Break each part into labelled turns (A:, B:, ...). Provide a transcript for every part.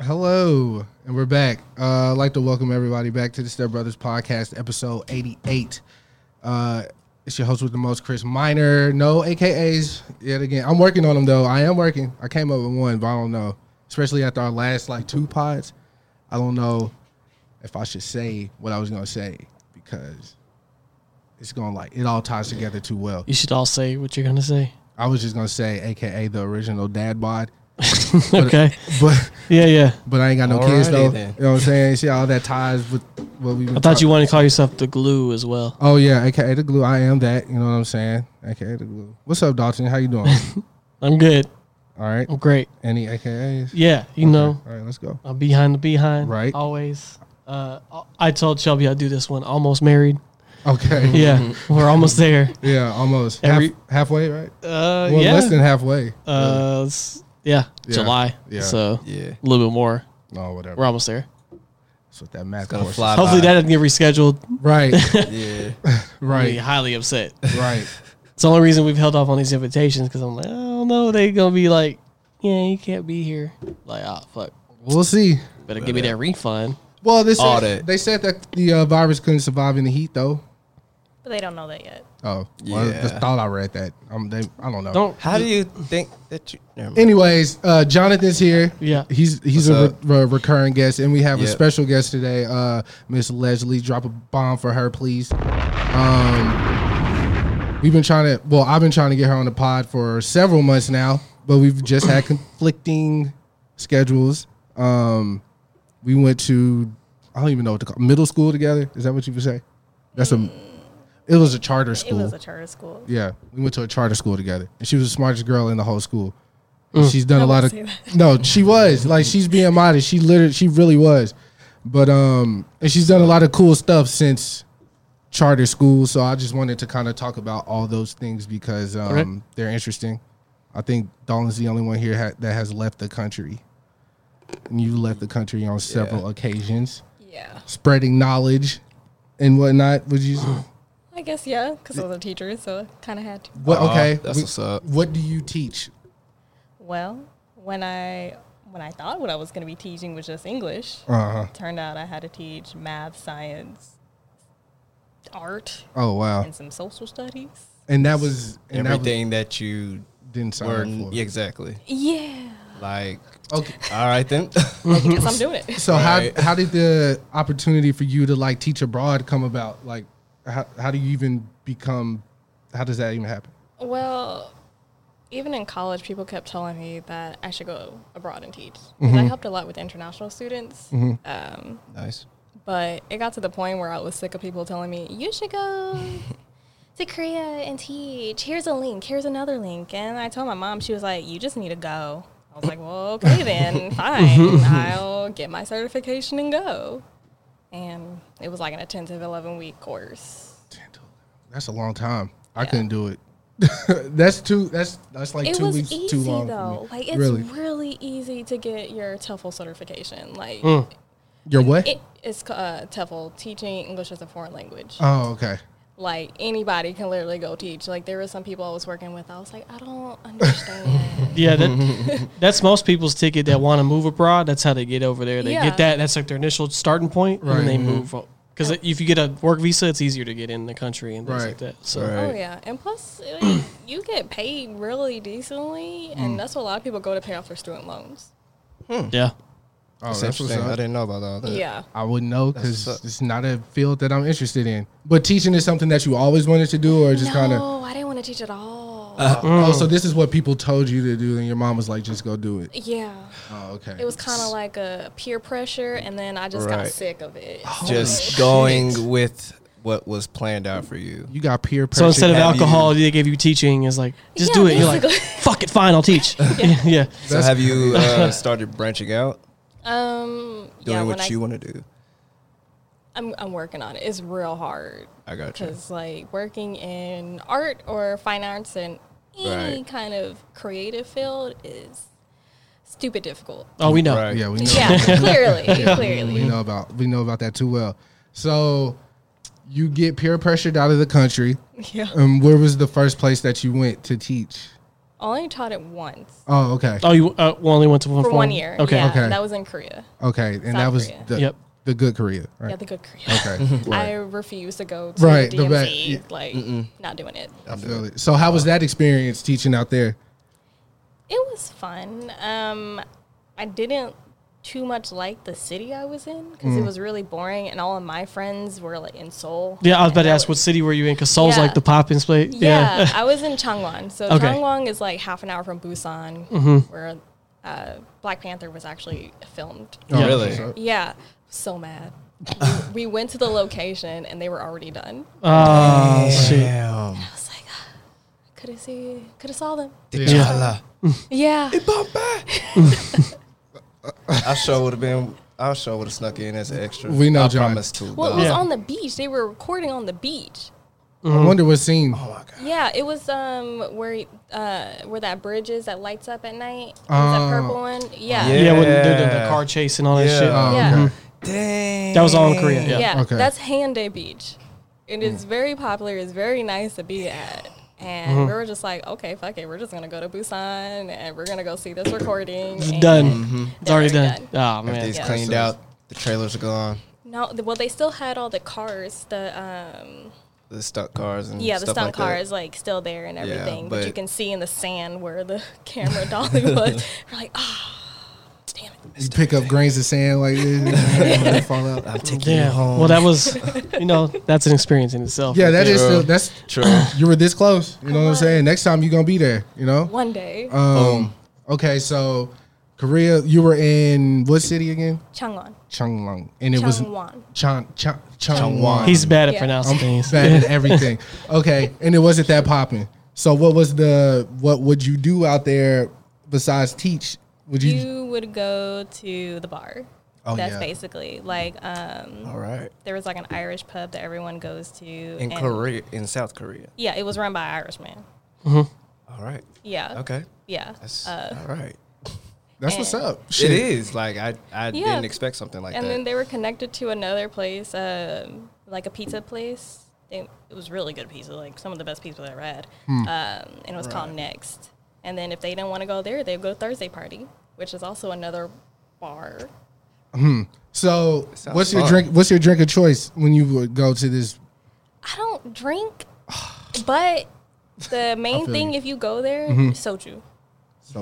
A: Hello, and we're back. Uh, I'd like to welcome everybody back to the Step Brothers Podcast, episode 88. Uh, it's your host with the most, Chris Minor. No AKAs yet again. I'm working on them though. I am working. I came up with one, but I don't know. Especially after our last like two pods, I don't know if I should say what I was gonna say because it's gonna like it all ties together too well.
B: You should all say what you're gonna say.
A: I was just gonna say, AKA the original dad bod,
B: okay.
A: but.
B: Yeah, yeah.
A: But I ain't got no
C: Alrighty
A: kids though.
C: then.
A: You know what I'm saying? See all that ties with what we.
B: I thought you wanted to call yourself the glue as well.
A: Oh yeah, aka the glue. I am that. You know what I'm saying? Aka the glue. What's up, Dalton? How you doing?
B: I'm good.
A: all right.
B: I'm great.
A: Any AKAs?
B: Yeah, you
A: Okay.
B: know,
A: All right, let's go.
B: I'm behind the behind.
A: Right.
B: Always. Uh, I told Shelby I'd do this one. Almost married.
A: Okay.
B: Yeah, we're almost there.
A: Yeah. Almost.
B: Every-
A: Half, halfway, right?
B: Uh,
A: well,
B: yeah.
A: less than halfway.
B: uh, s- yeah.
A: Yeah,
B: July.
A: yeah.
B: So
C: Yeah.
B: a little bit more.
A: no,
B: We're
A: Oh, whatever.
B: almost there.
A: That's what that math
C: gonna
A: course is.
C: fly. Bye-bye.
B: Hopefully that doesn't get rescheduled.
A: Right.
C: Yeah.
B: I'll be
A: Right.
B: highly upset.
A: right.
B: It's the only reason we've held off on these invitations because I'm like, oh no, they gonna be like, yeah, you can't be here. Like, ah, fuck.
A: We'll see.
B: Better give me that refund.
A: Well, they said,
C: All that.
A: they said that the uh, virus couldn't survive in the heat though.
D: But they don't know that yet.
A: Oh, well, I
C: Yeah.
A: just thought I read that. Um, they, I don't know.
B: Don't
C: How do you think that you? Never mind.
A: Anyways, uh, Jonathan's here.
B: Yeah.
A: he's he's
C: What's
A: a re- re- recurring guest, and we have a
C: Yeah.
A: special guest today, uh, Miss Leslie. Drop a bomb for her, please. Um, we've been trying to. Well, I've been trying to get her on the pod for several months now, but we've just had conflicting schedules. Um, we went to I don't even know what to call middle school together. Is that what you would say? That's a. It was a charter
D: It
A: school.
D: was a charter school.
A: Yeah, we went to a charter school together, and she was the smartest girl in the whole school. She's done
D: I
A: a lot of
D: wouldn't
A: no, she was like she's being modest. She literally, she really was, but um, and she's done a lot of cool stuff since charter school. So I just wanted to kind of talk about all those things because um,
B: Alright.
A: they're interesting. I think Dalton's the only one here ha- that has left the country, and you left the country on several occasions,
D: Yeah.
A: spreading knowledge and whatnot. Would you?
D: I guess, yeah, because I was a teacher, so kind of had to.
A: What,
C: Aw,
A: okay,
C: Uh, that's
A: we-
C: what's up.
A: What do you teach?
D: Well, when I when I thought what I was going to be teaching was just English,
A: Uh huh.
D: turned out I had to teach math, science, art,
A: Oh wow!
D: and some social studies.
A: And that was and
C: Everything that you
A: That was, didn't sign
C: were
A: up for.
C: yeah, exactly.
D: Yeah,
C: Like,
A: Okay.
C: all right then.
D: because I'm doing it.
A: So
C: Right.
A: how how did the opportunity for you to like teach abroad come about? Like, how how do you even become? How does that even happen?
D: Well, even in college, people kept telling me that I should go abroad and teach. 'Cause I helped a lot with international students. Um,
C: nice.
D: But it got to the point where I was sick of people telling me, you should go to Korea and teach. Here's a link. Here's another link. And I told my mom, she was like, you just need to go. I was like, well, okay then, fine. I'll get my certification and go. And it was like an attentive 11 week course.
A: That's a long time. I couldn't do it. that's too. That's that's like
D: it
A: two
D: was
A: weeks
D: easy
A: too long. for
D: though.
A: me.
D: Like it's
A: really
D: really. easy to get your TEFL certification. Like
A: Mm. your what?
D: it, it's uh, TEFL, teaching English as a foreign language.
A: oh okay.
D: like anybody can literally go teach. Like there were some people I was working with, I was like, I don't understand.
B: Yeah, that, that's most people's ticket that want to move abroad. That's how they get over there. They
D: Yeah.
C: Mm-hmm.
B: get that. That's like their initial starting point, and then they move o- Because if you get a work visa, it's easier to get in the country and things
A: Right.
B: like that. So
C: Right.
D: Oh yeah, and plus it- you get paid really decently,
C: Mm.
D: and that's what a lot of people go to pay off their student loans.
B: yeah,
A: Oh,
C: That's
A: that's what's
C: interesting. I
A: up.
C: didn't know about all that.
D: Yeah,
A: I wouldn't know because
C: what's up.
A: it's not a field that I'm interested in. But teaching is something that you always wanted to do, or just kind of.
D: no, I didn't want to teach at all.
C: Uh-huh.
A: Oh,
B: Mm.
A: so this is what people told you to do, and your mom was like, "Just go do it."
D: yeah,
A: Oh, okay.
D: it was kind of like a peer pressure, and then I just got
C: Right. Oh.
D: sick of it.
C: Just going with what was planned out for you.
A: you got peer pressure.
B: so instead of
C: have you-
B: alcohol, they gave you teaching. It's like just
D: Yeah,
B: do it. You're like,
D: basically.
B: fuck it, fine, I'll teach. yeah. yeah.
C: So have you uh, started branching out,
D: Um,
C: doing
D: yeah, when
C: what
D: I,
C: you want to do?
D: I'm I'm working on it. It's real hard
C: I got you.
D: because like working in art or fine arts and any
C: Right.
D: kind of creative field is stupid difficult.
B: Oh, we know.
C: Right.
A: yeah, we know.
D: Yeah, clearly,
A: We
D: clearly.
A: know about we know about that too well. So you get peer pressured out of the country.
B: Mm-hmm.
D: Yeah.
A: Um, where was the first place that you went to teach?
D: Only taught it once
A: Oh, okay,
B: Oh, you uh, well, only went to one
D: for
B: form?
D: one year.
B: Okay.
D: yeah,
A: Okay.
D: and that was in Korea.
A: okay, and that
D: Oh, South
A: was
D: Korea.
A: the
B: Yep.
A: the good Korea, right?
D: Yeah, the good Korea.
A: okay,
D: I
A: right.
D: refuse to go to
A: Right, the
D: DMC.
A: back-
D: Like, not doing it.
A: I feel it. So how was that experience teaching out there?
D: It was fun. Um, I didn't too much like the city I was in because it was really boring, and all of my friends were like in Seoul.
B: Yeah, I was about
D: and
B: to
D: I
B: ask what city were you in? Because Seoul's
D: Yeah.
B: like the pop in place.
D: Yeah, I was in Changwon. So
B: Okay.
D: Changwon is like half an hour from Busan, where uh, Black Panther was actually filmed.
A: Oh,
B: Yeah.
C: Really?
A: so-
D: Yeah, so mad. we we went to the location and they were already done.
B: Oh, shit.
C: Damn.
D: I was like, could have see, could have saw them.
C: T'Challa.
D: Yeah,
C: I sure would have been. I sure would have snuck in as an extra.
A: We know,
C: I
A: John.
C: promise to.
D: well, it
C: though.
D: was
B: Yeah.
D: on the beach. They were recording on the beach.
A: I
B: Mm-hmm.
A: wonder what scene.
C: Oh my god.
D: Yeah, it was um where uh where that bridge is that lights up at night. It was
A: Oh.
D: that purple one. Yeah.
B: Yeah, when they did the, the
C: Yeah.
B: car chase and all that
C: Yeah.
B: shit.
A: Oh,
D: Yeah.
A: okay.
C: Dang.
B: That was all in Korea. Yeah.
D: Yeah,
A: Okay. Mm.
D: that's Hande Beach. It is very popular. It's very nice to be at. And
A: Mm-hmm.
D: we were just like, okay, fuck it. We're just gonna go to Busan and we're gonna go see this recording.
B: It's
D: and-
B: done. It's
A: Mm-hmm.
D: They're
B: already done.
D: already
B: Oh, man.
C: Everything's
D: Yeah.
C: cleaned out. The trailers are gone.
D: No, th- well, they still had all the cars, the um,
C: The stunt cars and
D: yeah, the
C: stuff
D: stunt
C: like that.
D: cars, like still there and everything. but, you
C: but-
D: can see in the sand where the camera dolly was. We're like, ah, damn it.
A: You pick up grains of sand like this, fall out.
C: I'm taking you
B: Yeah.
C: home.
B: Well, that was, you know, that's an experience in itself.
A: Yeah, that
C: True.
A: is still that's
C: True.
A: you were this close. You know what I'm saying? Next time you're gonna be there, you know?
D: One day,
A: Um Okay, so Korea, you were in what city again?
D: Changwon.
A: Changwon. And it was
D: Changwon.
A: Chang Chang Changwon.
B: He's bad at
D: Yeah.
B: pronouncing things.
A: bad at everything. Okay. And it wasn't that popping. So what was the what would you do out there besides teach? Would you,
D: You would go to the bar.
A: Oh,
D: That's
A: yeah.
D: basically like um,
C: all right.
D: there was like an Irish pub that everyone goes to.
C: In Korea, in South Korea.
D: Yeah, it was run by Irishmen.
C: All right.
D: Yeah.
C: Okay.
D: Yeah.
C: That's
D: Uh,
C: all right.
A: That's what's
D: and-
A: up.
C: It
A: Shit.
C: is like I I
D: Yeah.
C: didn't expect something like
D: and
C: that.
D: then they were connected to another place, um, like a pizza place. They, it was really good pizza, like some of the best pizza I ever had. Um, and it was called Next. And then if they didn't want to go there, they'd go to Thursday Party, which is also another bar.
A: So
C: Sounds
A: what's your
C: fun.
A: drink what's your drink of choice when you would go to this
D: I don't drink, but the main
A: feel
D: thing if you go there, soju.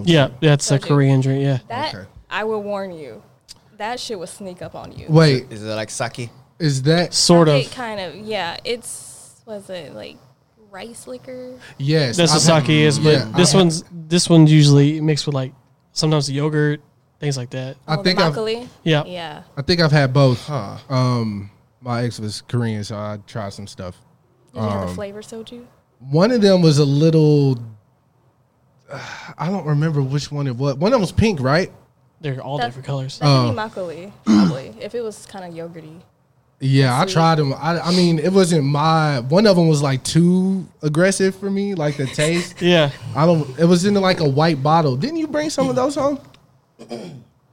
B: Yeah, that's a
D: Okay.
B: Korean drink. Yeah.
D: That
A: Okay.
D: I will warn you, that shit will sneak up on you.
A: Wait,
C: Is it like sake?
A: is that
B: Sort
D: It
B: of.
D: kind of yeah. It's was it like rice liquor?
A: yes?
B: That's what
A: I've-
B: sake is, but
A: Yeah,
B: this
A: I've-
B: one's this one's usually mixed with like sometimes yogurt, things like that.
A: I
D: Oh, the
A: think I've,
D: broccoli?
B: Yeah.
D: Yeah.
A: I think I've had both. Um, my ex was Korean, so I tried some stuff.
D: Did you
A: Um,
D: have the flavor soju?
A: One of them was a little. I don't remember which one it was. One of them was pink, right?
B: They're all different colors.
D: That
A: uh,
D: would be broccoli, probably. if it was kind of yogurty.
A: Yeah, I tried them. I, I mean, it wasn't my. One of them was like too aggressive for me, like the taste.
B: Yeah.
A: I don't. It was in like a white bottle. Didn't you bring some of those home?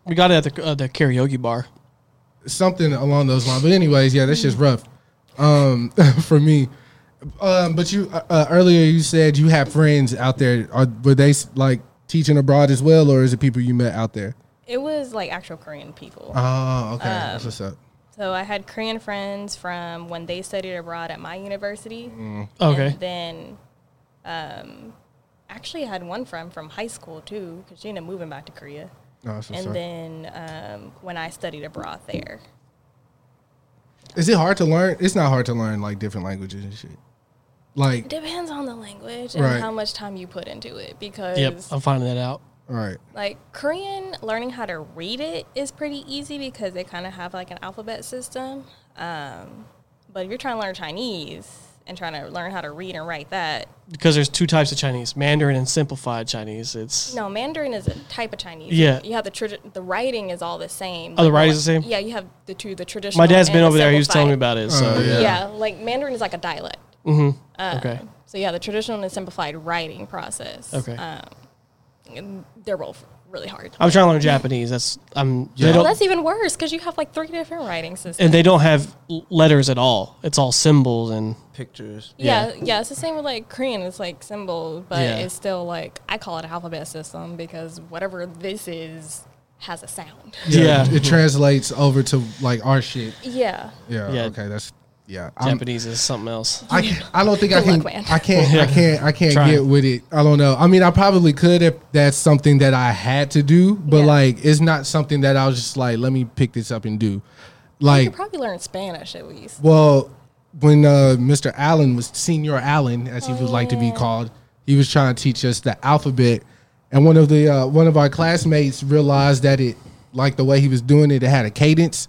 B: We got it at the, uh, the karaoke bar.
A: Something along those lines. But anyways, yeah, that's just
D: Hmm.
A: rough. Um, for me. Um, but you uh, uh, earlier you said you had friends out there. Are, were they s- like teaching abroad as well, or is it people you met out there? Uh.
D: It was like actual Korean people. Um,
A: Oh, okay. That's what's up.
D: so So I had Korean friends from when they studied abroad at my university.
A: Mm.
B: Okay.
D: And then, um, actually, I had one friend from high school too, because she ended up moving back to Korea.
A: No, that's what's
D: and
A: up.
D: then um, when I studied abroad there,
A: Is it hard to learn? It's not hard to learn like different languages and shit. Like,
D: it depends on the language and
A: Right.
D: how much time you put into it. Because
B: Yep. um, I'm finding that out.
A: all right,
D: like Korean, learning how to read it is pretty easy because they kind of have like an alphabet system. Um, but if you're trying to learn Chinese and trying to learn how to read and write that,
B: Because there's two types of Chinese Mandarin and simplified Chinese. It's.
D: no, Mandarin is a type of Chinese.
B: Yeah.
D: you have the tra- the writing is all the same.
B: Oh, the
D: Like,
B: writing's the same?
D: Yeah, you have the two the traditional.
B: My dad's
D: and
B: been
D: the
B: over there. He was telling me
D: simplified.
B: about
A: Oh,
B: it. So,
A: yeah.
B: yeah.
D: Yeah, like Mandarin is like a dialect. Um,
B: Okay.
D: So yeah, the traditional and simplified writing process.
B: Okay.
D: Um, and they're both really hard.
B: I'm trying to learn Japanese. That's. I'm. They
A: Yeah.
D: Well,
B: don't,
D: that's even worse because you have like three different writing systems.
B: and they don't have l- letters at all. It's all symbols and.
C: Pictures.
D: yeah, yeah, It's the same with like Korean. It's like symbols, but
B: Yeah.
D: it's still like I call it alphabet system because whatever this is has a sound.
B: Yeah.
A: it translates over to like our shit.
D: Yeah.
A: Yeah,
B: Yeah.
A: okay, that's yeah. I'm-
B: Japanese is something else.
A: I can't- I don't think I
D: Good
A: can.
D: luck, man.
A: I can't. I can't. I can't
B: Try.
A: get with it. I don't know. I mean, I probably could if that's something that I had to do, but
D: Yeah.
A: like, it's not something that I was just like, let me pick this up and do.
D: You
A: Like,
D: could probably learn Spanish at least.
A: Well, when uh, Mr. Allen was Senior Allen, as he would like to
B: Oh.
A: be called, he was trying to teach us the alphabet, and one of the uh, one of our classmates realized that it, like the way he was doing it, it had a cadence.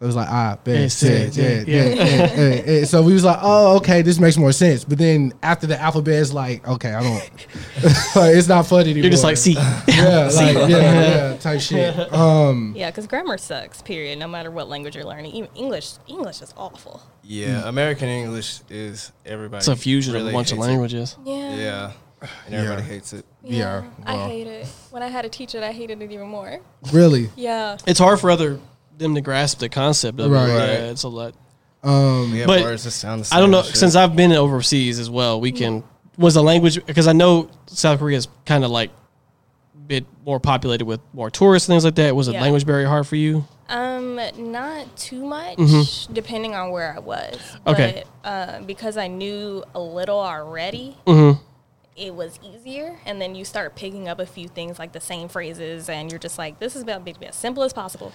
A: It was like ah, bet,
B: Yes,
A: yeah, yeah,
B: yeah,
A: yeah,
B: Mm-hmm. yeah.
A: yeah, yeah, yeah. So we was like, oh, okay, this makes more sense. But then after the alphabet is like, okay, I don't, like, it's not funny anymore.
B: You're just like, see.
A: yeah, like, yeah, yeah, type shit. Um,
D: Yeah, because grammar sucks. Period. No matter what language you're learning, even English, English is awful.
C: Yeah, American English is everybody.
B: Hmm. It's a fusion of
C: really
B: a bunch of
C: hates it.
B: languages.
D: Yeah.
C: Yeah, and everybody hates it.
A: Yeah, well.
D: I hate it. When I had to teach it, I hated it even more.
A: really.
D: Yeah.
B: It's hard for other them to grasp the concept of
A: Right.
B: it.
C: Right.
B: Yeah, it's a lot.
C: We have
B: But
C: words that sound the same.
B: I don't know.
C: and shit.
B: Since I've been overseas as well, we can was the language because I know South Korea is kind of like bit more populated with more tourists and things like that. Was the
D: Yeah.
B: language barrier hard for you?
D: Um, not too much, depending on where I was.
B: Mm-hmm. Okay.
D: But, uh, because I knew a little already,
B: Mm-hmm.
D: it was easier. And then you start picking up a few things like the same phrases, and you're just like, this is about to be as simple as possible.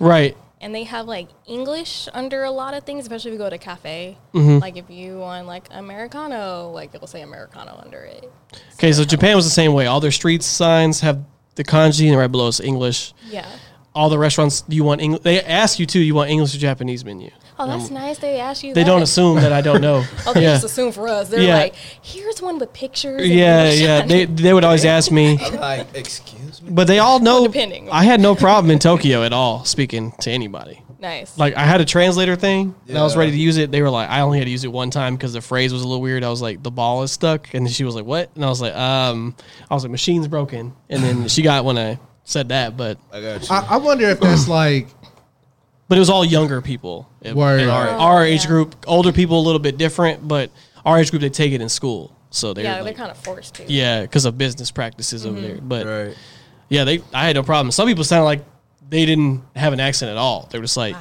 B: Right.
D: And they have like English under a lot of things, especially if you go to a cafe.
B: Mm-hmm.
D: Like if you want like Americano, like they'll say Americano under it.
B: Okay. So Japan was the same way. All their street signs have the kanji, and right below is English.
D: Yeah.
B: All the restaurants you want English. They ask you too. You want English or Japanese menu?
D: Oh, that's nice. They ask you.
B: Um, They don't
D: that.
B: assume that I don't know.
D: Oh, they
B: yeah.
D: just assume for us. They're
B: Yeah.
D: like, here's one with pictures. and
B: yeah,
D: English
B: yeah.
D: on
B: They
D: it."
B: they would always ask me.
C: I'm like, excuse me.
B: But they all know.
D: depending.
B: I had no problem in Tokyo at all speaking to anybody.
D: nice.
B: Like I had a translator thing, and I was
C: Yeah.
B: ready to use it. They were like, I only had to use it one time because the phrase was a little weird. I was like, the ball is stuck, and then she was like, what? And I was like, um, I was like, machine's broken, and then she got when I said that, but
C: I got you.
B: Ah.
A: I, I wonder if that's like
B: but it was all younger people. in-
A: Word.
B: in our
A: Oh,
B: our age
D: yeah.
B: group, older people a little bit different, but our age group they take it in school, so they're
D: yeah,
B: like,
D: they're kind of forced to.
B: yeah, because of business practices over there. But
C: right.
B: Yeah, they. I had no problem. Some people sounded like they didn't have an accent at all. They were just like,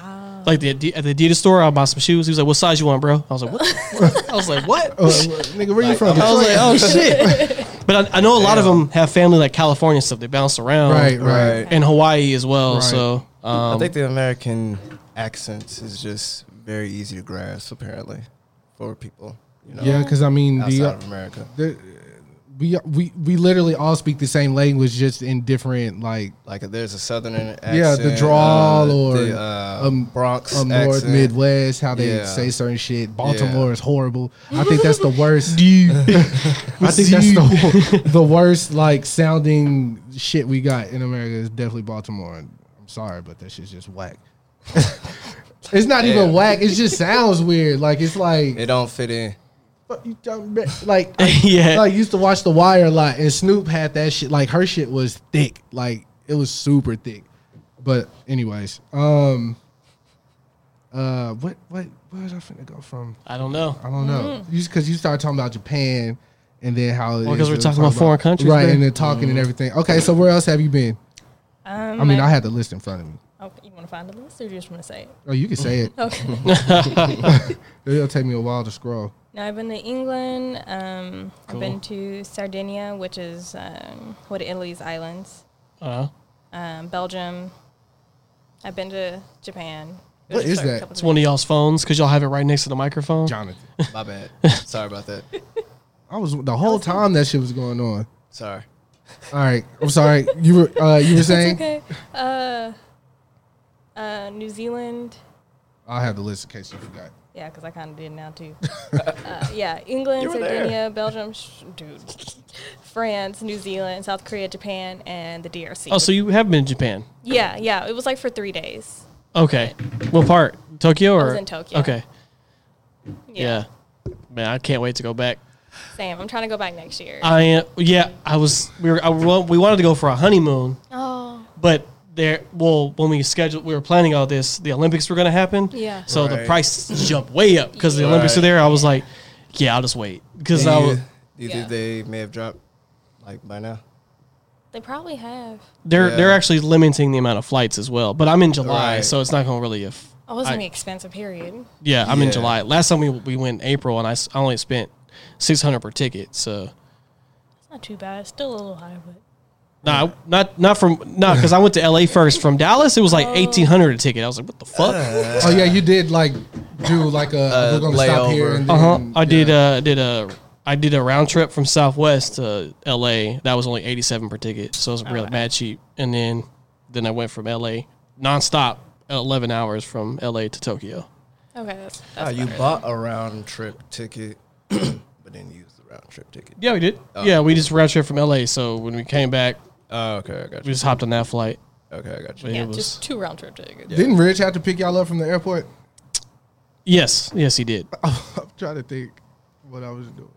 B: like the Adi- at the Adidas store. I bought some shoes. He was like, "What size you want, bro?" I was like, "What?" I was like, "What?"
C: Oh,
A: Uh, nigga, where you from?
B: I was like, "Oh shit!" But I, I know a lot of
C: Damn.
B: them have family like California and stuff. They bounce around,
A: Right, right.
C: Right.
B: And Hawaii as well.
A: Right.
B: So um,
C: I think the American accent is just very easy to grasp, apparently, for people. You know,
A: Yeah, because I mean,
C: outside
A: the, uh,
C: of America,
A: the we we we literally all speak the same language, just in different like
C: like there's a Southern accent.
A: yeah, the drawl
C: uh,
A: or
C: the, uh,
A: um,
C: Bronx
A: um, North
C: accent.
A: Midwest, how they
C: Yeah.
A: say certain shit. Baltimore is horrible. I think that's the worst. I think that's
B: Dude.
A: the the worst like sounding shit we got in America is definitely Baltimore. And I'm sorry, but that shit's just whack. it's not even
C: Damn.
A: whack. It just sounds weird. Like it's like
C: It don't fit in.
A: But you dumb bitch. Like,
B: Yeah.
A: Like, used to watch The Wire a lot, and Snoop had that shit. Like, her shit was thick. Like, it was super thick. But, anyways, um, uh, what, what, where was I finna go from?
B: I don't know.
A: I don't know. You Because you started talking about Japan, and then how. it
B: Well, Oh, 'cause
A: is
B: we're
A: to
B: talking
A: talk
B: about foreign countries,
A: right?
B: man.
A: And then talking and everything. Okay, so where else have you been?
D: Um,
A: I mean,
D: I,
A: I had the list in front of me.
D: Okay, oh, you want to find the list, or you just want to say it?
A: Oh, you can say it.
D: Okay.
A: It'll take me a while to scroll.
D: now I've been to England. Um, I've been to Sardinia, which is um, one of Italy's islands.
B: Uh,
D: Um, Belgium. I've been to Japan.
A: What is
D: Sorry,
A: that?
D: couple
B: it's one of y'all's phones because y'all have it right next to the microphone.
A: Jonathan.
C: My bad. Sorry about that.
A: I was the whole time that shit was going on.
C: Sorry.
A: All right, I'm sorry. You were uh, you were
D: It's
A: saying
D: okay. Uh, uh, New Zealand.
A: I'll have the list in case you forgot.
D: Yeah, because I kind of did now too. uh, yeah, England,
C: You were there.
D: Sardinia, Belgium, sh- dude, France, New Zealand, South Korea, Japan, and the DRC.
B: Oh, so you have been in Japan?
D: yeah, yeah, it was like for three days.
B: Okay. What part? Tokyo or?
D: was in Tokyo.
B: Okay. Yeah. Man, I can't wait to go back.
D: same. I'm trying to go back next year.
B: I am. Yeah, I was. We were. I, wa- we wanted to go for a honeymoon,
D: oh,
B: but there. Well, when we scheduled, we were planning all this. The Olympics were going to happen.
D: Yeah.
B: So the
C: Right.
B: price jumped way up because the Olympics
C: Right.
B: are there. I was like, yeah, I'll just wait because I.
C: Do you,
B: was-
C: do you
D: Yeah.
C: think they may have dropped like by now?
D: they probably have.
B: They're
C: Yeah.
B: they're actually limiting the amount of flights as well. But I'm in July,
C: Right.
B: so it's not going to really. If
D: Oh, it's gonna
B: I-
D: be expensive. Period.
B: yeah, I'm in
C: Yeah.
B: July. Last time we we went in April, and I, s- I only spent six hundred per ticket. So.
D: It's not too bad. It's still a little high, but
B: No, I- not not from no, because I went to LA first. From Dallas, it was
D: Oh.
B: like eighteen hundred a ticket. I was like, what the fuck? Uh
A: Oh yeah, you did like do like a we're gonna stop here.
C: layover.
A: And then,
B: huh. I did
A: yeah.
B: uh did a I did a round trip from Southwest to LA. That was only eighty seven per ticket, so it was real mad cheap. And then then I went from LA nonstop eleven hours from LA to Tokyo.
D: okay, that's,
C: Oh,
D: that's
C: you
D: better.
C: bought a round trip ticket, but didn't use the round trip ticket.
B: Yeah, we did. Yeah, we just round trip from LA. So when we came back,
C: Oh, okay, I got
B: we
C: you.
B: just hopped on that flight.
C: Okay, I got you.
D: yeah,
B: it was-
D: just two round trip tickets.
A: Didn't Rich have to pick y'all up from the airport?
B: Yes, yes, he did.
A: I'm trying to think what I was doing.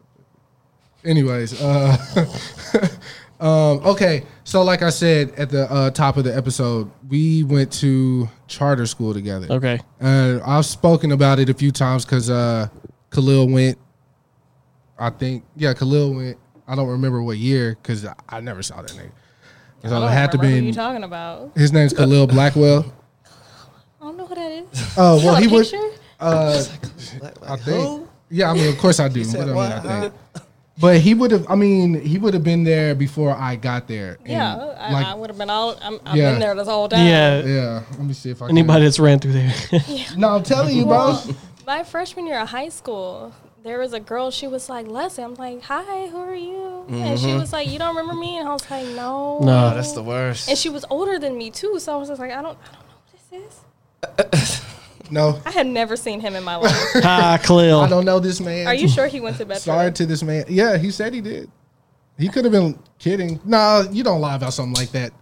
A: Anyways, uh, um, okay. So, like I said at the uh, top of the episode, we went to charter school together.
B: Okay.
A: Uh, I've spoken about it a few times because uh, Khalil went. I think yeah, Khalil went. I don't remember what year because I, I never saw that nigga.
D: I
A: So
D: don't
A: it had to
D: remember who
A: be.
D: you talking about.
A: His name's Khalil Blackwell.
D: I don't know who that is.
A: Oh
D: You
A: well,
D: got
A: he
D: a
A: was.
D: picture?
A: Uh,
C: Like,
A: I
C: like,
A: think. Yeah, I mean, of course I do.
C: said
A: What I mean,
C: what?
A: I think. But he would have. I mean, he would have been there before I got there. and,
D: Yeah, I,
A: like,
D: I would have been all. I'm, I've
A: Yeah.
D: been there this whole time.
B: Yeah.
A: yeah. Let me see if I can-
B: Anybody that's ran through there.
A: No, I'm telling you, bro.
D: Well, my freshman year of high school, there was a girl. She was like, "Leslie," I'm like, "Hi, who are you?" And
A: Mm-hmm.
D: she was like, "You don't remember me?" And I was like, "No."
B: No.
C: Oh, that's the worst.
D: And she was older than me too, so I was just like, "I don't, I don't know who this is."
A: No,
D: I had never seen him in my life.
B: Hi, Khalil.
A: I don't know this man.
D: are you sure he went to Bedford?
A: Sorry to this man. Yeah, he said he did. He could have been kidding. No, you don't lie about something like that.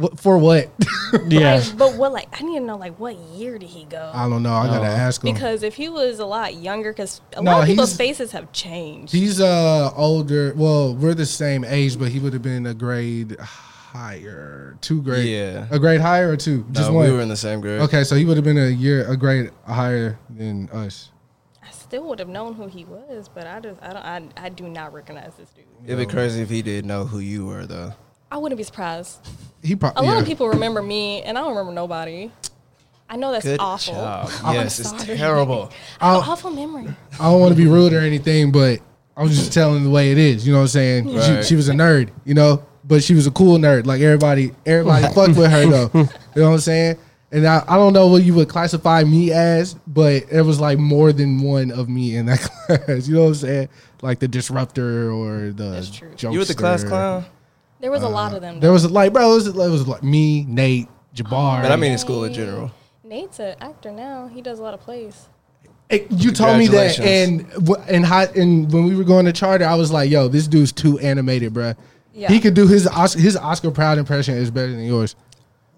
A: What, for what?
B: yeah.
D: Like, but what? Like, I need to know, like, what year did he go?
A: I don't know. I gotta ask him.
D: because if he was a lot younger, because a
A: No,
D: lot of people's
A: he's-
D: faces have changed.
A: He's uh older. Well, we're the same age, but he would have been a grade higher, two grade,
C: Yeah.
A: a grade higher or two,
C: no,
A: just one.
C: we were in the same grade.
A: okay, so he would have been a year, a grade higher than us.
D: I still would have known who he was, but I just, I don't, I, I do not recognize this dude.
C: It'd be crazy if he didn't know who you were, though.
D: I wouldn't be surprised.
A: He
D: A
A: probably.
D: lot
A: Yeah.
D: of people remember me, and I don't remember nobody. I know that's
C: Good
D: awful.
C: job.
D: I'm
C: Yes, it's
D: sorry.
C: terrible.
D: I have
A: I'll-
D: an awful memory.
A: I don't want to be rude or anything, but I was just telling the way it is. You know what I'm saying? She,
C: Right.
A: she was a nerd, you know, but she was a cool nerd. Like everybody, everybody fucked with her though. You know what I'm saying? And I, I don't know what you would classify me as, but it was like more than one of me in that class. You know what I'm saying? Like the disruptor or the
D: That's true.
A: jokester.
C: You were the class clown,
D: There was a lot of them.
A: There
D: There
A: was like, bro, it was, it was like me, Nate, Jabbar.
C: but I mean in school in general.
D: Nate's an actor now. He does a lot of plays.
A: Hey, you told me that, and
C: Congratulations.
A: wh- and hot and when we were going to charter, I was like, "Yo, this dude's too animated, bruh.
D: Yeah.
A: He could do his Os- his Oscar Proud impression is better than yours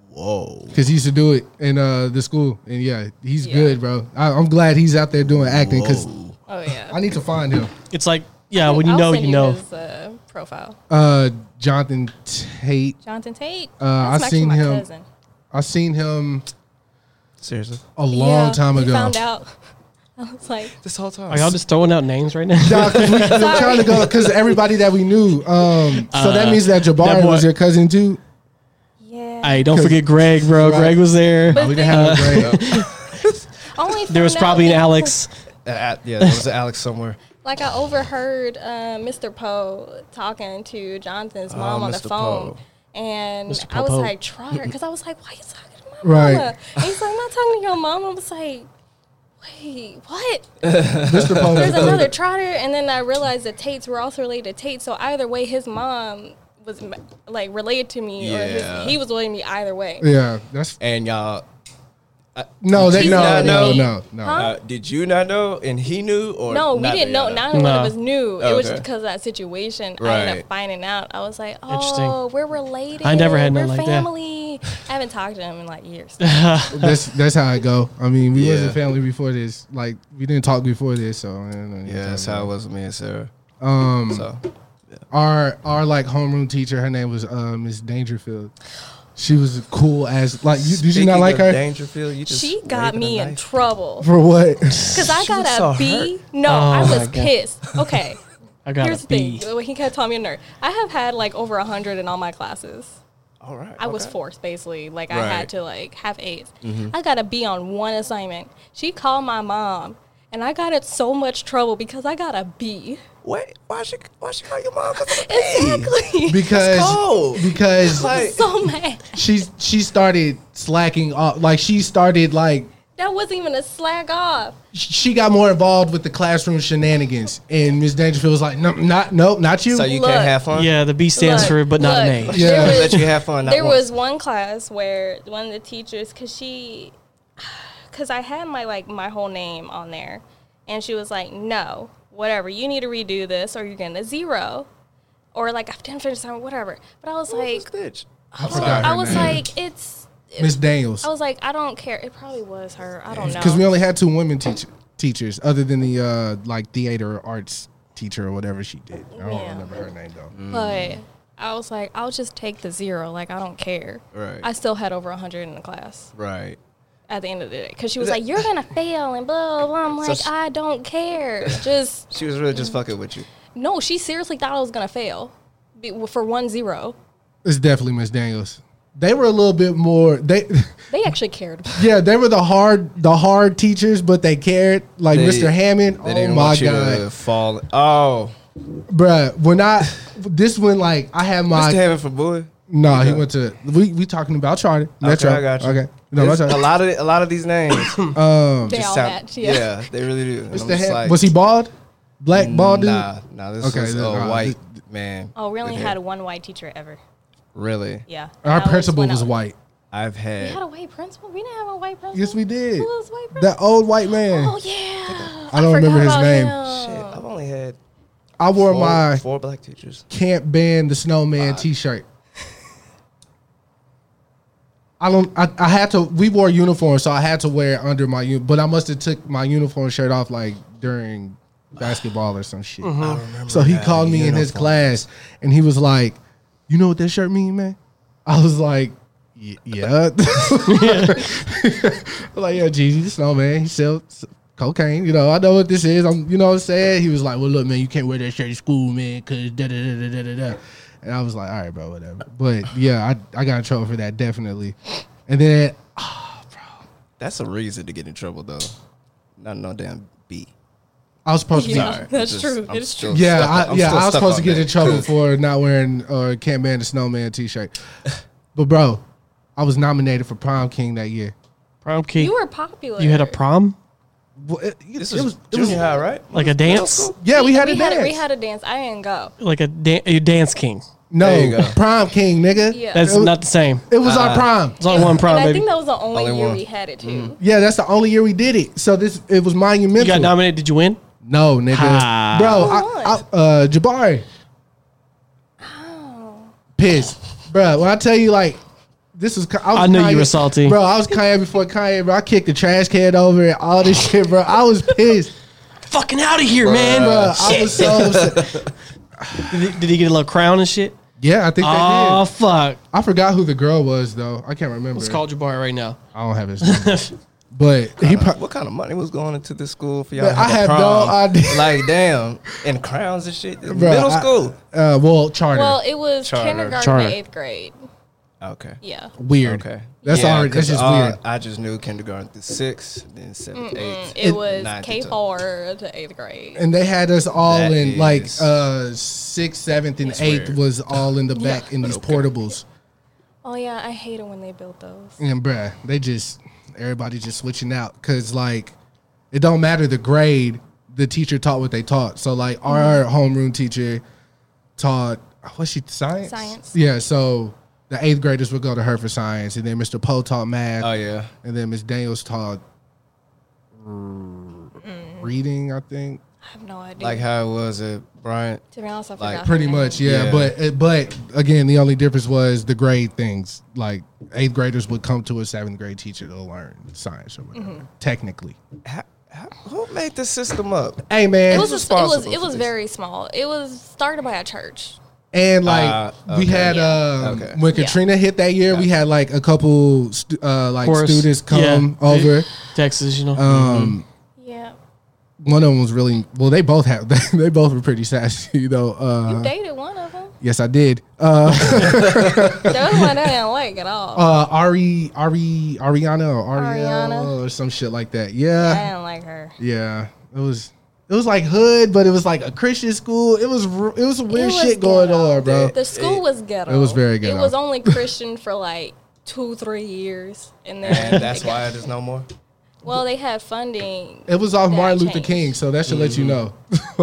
C: Whoa.
A: because he used to do it in uh, the school, and yeah, he's
D: Yeah.
A: good, bro. I, I'm glad he's out there doing acting because
C: Whoa.
D: Oh yeah.
A: I need to find him.
B: It's like, yeah, when you
D: I'll
B: know,
D: send
B: you know.
D: His, uh, profile.
A: Uh, Jonathan Tate,
D: Jonathan Tate.
A: Uh, I
D: That's actually
A: seen
D: my
A: him
D: Cousin.
A: I seen him
C: Seriously?
A: a long
D: Yeah,
A: time
D: he
A: ago.
D: Found out. I was like,
C: This whole time.
B: Are y'all just throwing out names right now?
A: Nah, 'cause we we were trying to go because everybody that we knew. Um, so that means that Jabari
B: that boy-
A: was your cousin too.
D: yeah. man.
B: Hey, don't forget Greg, bro.
A: Right.
B: Greg was there.
D: But
A: we didn't have no grade.
D: Only
B: There was
D: found out
B: probably an
D: that-
B: Alex.
C: Uh, yeah, there was an Alex somewhere.
D: Like I overheard uh, Mr. Poe talking to Jonathan's
A: Uh,
D: mom on the
C: Mr.
D: phone,
C: Poe.
D: and
B: Mr.
D: I was
B: Poe.
D: like, try because I was like, why you talking to my
A: Right.
D: mama? And he's like, I'm not talking to your mom. I was like, wait, what?
A: Mr. Poe
D: There's
A: was
D: another
A: good.
D: trotter, and then I realized the Tates were also related to Tate. So either way, his mom was m- like related to me, or
C: Yeah.
D: his, he was related to me either way.
A: Yeah, that's
C: And y'all,
A: no, that,
D: She's
A: no,
D: not
A: no,
D: me.
A: no, no.
D: Huh?
C: uh, did you not know? And he knew, or
D: No, we
C: neither
D: didn't know.
C: y'all
D: Neither one of
B: No.
D: us knew. It was just
C: Okay.
D: because of that situation. I ended
C: Right.
D: up finding out. I was like,
B: Interesting.
D: oh, we're related.
B: I never had
D: we're
B: nothing like that.
D: family. I haven't talked to him in like years.
A: That's that's how I go. I mean, we
C: Yeah.
A: wasn't family before this. Like we didn't talk before this, so I don't know
C: Yeah, that's how it was with me and Sarah.
A: Um,
C: So
A: our our like homeroom teacher, her name was uh, Miss Dangerfield. She was cool as like. You, did you
C: Speaking
A: not like
C: of
A: her
C: Dangerfield, you just
D: she got
C: waving a
D: me in
C: knife.
D: trouble
A: for what?
D: because I
C: She was
D: got
C: so
D: a
C: hurt.
D: B. No,
B: Oh
D: I
B: my
D: was
B: God.
D: pissed. Okay,
B: I got
D: here's
B: a
D: the
B: B.
D: thing. Well, He kept calling me a nerd. I have had like over a hundred in all my classes.
C: All right,
D: I was
C: okay.
D: forced basically. Like I
C: Right. Mm-hmm.
D: had to like have 8s I got a B on one assignment. She called my mom, and I got in so much trouble because I got a B.
C: Wait, why she? Why she call your mom? 'Cause of me?
D: Exactly.
A: Because
C: cold.
A: because
C: Like,
D: so mad.
A: she she started slacking off. Like she started like
D: That wasn't even a slag off.
A: she got more involved with the classroom shenanigans, and Miss Dangerfield was like, no, not nope, not you.
C: so you
D: Look.
C: can't have fun.
B: Yeah, the B stands
D: Look,
B: for but not an
D: look.
B: A.
D: Yeah.
C: She
A: Yeah.
C: let you have fun. not
D: there
C: once.
D: was one class where one of the teachers, cause she, cause I had my like my whole name on there, and she was like, "No, whatever, you need to redo this, or you're getting a zero, or like I didn't finish time, whatever." But I was
C: What was
D: like,
C: this?
A: I forgot
D: I
A: her
D: was
A: name.
D: like, it's.
A: Miss Daniels.
D: I was like, I don't care. It probably was her. I don't know.
A: because we only had two women teach- teachers other than the uh, like theater or arts teacher or whatever she did. I don't
D: Yeah.
A: remember her name though.
C: Mm,
D: But I was like, I'll just take the zero. Like, I don't care.
C: Right.
D: I still had over 100 in the class
C: Right.
D: at the end of the day. Because she was like, you're going to fail and blah, blah, blah. I'm
C: So
D: like,
C: she-
D: I don't care. Just,
C: She was really just fucking with you.
D: no, she seriously thought I was going to fail be- for one zero.
A: It's definitely Miss Daniels. They were a little bit more. They,
D: They actually cared.
A: yeah, they were the hard, the hard teachers, but they cared. Like
C: They-
A: Mr. Hammond.
C: They
A: Oh
C: didn't
A: my
C: want you
A: god,
C: to fall. Oh,
A: bruh. When I this one, like I had my
C: Mr. Hammond for boy.
A: no. He went to we we talking about charter. Metro.
C: I got you.
A: Okay, no,
C: There's
A: Metro.
C: a lot of a lot of these names.
D: they all
C: sound-
D: match. Yeah.
C: they really do. And I'm
A: Mr.
C: just
A: Ham-
C: like,
A: was he bald? Black bald dude.
C: Nah, nah. This
A: Okay,
C: was
A: then,
C: a
A: nah,
C: white man.
D: Oh, we only
C: with
D: had
C: hair.
D: one white teacher ever.
C: Really,
D: Yeah.
A: Our
D: I always
A: principal
D: went
A: was
D: out-
A: white.
C: I've
D: We
C: had.
D: had a white principal? We didn't have a white principal.
A: Yes, we did.
D: Who was white principal?
A: That old white man.
D: Oh, yeah.
A: I don't remember
D: forgot
A: his
D: about
C: Shit,
D: him.
C: I've only had
A: I wore
C: four,
A: my
C: four black teachers.
A: can't ban the snowman T-shirt. I don't. I, I had to. We wore uniforms, so I had to wear it under my. uni- But I must have took my uniform shirt off like during basketball or some shit. So he
C: Mm-hmm. that
A: called me in his
C: uniform.
A: class, and he was like, "You know what that shirt mean, man?" I was like, "Y- "Yeah." like, "Yo, Jeezy, the snowman, he sells cocaine. You know, I know what this is. I'm, you know, what I'm saying." He was like, "Well, look, man, you can't wear that shirt to school, man, cause da da da da da da." And I was like, "All right, bro, whatever." But yeah, I I got in trouble for that definitely. And then
C: That's a reason to get in trouble though. Not no damn B.
A: I was supposed to be.
D: Yeah. that's true. It is
C: still
D: true.
A: Yeah,
C: stuck on-
A: I,
C: I'm
A: yeah,
C: still
A: I was
C: stuck
A: supposed
C: on
A: to get
C: that.
A: in trouble for not wearing or can't ban the snowman T-shirt, but bro, I was nominated for prom king that year.
B: Prom key.
D: You
B: You,
D: were popular.
B: had a prom?
A: Well, it, it
C: This
A: was,
C: was,
A: it was
C: junior high, right?
B: Like a dance?
A: yeah, we had a
D: we
A: dance.
D: Had a, we had a dance. I didn't go.
B: Like a, dan a dance king.
A: no
C: There you go. Ah.
A: prom king, nigga.
D: Yeah.
B: That's
A: It was-
B: not the same.
A: It was our prom.
B: It's only one prom,
D: and I
B: baby.
D: think that was the only,
C: Only
D: year
C: one.
D: we had it too.
A: Yeah, that's the only year we did it. So this it was monumental.
B: You got nominated. Did you win?
A: no, nigga,
B: Ha.
A: bro.
D: Who
A: I, I,
D: won?
A: uh, Jabari,
D: Oh,
A: pissed, bro. When I tell you, like, this was. I, was
B: I knew you
A: Kanye-
B: were salty.
A: bro. I was Kanye before Kanye, bro. I kicked the trash can over and all this shit, bro. I was pissed.
B: Fucking out of here, man.
A: Bruh, I was so upset.
B: Did he, did he get a little crown and shit?
A: Yeah, I think they
B: Oh,
A: did.
B: fuck.
A: I forgot who the girl was though. I can't remember.
B: Let's call Jabari right now.
A: I don't have his number. But
B: Uh,
A: he pro-
C: What kind of money was going into this school for y'all?
A: Man,
C: to have
A: I
C: a
A: have no
C: prom?
A: idea.
C: Like damn, and crowns and shit.
A: Bruh,
C: Middle
A: I-
C: school.
A: uh, well, charter.
D: well, it was
C: Charter.
D: kindergarten
B: Charter.
D: to eighth grade.
C: Okay.
D: Yeah.
A: Weird.
C: Okay.
A: That's
C: Yeah,
A: already. That's
C: 'cause
A: just
B: uh,
C: all-
A: weird.
C: I just knew kindergarten through six, then seven,
D: Mm,
C: eight.
D: It, was
C: nine to
D: K
C: ten.
D: four to eighth grade.
A: And they had us all
C: That
A: in like
C: is-
A: uh sixth, seventh, and
C: That's
A: eighth
C: weird.
A: was all in the back in these
C: Okay.
A: portables.
D: Oh yeah, I hated when they built those.
A: And bruh, they just everybody just switching out because like it don't matter the grade. The teacher taught what they taught. So like our homeroom teacher taught what's she science?
D: Science.
A: Yeah. So the eighth graders would go to her for science, and then Mr. Poe taught math,
C: Oh yeah.
A: and then Miss Daniels taught mm, reading. I think
D: I have no idea.
C: Like how it was at Bryant.
D: to be honest, I forgot.
C: like,
D: her
A: pretty
D: name.
A: much. Yeah.
C: Yeah.
A: But it- but again, the only difference was the grade things. Like eighth graders would come to a seventh grade teacher to learn science or whatever.
D: Mm-hmm.
A: Technically.
C: How, how, who made this system up?
A: Hey man,
D: It was, just, it was
C: responsible
D: it
C: for
D: was
C: this?
D: very small. It was started by a church.
A: and like
C: Ah,
A: we
C: okay.
A: had
D: Yeah.
A: um
C: Okay.
A: when
D: Yeah.
A: Katrina hit that year, we had like a couple stu- uh like
B: Course,
A: students come
B: yeah,
A: over.
B: Texas, you know. Mm-hmm.
A: Um,
D: Yeah.
A: one of them was really well. They both had they both were pretty sassy though. Uh,
D: Dated one of them.
A: yes, I did. Uh,
D: There was one I didn't like at all.
A: uh, Ari Ari Ariana or Ariel
D: Ariana.
A: or some shit like that.
D: I
A: Yeah,
D: didn't like her.
A: yeah. It was it was like hood, but it was like a Christian school. It was r- it was weird
D: It was
A: shit going
D: ghetto.
A: on, bro.
D: The school was ghetto.
A: it was very ghetto.
D: It was only Christian for like two, three years, and then
C: And that's
D: it got-
C: why it is no more.
D: Well, they had funding.
A: It was off
D: that
A: Martin Luther
D: changed.
A: King, so that should let you know.
C: Mm-hmm.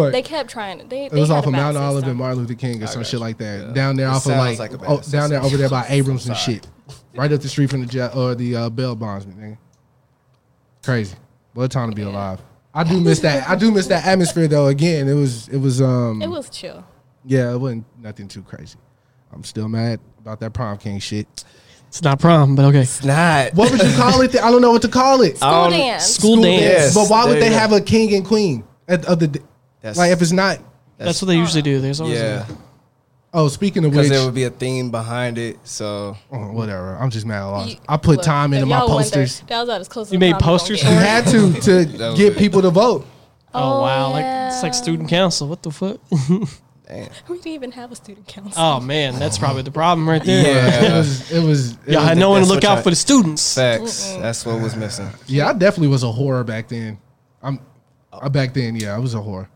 A: Like-
D: They kept trying. to- They,
A: It was off of Mount Olive and Martin Luther King or some
C: got
A: shit
C: you.
A: like that.
C: Yeah.
A: Down there
C: It
A: off of
C: sounds
A: like,
C: like a bad
A: oh, down there
C: system.
A: over there by Abrams and
C: Sorry.
A: shit. Right up the street from the jet or the uh, Bell Bondsman. Nigga. Crazy. What a time to be alive. I do miss that. I do miss that atmosphere though. Again, it was it was um
D: It was chill.
A: yeah it wasn't nothing too crazy. I'm still mad about that prom king shit.
B: it's not prom, but okay.
C: It's not.
A: What would you call it? I don't know what to call it.
D: School
C: Um,
D: dance.
B: Uh, School dance.
C: dance.
A: but why would
C: there
A: they
C: you go.
A: have a king and queen at the, of the d-
C: That's-
A: like if it's not?
B: That's what they usually do. There's always
C: Yeah.
B: a,
A: Oh, speaking of
C: Because
A: which,
C: there would be a theme behind it. So
A: Oh, whatever. I'm just mad I lost.
D: You-
A: I put
D: look,
A: time into
D: if
A: my
D: y'all went there,
A: posters.
D: That was about as close. as
B: You made
D: I'm gonna
B: posters?
A: You
D: get.
A: had to to
C: was
A: get
C: it.
A: people to vote.
B: oh,
D: Oh,
B: wow, like it's like
D: yeah.
B: student council. What the fuck?
C: damn.
D: We didn't even have a student council.
B: oh man, that's probably the problem right there. Yeah,
A: It was. It was. It
B: y'all
A: was-
B: had no one to
C: That's
B: look
C: what
B: out
C: y'all-
B: for the students.
C: Facts. That's what was missing.
A: yeah, I definitely was a horror back then. I'm. I back then, yeah, I was a horror.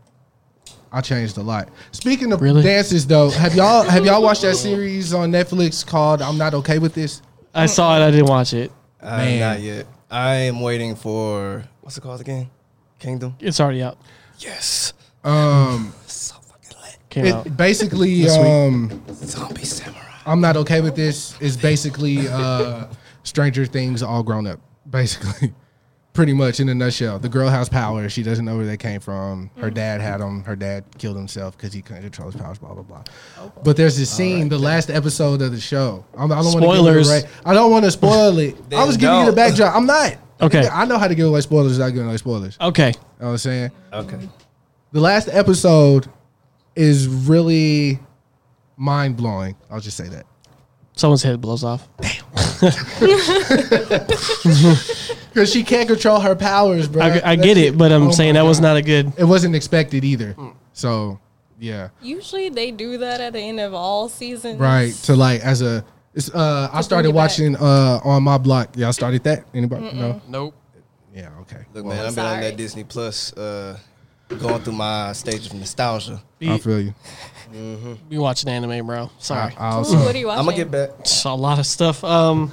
A: I changed a lot. Speaking of
B: Really?
A: dances, though, have y'all have y'all watched that series on Netflix called "I'm Not Okay with This"?
B: I saw it. I didn't watch it.
C: Uh,
A: Man.
C: Not yet. I am waiting for what's it called again? Kingdom.
B: It's already out.
C: Yes.
A: Um,
C: So fucking lit.
B: Came out.
A: it basically,
B: This week.
A: um,
C: Zombie samurai.
A: "I'm Not Okay with This" is basically uh, Stranger Things all grown up, basically. pretty much in a nutshell. The girl has power. She doesn't know where they came from. Her dad had them. Her dad killed himself because he couldn't control his powers. Blah blah blah. But there's this scene, the last episode of the show. I'm, I don't want
B: Spoilers.
A: to I don't want to spoil it. I was giving you the
C: don't.
A: backdrop. I'm not.
B: Okay.
A: I know how to give away spoilers without giving away spoilers.
B: Okay.
A: You know what I'm saying
C: Okay.
A: the last episode is really mind blowing. I'll just say that.
B: Someone's head blows off.
A: Because she can't control her powers, bro.
B: I, I get it, but I'm saying that was not a good.
A: Oh It wasn't expected either. So, yeah.
D: Usually they do that at the end of all seasons.
A: right to like as a it's uh i started
D: it back.
A: watching uh on my block y'all started that anybody no
B: Nope.
A: yeah okay
C: Look, man, I've been on
D: sorry.
C: that Disney Plus, uh, going through my stage of nostalgia.
A: i feel you
B: Be watching anime, bro.
A: I,
B: Sorry.
A: I
D: Ooh,
A: also
D: what are you watching?
C: I'm gonna get back.
B: It's a lot of stuff. Um,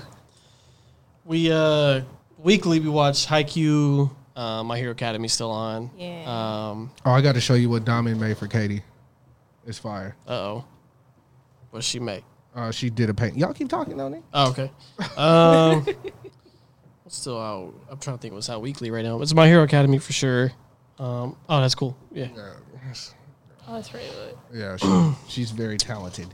B: we uh weekly we watch Haikyuu. Uh, My Hero Academy still on.
D: Yeah.
B: Um.
A: oh i gotta show you what diamond made for katie it's fire
B: Uh oh. What she make?
A: uh she did a paint y'all keep talking on it
B: Oh, okay. Um, what's still out. I'm trying to think what's out weekly right now. It's My Hero Academy for sure. Um, oh, that's cool. Yeah.
D: Oh, that's really good.
A: yeah she, she's very talented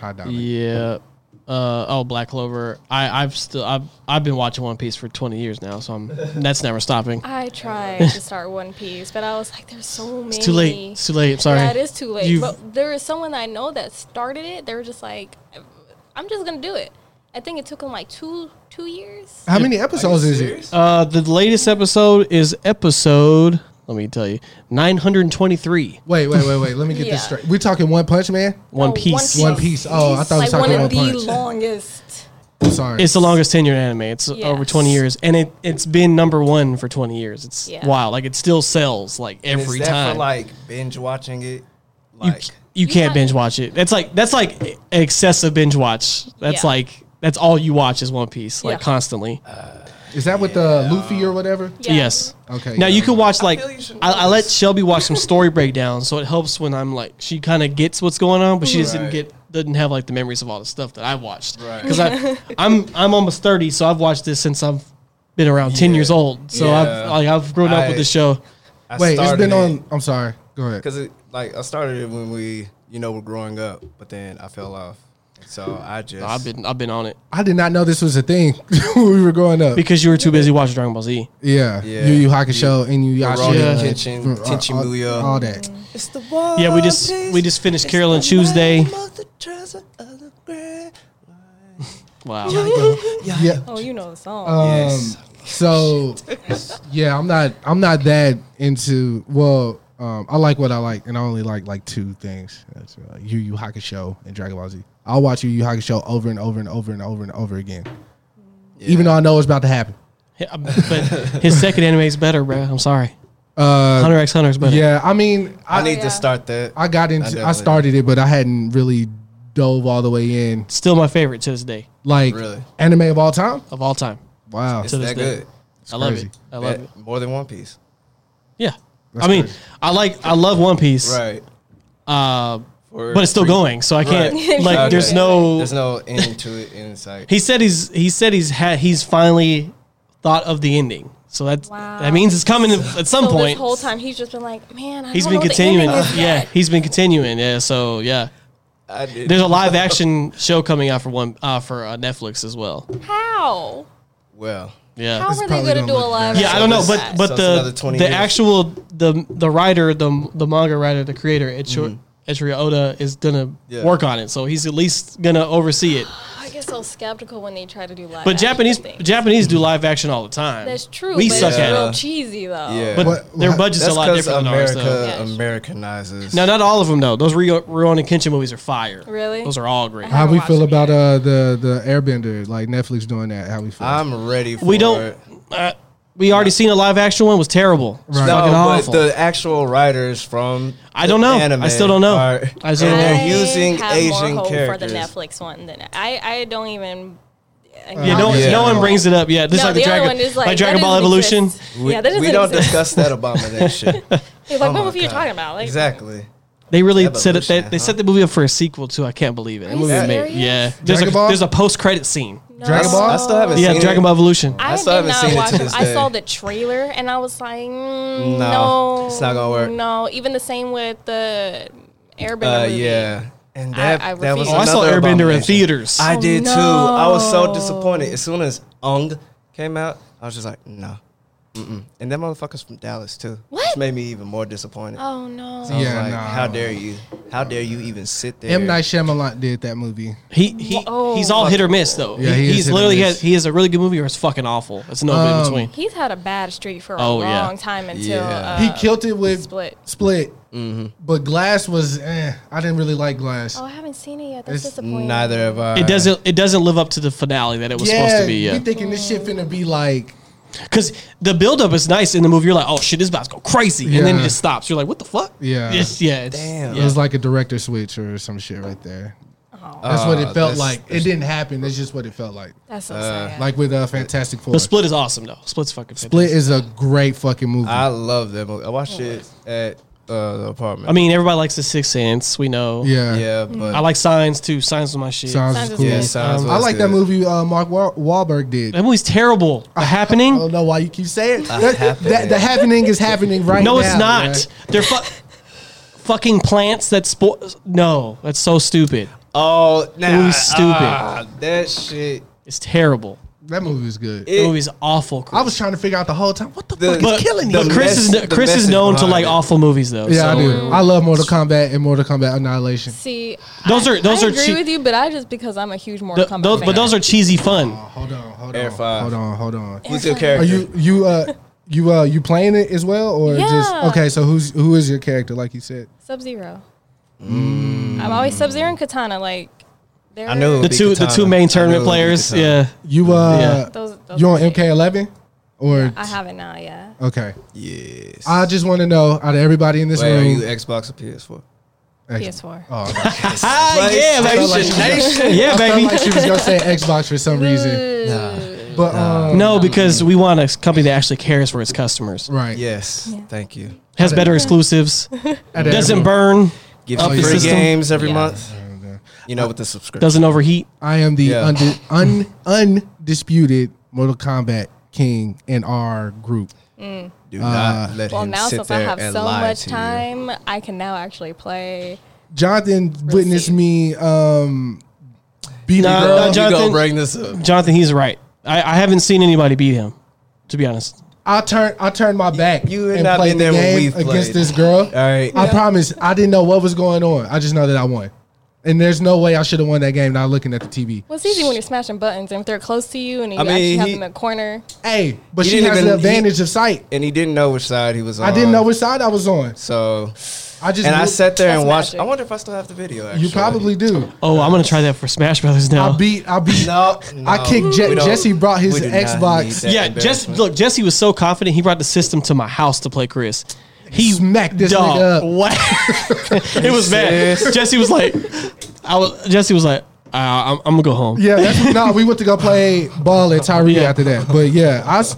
A: hi diamond
B: Yeah. Uh, oh, Black Clover. I, I've still I've I've been watching One Piece for 20 years now, so I'm that's never stopping.
D: I tried to start One Piece, but I was like, there's so many.
B: It's too late. It's too late. I'm sorry.
D: Yeah, it is too late.
B: You've-
D: but there is someone I know that started it. They were just like, I'm just gonna do it. I think it took them like two two years.
A: how many episodes is it
B: Uh, the latest episode is episode Let me tell you, nine hundred twenty-three.
A: Wait, wait, wait, wait. Let me get
D: Yeah.
A: this straight. We're talking One Punch Man.
B: One
D: Oh,
B: piece.
A: One Piece. Oh, I thought we
D: like
A: were
D: one
A: talking
D: of
A: One
D: the
A: Punch.
D: longest.
A: I'm sorry.
B: It's the longest tenured anime. It's over
D: Yes.
B: 20 years, and it it's been number one for 20 years. It's
D: Yeah.
B: wild. Like it still sells like every
C: is that
B: time.
C: for like binge watching it?
B: you,
C: Like,
B: you can't
D: got-
B: binge watch it. That's like that's like excessive binge watch. That's
D: Yeah.
B: like that's all you watch is One Piece, like
D: Yeah.
B: constantly.
A: Is that with the Luffy or whatever?
D: Yeah.
B: Yes.
A: Okay,
B: Now
A: yeah.
B: you can watch like
C: feel you should
B: I,
C: know
B: I let
C: this.
B: Shelby watch some story breakdowns, so it helps when I'm like she kind of gets what's going on, but she just didn't
C: Right.
B: get doesn't have like the memories of all the stuff that I watched.
C: Right.
B: Because I'm I'm almost thirty, so I've watched this since I've been around ten
C: Yeah.
B: years old. So I've
C: Yeah.
B: like I've grown up with
C: I-
B: the show.
C: I
A: Wait, it's
C: started
A: been
C: it
A: on. I'm sorry. Go ahead.
C: Cause it, like I started it when we, you know, were growing up, but then I fell off. So I just
B: I've been I've been on it
A: I did not know this was a thing when we were growing up.
B: because you were too busy watching Dragon Ball Z.
A: yeah.
C: Yeah.
A: Yu Yu Hakusho, Inuyasha,
C: Rurouni
B: Yeah.
C: Kenshin,
A: uh,
C: Tenchi
A: all-
C: Muyo.
A: all that.
C: It's the one.
B: Yeah, we just we just finished Carol and Tuesday. Wow.
A: Yeah. um,
D: Oh, you know the song.
A: Uh,
C: Yes.
A: So yeah, I'm not I'm not that into well, um, I like what I like and I only like like two things. That's uh, Yu Yu Hakusho and Dragon Ball Z. I'll watch Yu Yu Hakusho over and over and over and over and over again. Even though I know it's about to happen.
B: Yeah, but his second anime is better, bro. I'm sorry.
A: Uh,
B: Hunter X Hunter is better.
A: yeah, I mean
C: I
A: I
C: need
D: yeah.
C: to start that.
A: I got into I
C: definitely-
A: started it but I hadn't really dove all the way in.
B: Still my favorite to this day
A: Like
C: Really?
A: anime of all time?
B: of all time.
A: Wow.
C: it's
B: to this
C: that
B: day.
C: good.
B: I love
A: crazy.
B: it. I love
C: That-
B: it.
C: More than One Piece.
B: Yeah.
A: That's
B: I mean,
A: crazy.
B: I like I love One Piece.
C: Right.
B: Uh,
C: For
B: but it's still
C: free.
B: going, so I can't
C: Right.
B: like
C: Okay.
B: there's no
C: There's no end to it in sight.
B: He said he's he said he's had he's finally thought of the ending. So that's
D: Wow.
B: that means it's coming at some
D: so
B: point.
D: this whole time he's just been like, man, I
B: he's
D: don't
B: been
D: know what the ending
B: continuing.
D: is
B: Yeah,
D: yet."
B: he's been continuing. Yeah, so yeah.
C: I did.
B: There's a live action show coming out for one uh, for uh, Netflix as well.
D: How?
C: well.
B: Yeah.
D: How
A: It's
D: are they
A: probably
D: going
A: gonna
D: to do a
A: look
D: live?
A: bad.
B: Yeah, I
D: action
B: don't know,
D: of
B: but
D: that?
B: but
C: So it's
B: the
C: another
B: the
C: 20 years.
B: actual the the writer the the manga writer the creator Ichiro, Ichiro Oda is gonna
C: Mm-hmm. Yeah.
B: work on it, so he's at least gonna oversee it.
D: I get so skeptical when they try to do live.
B: But
D: action
B: Japanese
D: things.
B: Japanese do live action all the time.
D: That's true.
B: We
D: but
B: suck
D: it's
B: at
D: real
B: it,
D: cheesy though.
C: Yeah.
B: Oh. but
A: What-
B: their
A: what-
B: budget's
C: That's
B: a lot
C: because
B: different than ours.
C: America
B: Though.
D: Yeah.
C: Americanizes.
B: No, not all of them though. Those Rio- Rurouni Kenshin movies are fire.
D: Really?
B: Those are all great.
D: I
A: How we
D: watched
A: feel
D: it
A: about uh the the Airbender like Netflix doing that? How we feel?
C: I'm ready for
B: We don't.
C: it.
B: Uh, we already seen a live action one was terrible. It's
A: Right.
B: fucking
C: No,
B: awful.
C: but the actual writers from
B: I
C: the
B: don't know.
C: anime
B: I still don't know.
C: are-
B: I still don't
D: I
B: know.
C: and they're using
D: have
C: Asian
D: more hope
C: characters.
D: for the Netflix one than I. I don't even.
B: yeah, no,
C: Yeah.
B: no one brings it up yet. This
D: No,
B: is like
D: the
B: the
D: other
B: Dragon,
D: one is like,
B: like, Dragon
D: that
B: Ball
D: doesn't
B: Evolution.
D: exist.
C: We,
D: yeah, that doesn't
C: we don't
D: exist.
C: discuss that abomination. like,
D: Like,
B: Oh
D: what movie are you talking about? Like,
C: exactly.
B: They really set it. They,
C: Evolution,
B: they
C: huh?
B: set the movie up for a sequel too. I can't believe it. That
D: you
B: movie
D: serious?
B: yeah. There's
A: Dragon
B: a
A: Ball?
B: there's a post credit scene.
D: no.
A: Dragon Ball?
C: I still haven't
B: Yeah,
C: seen
B: Dragon
C: it.
B: Ball Evolution.
D: I,
C: I still
D: did
C: haven't
D: not
C: seen it
D: watch
C: to
D: it.
C: this
D: I saw
C: day.
D: the trailer and I was like, mm, no,
C: No, it's not gonna work.
D: No, even the same with the Airbender
C: Uh,
D: movie.
C: yeah. And that,
D: I
C: that was
D: refuse. Oh, I
B: saw
C: another
B: Airbender in
C: abomination.
B: theaters.
C: I
D: Oh,
C: did too. I was
D: no.
C: so disappointed. As soon as Ung came out, I was just like, no. Mm-mm. And that motherfucker's from Dallas too.
D: What?
C: Which made me even more disappointed.
D: Oh no.
C: I was
A: Yeah,
C: like,
A: nah.
C: how dare you? How dare you even sit there?
A: M Night Shyamalan did that movie.
B: He he
D: Oh.
B: he's all hit or miss though.
A: Yeah, he
B: he
A: is
B: he's
A: hit or
B: literally
A: miss.
B: has, he has a really good movie or it's fucking awful. It's no in
A: Um,
B: between.
D: He's had a bad streak for a
B: Oh, yeah.
D: long time until
C: Yeah.
D: uh,
A: He killed it with
D: Split.
A: Split. But Glass was, eh, I didn't really like Glass.
D: Oh, I haven't seen it yet. That's
A: It's
D: disappointing.
C: Neither of us.
B: It doesn't it doesn't live up to the finale that it was supposed to be.
A: we
B: Yeah,
A: thinking this shit finna be like,
B: because the buildup is nice in the movie. You're like, oh shit, this about to go crazy, and then
A: Yeah.
B: it just stops. You're like, what the fuck?
A: Yeah.
B: it's, yeah. It's,
C: Damn.
A: it
B: Yeah.
A: was like a director switch or some shit right there.
D: Oh.
A: That's what it
C: Uh,
A: felt
C: that's-
A: like. It didn't happen. It's just what it felt like.
D: That's so sad.
A: Like with uh, Fantastic Four.
B: But Split is awesome though. Split's fucking
A: Split
B: split.
A: is a great fucking movie.
C: I love that movie. I watched it at uh, the apartment.
B: I mean, everybody likes the Sixth Sense. We know.
A: yeah.
C: yeah,
D: Mm.
C: but
B: I like Signs too. Signs was my shit.
A: Sounds
D: Sounds
A: cool.
C: yeah,
D: good.
C: sounds
B: Um,
A: I
C: was
A: like that
C: good.
A: movie uh, Mark Wa- Wahlberg did.
B: That movie's terrible. The
A: I
B: happening?
A: don't know why you keep saying that,
C: happening.
A: that- The happening is happening right now.
B: No, it's not.
A: man.
B: They're fu- fucking plants that spo No, that's so stupid.
C: Oh, nah,
B: It was stupid.
C: ah, that shit.
B: It's terrible.
A: That movie was good.
B: The
C: It-
B: movie's awful. Chris.
A: I was trying to figure out the whole time what the,
C: The-
A: fuck
B: but,
A: is killing
C: the
A: you.
B: but Chris
C: mess-
B: is
C: the
B: Chris is
C: message
B: known to
C: behind
B: like
C: it.
B: awful movies though.
A: Yeah,
B: so-
A: I do. I love Mortal Kombat and Mortal Kombat Annihilation.
D: See,
B: Those
D: I-
B: are- those
D: I
B: are
D: agree
B: cheap-
D: with you, but I just because I'm a huge Mortal
B: Th-
D: Kombat
B: those,
D: fan.
B: but those are cheesy fun.
A: Oh, hold on, hold on,
C: Air five.
A: hold on, hold on.
C: Who's your
D: Are
C: character?
A: Are you you uh You uh you playing it as well or just
D: Yeah.
A: okay? So who's who is your character? Like you said,
D: Sub Zero. I'm always Sub Zero and Katana. Like, they're
C: Mm. I know
B: The
C: Be
B: two the
C: Katana.
B: two main
C: I
B: tournament
C: know it'll be
B: players.
C: Katana.
B: Yeah.
A: you uh
D: Those- those
A: you on
D: are big.
A: MK11 or
D: I haven't now. Yeah.
A: okay?
C: Yes.
A: I just want to know out of everybody in this
C: Wait, are
A: room.
C: you Xbox or PS4?
A: X-
D: PS4.
C: uh,
A: Oh,
B: Ah, yeah, baby. yeah,
A: I felt like
B: baby.
A: she was gonna say Xbox for some reason,
C: Nah.
A: but um,
B: No, because we want a company that actually cares for its customers,
A: right?
C: Yes.
D: Yeah.
C: Thank you.
B: has better exclusives,
A: Out of
B: doesn't
A: everyone.
B: burn,
C: Gives
B: Up
C: you
B: the
C: free
B: system.
C: games every
D: Yeah.
C: month. You know, with the subscription.
B: doesn't overheat.
A: I am the
C: Yeah.
A: undi- un- undisputed Mortal Kombat king in our group.
C: Do
A: uh,
C: not let
D: Well,
C: him
D: now
C: sit
D: since I
C: there
D: have
C: and
D: so
C: lie
D: much
C: to you.
D: time, I can now actually play.
A: Jonathan witnessed me um, beat
B: Nah,
A: a
B: nah,
A: girl.
B: Jonathan-
C: You gonna bring this up?
B: Jonathan, he's right. I, I haven't seen anybody beat him, to be honest.
A: I turned I turned my back
C: you had
A: and
C: not
A: played
C: been
A: the
C: there when
A: game
C: we
A: against
C: played.
A: this girl.
C: All right.
A: I promise I didn't know what was going on. I just know that I won. And there's no way I should have won that game not looking at the TV.
D: Well, it's easy when you're smashing buttons, and if they're close to you, and you
C: mean,
D: actually have
C: he-
D: them in the corner.
A: Hey, but
C: You
A: she
C: didn't
A: has an
C: even-
A: advantage of sight.
C: And he didn't know which side he was on.
A: I didn't know which side I was on.
C: So,
A: I just
C: and I
A: knew-
C: sat there
D: That's
C: and watched.
D: magic.
C: I wonder if I still have the video. Actually. Uh-huh.
A: you probably do.
B: Oh, I'm gonna try that for Smash Brothers now.
A: I beat I beat
C: No,
A: I
C: no,
A: kicked Je-
C: we don't-
A: Jesse brought his
C: we do not
A: Xbox.
C: need that
B: yeah, Jesse.
C: embarrassment.
B: Look, Jesse was so confident he brought the system to my house to play Chris. He
A: Smacked this
B: dog,
A: nigga up.
B: What? it was bad. Jesse was like, I was. Jesse was like, uh, I'm, I'm gonna go home.
A: Yeah, that's, no, we went to go play ball at Tyree
B: Yeah.
A: after that. But yeah, I, s-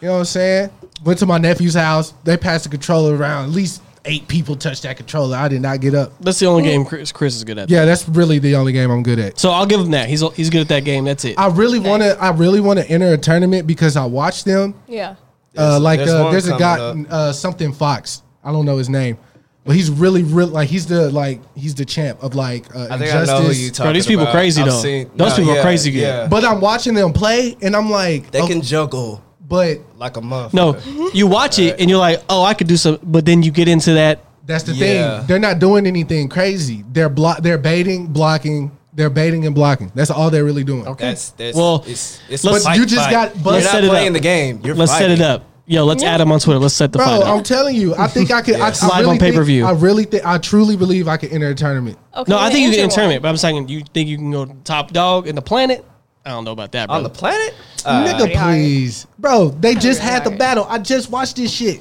A: you know what I'm saying. Went to my nephew's house. They passed the controller around. At least eight people touched that controller. I did not get up.
B: That's the only game Chris, Chris is good at.
A: Yeah, that's really the only game I'm good at.
B: So I'll give him that. He's he's good at that game. That's it.
A: I really want to. I really want to enter a tournament because I watched them.
D: Yeah.
A: Uh,
C: There's-
A: like
C: there's
A: uh,
C: one
A: there's a
C: coming
A: guy
C: up.
A: uh, something Fox. I don't know his name, but he's really really like he's the like he's the champ of like uh,
C: I think
A: injustice.
C: I know who you talking
B: these people
C: about.
B: crazy,
C: I've
B: though. Those people are crazy good.
A: But I'm watching them play, and I'm like,
C: they
A: oh,
C: can juggle
A: but
C: like a motherfucker.
B: no, you watch it and you're like, oh, I could do some. But then you get into that.
A: That's the
C: Yeah.
A: thing. They're not doing anything crazy. They're block. They're baiting, blocking. They're baiting and blocking. That's all they're really doing.
C: That's, that's
B: Well,
C: it's, it's
B: let's-
C: fight,
A: you just
C: fight.
A: got-
C: You're
A: let's
C: not
B: set it up.
C: playing the game. You're
B: Let's set it
C: fighting.
B: up. Yo, let's add him on Twitter. Let's set the
A: Bro,
B: fight up.
A: I'm telling you, I think I could.
C: Yes.
A: I, I
B: Live
A: really
B: on pay-per-view.
A: think- I really think. I truly believe I could enter a tournament.
D: Okay.
B: no, I think you can
D: enter
B: in
D: one.
B: tournament, but I'm saying you think you can go top dog in the planet. I don't know about that, bro.
C: on the planet. Uh,
A: Nigga, please, bro. They just
D: really
A: had the
D: hard.
A: battle. I just watched this shit.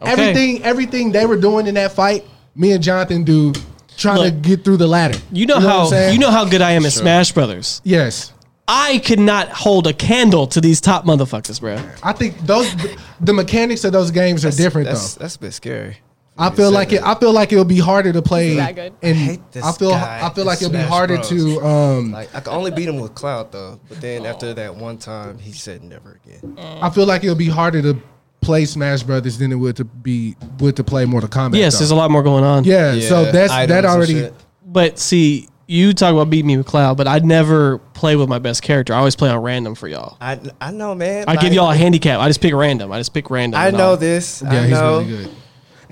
B: Okay.
A: Everything, everything they were doing in that fight, me and Jonathan do trying to
B: Look,
A: get through the ladder.
B: You know,
A: what I'm
B: how
A: saying?
B: you know how good I am at Smash Brothers.
A: Yes,
B: I could not hold a candle to these top motherfuckers, bro.
A: I think those the mechanics of those games are different
C: that's,
A: though.
C: That's a bit scary.
A: I feel like it. I feel like it'll be harder to play.
D: that good.
A: And I,
C: hate this
A: feel.
C: guy
A: I feel
C: in
A: like it'll be
C: Smash
A: harder
C: Bros.
A: to. Um,
C: Like I can only beat him with Cloud though. But then
B: Oh.
C: after that one time, he said never again.
A: I feel like it'll be harder to play Smash Brothers than it would to be would to play Mortal Kombat.
B: Yes,
A: though.
B: there's a lot more going on.
A: yeah, So
C: Yeah,
A: that's
C: items
A: that
C: and
A: already.
C: shit.
B: But see, you talk about beating me with Cloud, but I never play with my best character. I always play on random for y'all.
C: I I know, man.
B: I give y'all a handicap. I just pick random. I just pick random.
C: I
B: and
C: know
B: I'll-
C: this.
A: Yeah,
C: I
A: he's
C: know.
A: really good.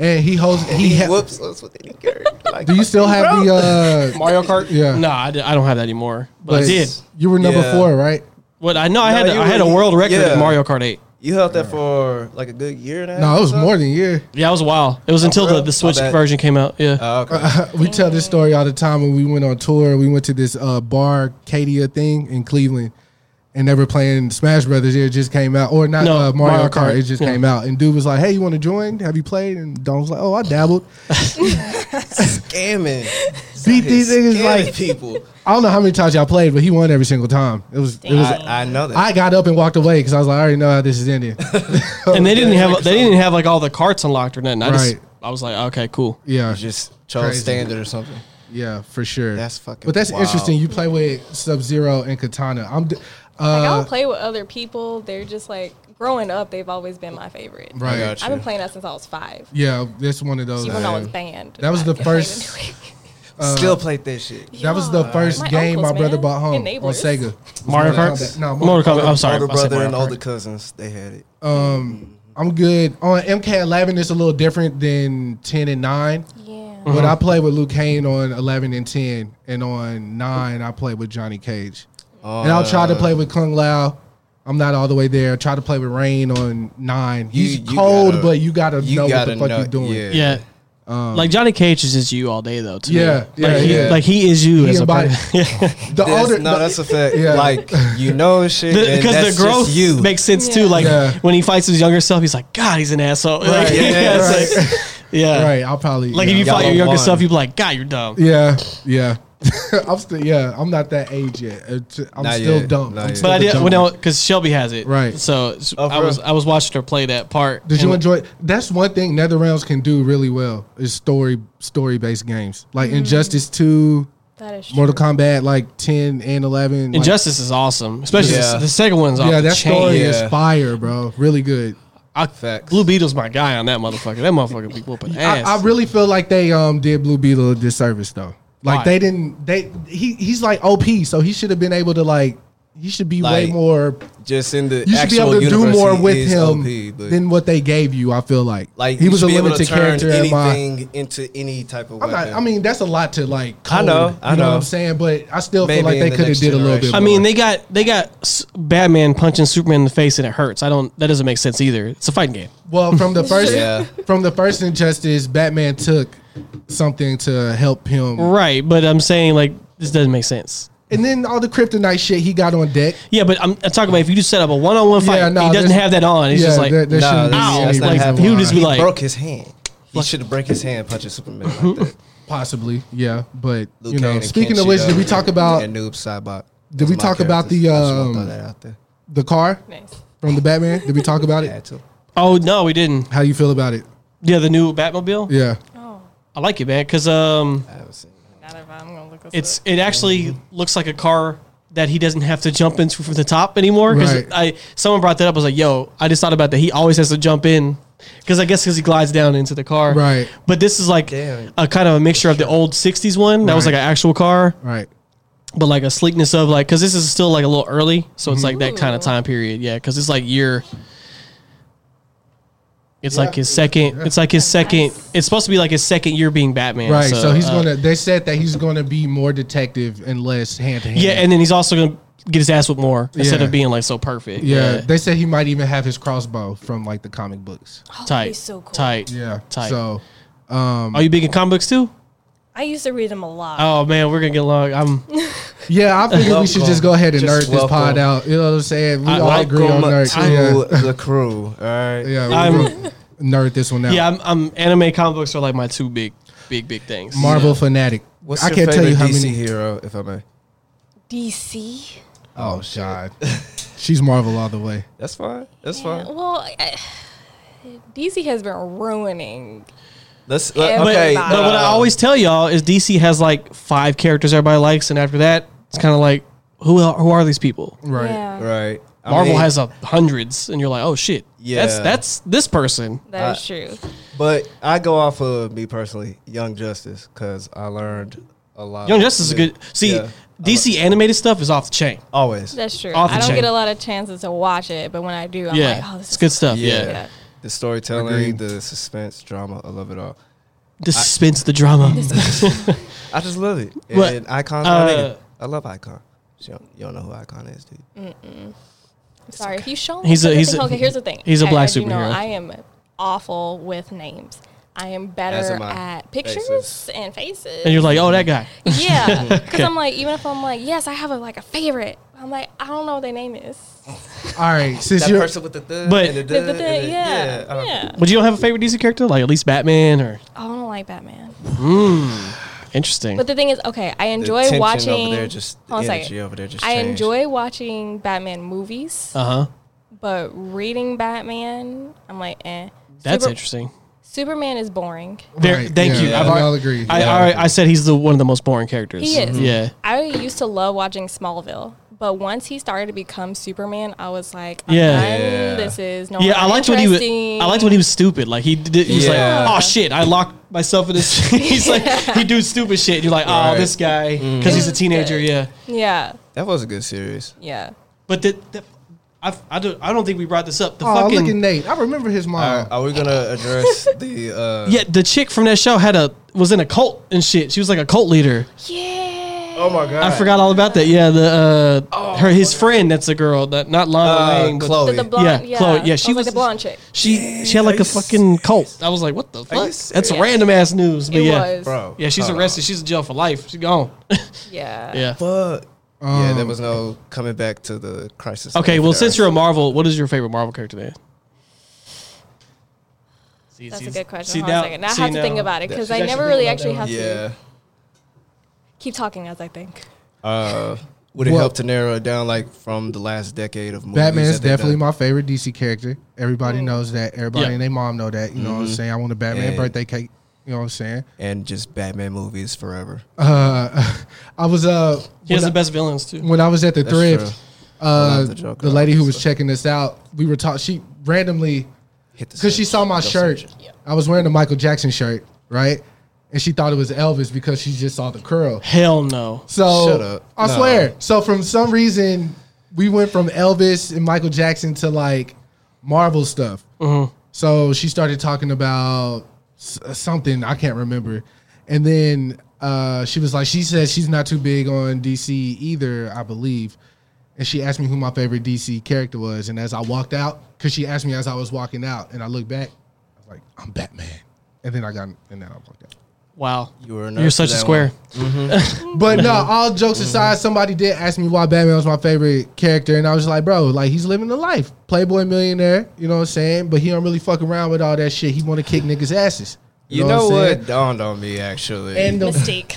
A: And he holds. He
C: He
A: ha-
C: whoops us with any character. Like,
A: Do you still have the uh,
B: Mario Kart.
A: Yeah.
B: No, I, di- I don't have that anymore. But, I
A: like,
B: did.
A: You were number
C: Yeah.
A: four, right?
B: What I know, I
C: No,
B: had a,
C: you
B: I had a
C: were-
B: world record
C: yeah.
B: in Mario Kart 8.
C: You held that for like a good year now.
A: No, it was more than a year.
B: Yeah, it was a while. It was until the,
C: really?
B: the Switch
C: My bad.
B: version came out. Yeah.
C: Oh, okay.
A: We tell this story all the time when we went on tour. We went to this uh, bar, Cadia thing in Cleveland, and they were playing Smash Brothers. It just came out, or not
B: No,
A: uh, Mario,
B: Mario
A: Kart.
B: Kart.
A: It just
B: Yeah.
A: came out, and dude was like, "Hey, you want to join? Have you played?" And Don was like, "Oh, I dabbled."
C: scamming.
A: Beat these niggas
C: Scamming
A: like
C: people.
A: I don't know how many times y'all played, but he won every single time. It was it was.
C: I, I know that.
A: I got up and walked away because I was like, I already know how this is ending.
B: and Oh, they didn't have they didn't have like all the carts unlocked or nothing. I just
A: Right.
B: I was like, okay, cool.
A: yeah,
C: You just chose
A: Crazy.
C: standard or something.
A: yeah, for sure.
C: That's fucking
A: But that's
C: wild.
A: interesting. You play with Sub Zero and Katana. I'm. D-
D: Like, I
A: uh,
D: don't play with other people. They're just like growing up. They've always been my favorite.
A: Right.
C: I got
D: I've been
C: you.
D: playing that since I was five.
A: yeah, that's one of those.
D: Even when I was
A: uh,
D: banned.
A: That was
D: I
A: the
D: kept playing
A: first-
D: it.
A: Uh,
C: Still played that shit.
A: That was the
D: Yeah.
A: first
D: My
A: game
D: uncles,
A: my brother
D: man.
A: bought home on
D: Enablers.
A: Sega.
B: Mario
A: Mortal
B: Kart.
A: Kombat. No,
B: Mortal
A: Mortal
B: Kombat. I'm sorry,
C: Older
B: I said
C: brother and
B: Mario
C: older
B: Kart.
C: cousins, they had it.
A: Uh, I'm good on MK11. It's a little different than 10 and 9.
D: Yeah.
B: Mm-hmm.
A: But I play with Luke Kane on 11 and 10,
C: Uh,
A: and on 9, I play with Johnny Cage. and I'll try to play with Kung Lao. I'm not all the way there. Try to play with rain on nine.
C: You-
A: He's
C: you
A: cold,
C: gotta-
A: but you gotta
C: you
A: know what
C: gotta
A: the fuck
C: know-
A: you're doing.
C: yeah.
B: Yeah. like Johnny Cage is just you all day though. To me.
A: Yeah, yeah,
B: like, he,
A: yeah.
B: like he is you
A: He
B: as a
A: embodies-
B: person. Yeah.
A: The
C: That's-
A: older,
C: no,
A: the-
C: that's a fact.
A: Yeah.
C: Like you know shit, and that's
B: because the
C: just
B: growth
C: you.
B: makes sense too. Like
A: Yeah.
B: when he fights his younger self, he's like, God, he's an asshole. Like,
A: Right,
B: yeah,
C: yeah,
B: it's like- yeah.
A: right. I'll probably
B: Like
A: yeah.
B: if you
C: Y'all
B: fight your younger
C: won.
B: self, you'd be like, God, you're dumb.
A: Yeah, yeah. I'm still yeah. I'm not that age yet. It's- I'm
C: Not
A: still
C: yet.
A: dumb.
C: Not
A: I'm
C: yet.
A: still
B: But I
A: the
B: did
A: dumb
B: when
A: one.
B: because Shelby has it,
A: Right.
B: So it's-
C: Oh, for
B: I was
C: real?
B: I was watching her play that part.
A: Did you
B: and-
A: enjoy? That's one thing NetherRealms can do really well is story story based games like
B: Mm.
A: Injustice Two,
D: That is true.
A: Mortal Kombat like ten and eleven. like-
B: Injustice is awesome, especially
C: Yeah.
B: the, the second one's off
A: yeah,
B: the
A: that
B: chain.
A: story
C: Yeah.
A: is fire, bro. Really good.
B: I,
C: Facts.
B: Blue Beetle's my guy on that motherfucker. That motherfucker be whooping ass.
A: I, I really feel like they um did Blue Beetle a disservice though. Like
B: Why?
A: they didn't. They he he's like OP, so he should have been able to like. He should be
C: Like,
A: way more.
C: just in the
A: You should be
C: actual
A: able to do
C: universe,
A: more
C: he
A: with
C: is
A: him
C: OP, but
A: than what they gave you. I feel like
C: like
A: he
C: you
A: was
C: should
A: a
C: be able to
A: limited
C: turn
A: character. in my,
C: anything into any type of
A: I'm
C: weapon.
A: not, I mean, that's a lot to like.
C: I know,
A: code,
C: I
A: you know.
C: know.
A: what I'm saying, but I still
C: Maybe
A: feel like
C: in
A: they
C: the
A: could have
C: next
A: did a little bit.
C: generation.
B: I
A: more.
B: mean, they got they got s- Batman punching Superman in the face and it hurts. I don't. That doesn't make sense either. It's a fighting game.
A: well, from the first,
C: Yeah.
A: from the first injustice, Batman took something to help him,
B: Right, but I'm saying like this doesn't make sense.
A: and then all the kryptonite shit he got on deck.
B: Yeah, but I'm, I'm talking about if you just set up a one on one fight,
A: Yeah, no,
B: he doesn't
A: there's-
B: have that on. He's just like
A: there- there
C: Nah,
A: shouldn't be
C: that's-
A: any
C: that's not
A: reason
C: happening.
B: he would just be
A: why.
B: like-
C: broke his hand. He should have break his hand punching Superman like that.
A: possibly, yeah. But you
C: Liu Kang
A: know,
C: and
A: speaking of
C: Kenshiro
A: which, did we talk about
C: and Noob Saibot?
A: Did we
C: That's my
A: talk about
C: characters.
A: the,
C: I just wanna
A: um,
C: throw that out there.
A: the car
D: Nice.
A: from the Batman? Did we talk about it?
C: Had to.
B: oh no, we didn't.
A: How you feel about it?
B: Yeah, the new Batmobile.
A: Yeah,
D: Oh,
B: I like it, man, because um,
C: I haven't seen it.
D: not if I'm gonna look this
B: it's
D: up.
B: it actually looks like a car that he doesn't have to jump into from the top anymore. Because
A: Right.
B: I someone brought that up. I was like, yo, I just thought about that. He always has to jump in because I guess because he glides down into the car.
A: Right.
B: But this is like
C: Damn.
B: a kind of a mixture of the old '60s one that was
A: Right.
B: like an actual car,
A: right.
B: but like a sleekness of like because this is still like a little early, so it's like that kind of
D: Ooh.
B: time period. Yeah, because it's like year. It's like his second. It's like his second. It's supposed to be like his second year being Batman.
A: Right, so, he's
B: uh,
A: gonna. They said that he's gonna be more detective and less hand to hand.
B: Yeah, and then he's also gonna get his ass with more instead
A: Yeah.
B: of being like so perfect.
A: yeah, Oh, They said he might even have his crossbow from like the comic books.
D: Oh, that'd be
B: tight,
D: so cool.
B: tight.
A: Yeah.
B: tight.
A: So
B: Are you big in comic books too?
D: I used to read them a lot.
B: Oh man, we're gonna get along. I'm.
A: yeah, I figured we should just go ahead and nerd
C: Just
A: this pod
C: welcome.
A: out. You know what I'm saying? We
B: I-
A: all
B: welcome
A: agree on nerd.
C: to the crew. All right.
A: yeah, yeah.
B: I'm-
A: We're gonna nerd this one out.
B: Yeah, I'm. I'm anime comic books are like my two big, big, big things.
A: Marvel fanatic.
C: What's
A: I
C: your
A: can't tell you
C: favorite
A: how
C: DC
A: many.
C: hero, if I may?
D: DC.
A: Oh God, she's Marvel all the way.
C: That's fine. That's
D: Yeah,
C: fine.
D: well, I, DC has been ruining.
C: Let's let,
B: But,
C: okay. uh,
D: Everybody.
B: but what I always tell y'all is DC has like five characters everybody likes, and after that, it's kind of like who are, who are these people?
A: Right.
D: Yeah,
C: right. I
B: Marvel
C: mean,
B: has a hundreds, and you're like, oh shit, yeah, that's
C: Yeah.
B: that's this person.
D: that is true.
C: but I go off of me personally, Young Justice, because I learned a lot.
B: Young Justice is a
C: Yeah.
B: good. See,
C: Yeah.
B: DC animated stuff is off the chain.
C: Always.
D: That's true.
B: Off the
D: I don't
B: chain.
D: get a lot of chances to watch it, but when I do, I'm
B: yeah,
D: like, oh, this
B: it's
D: is
B: good stuff.
C: Yeah.
B: yeah.
C: The storytelling,
A: Agreed.
C: the suspense, drama, I love it all.
B: The suspense, the drama.
C: I just love it. And
B: What?
C: Icon's
B: Uh,
C: my nigga. I love Icon. You don't, you don't know who Icon is, do you?
D: Sorry, if you show me
B: He's a-
D: something-
B: he's a-
D: okay. Here's the thing.
B: he's a
D: I-
B: black
D: as you know,
B: superhero.
D: I am awful with names. I am
C: As
D: better
C: am I.
D: at pictures
C: Faces.
D: and faces.
B: and you're like, oh, that guy.
D: yeah, because I'm like, even if I'm like, yes, I have a, like a favorite. I'm like, I don't know what their name is.
A: All right, since
C: That
A: you're
C: person with the thug
B: But-
C: and the
D: The-
C: dud
D: the- the-
C: and the-
D: yeah,
C: uh,
D: yeah.
B: But you don't have a favorite DC character, like at least Batman or
D: Oh, I don't like Batman.
B: interesting.
D: But the thing is, okay, I
C: the
D: enjoy
C: tension
D: watching.
C: over there, just the
D: hold on a
C: energy
D: second.
C: over there, just
D: I
C: changed.
D: enjoy watching Batman movies,
B: uh huh.
D: but reading Batman, I'm like, eh.
B: That's
D: Super-
B: interesting.
D: Superman is boring.
B: There-
A: Right,
B: Thank
A: yeah,
B: you.
A: yeah,
B: I've
A: we
B: alre-
A: all agree.
B: I,
A: Yeah.
B: alre- I said he's the one of the most boring characters.
D: He is.
B: Yeah.
D: I used to love watching Smallville, but once he started to become Superman, I was like, I'm
B: Yeah.
D: done.
C: Yeah.
D: this is no.
B: Yeah,
D: more
B: I liked what he was.
D: interesting.
B: I liked when he was stupid. Like he did. He was
C: Yeah.
B: like, "Oh shit, I locked myself in this." he's like, he do stupid shit. And you're like, "Oh,
C: Right.
B: this guy,"
A: Mm.
B: because he's a
D: It was
B: teenager.
D: good.
B: Yeah.
D: Yeah,
C: That was a good series.
D: yeah.
B: But the, the I, I don't. I don't think we brought this up. The
A: oh,
B: fucking
A: look at Nate. I remember his mom.
C: All right, are we gonna address the? Uh,
B: yeah. The chick from that show had a was in a cult and shit. She was like a cult leader.
D: Yeah.
C: Oh my god!
B: I forgot all about that. Yeah, the uh, her his friend that's a girl that not Lana
C: Uh,
B: Lang, but
D: The,
C: Chloe.
D: the blonde,
B: yeah, Chloe. Yeah, she
D: I
B: was
D: like the blonde chick.
B: She she had like a fucking cult. I was like, what the fuck?
C: serious?
B: That's random ass news. But
D: It
B: yeah,
D: was.
C: bro.
B: yeah, she's
C: hold on.
B: arrested. She's in jail for life. She's gone.
D: Yeah.
B: yeah.
C: Fuck. yeah, there
A: Um,
C: was no coming back to the crisis.
B: Okay.
C: of
B: Well,
C: the
B: since
C: Earth.
B: you're a Marvel, what is your favorite Marvel character? Then? See,
D: That's
B: see-
D: a good question.
B: see
D: Hold on
B: now-
D: a second. Now I
B: see
D: have to
B: now-
D: think about it
B: She's
D: because I never
B: thinking
D: really
B: about
D: actually
B: that
D: have
B: one.
C: yeah,
D: to keep talking as I think.
C: uh, would it
A: Well-
C: help to narrow it down like from the last decade of movies?
A: Batman is
C: that they've
A: definitely
C: done?
A: my favorite DC character. Everybody knows that. Everybody
B: Yeah.
A: and their mom know that. You know what I'm saying? I want a Batman
C: Mm-hmm. Yeah.
A: birthday cake. You know what I'm saying?
C: and just Batman movies forever.
A: Uh, I was uh
B: He has the best villains too.
A: when I was at the
C: That's true.
A: thrift,
C: I
A: uh,
C: love the
A: the,
C: Joker,
A: lady who was
C: obviously.
A: checking us out, we were talking. She randomly,
C: Hit the
A: because she
C: switch.
A: saw my
C: Go
A: shirt,
C: switch.
A: I was wearing a Michael Jackson shirt, right? And she thought it was Elvis because she just saw the curl.
B: Hell no.
A: So
C: Shut up.
A: I
C: No.
A: swear. So from some reason, we went from Elvis and Michael Jackson to like Marvel stuff.
C: Mm-hmm.
A: So she started talking about s- uh, something I can't remember, and then uh, she was like, she said she's not too big on DC either, I believe. And she asked me who my favorite DC character was, and as I walked out, because she asked me as I was walking out, and I looked back, I was like, I'm Batman. And then I got, and then I walked out.
B: Wow.
C: You were a nerd
B: You're
C: for
B: such a
C: that
B: square.
A: But no, all jokes
C: Mm-hmm.
A: aside, somebody did ask me why Batman was my favorite character, and I was like, bro, like he's living the life, playboy millionaire. You know what I'm saying? But he don't really fuck around with all that shit. He want to kick niggas' asses.
C: You know,
A: I'm
C: what,
A: saying?
C: dawned on me actually?
A: And the
D: Mystique.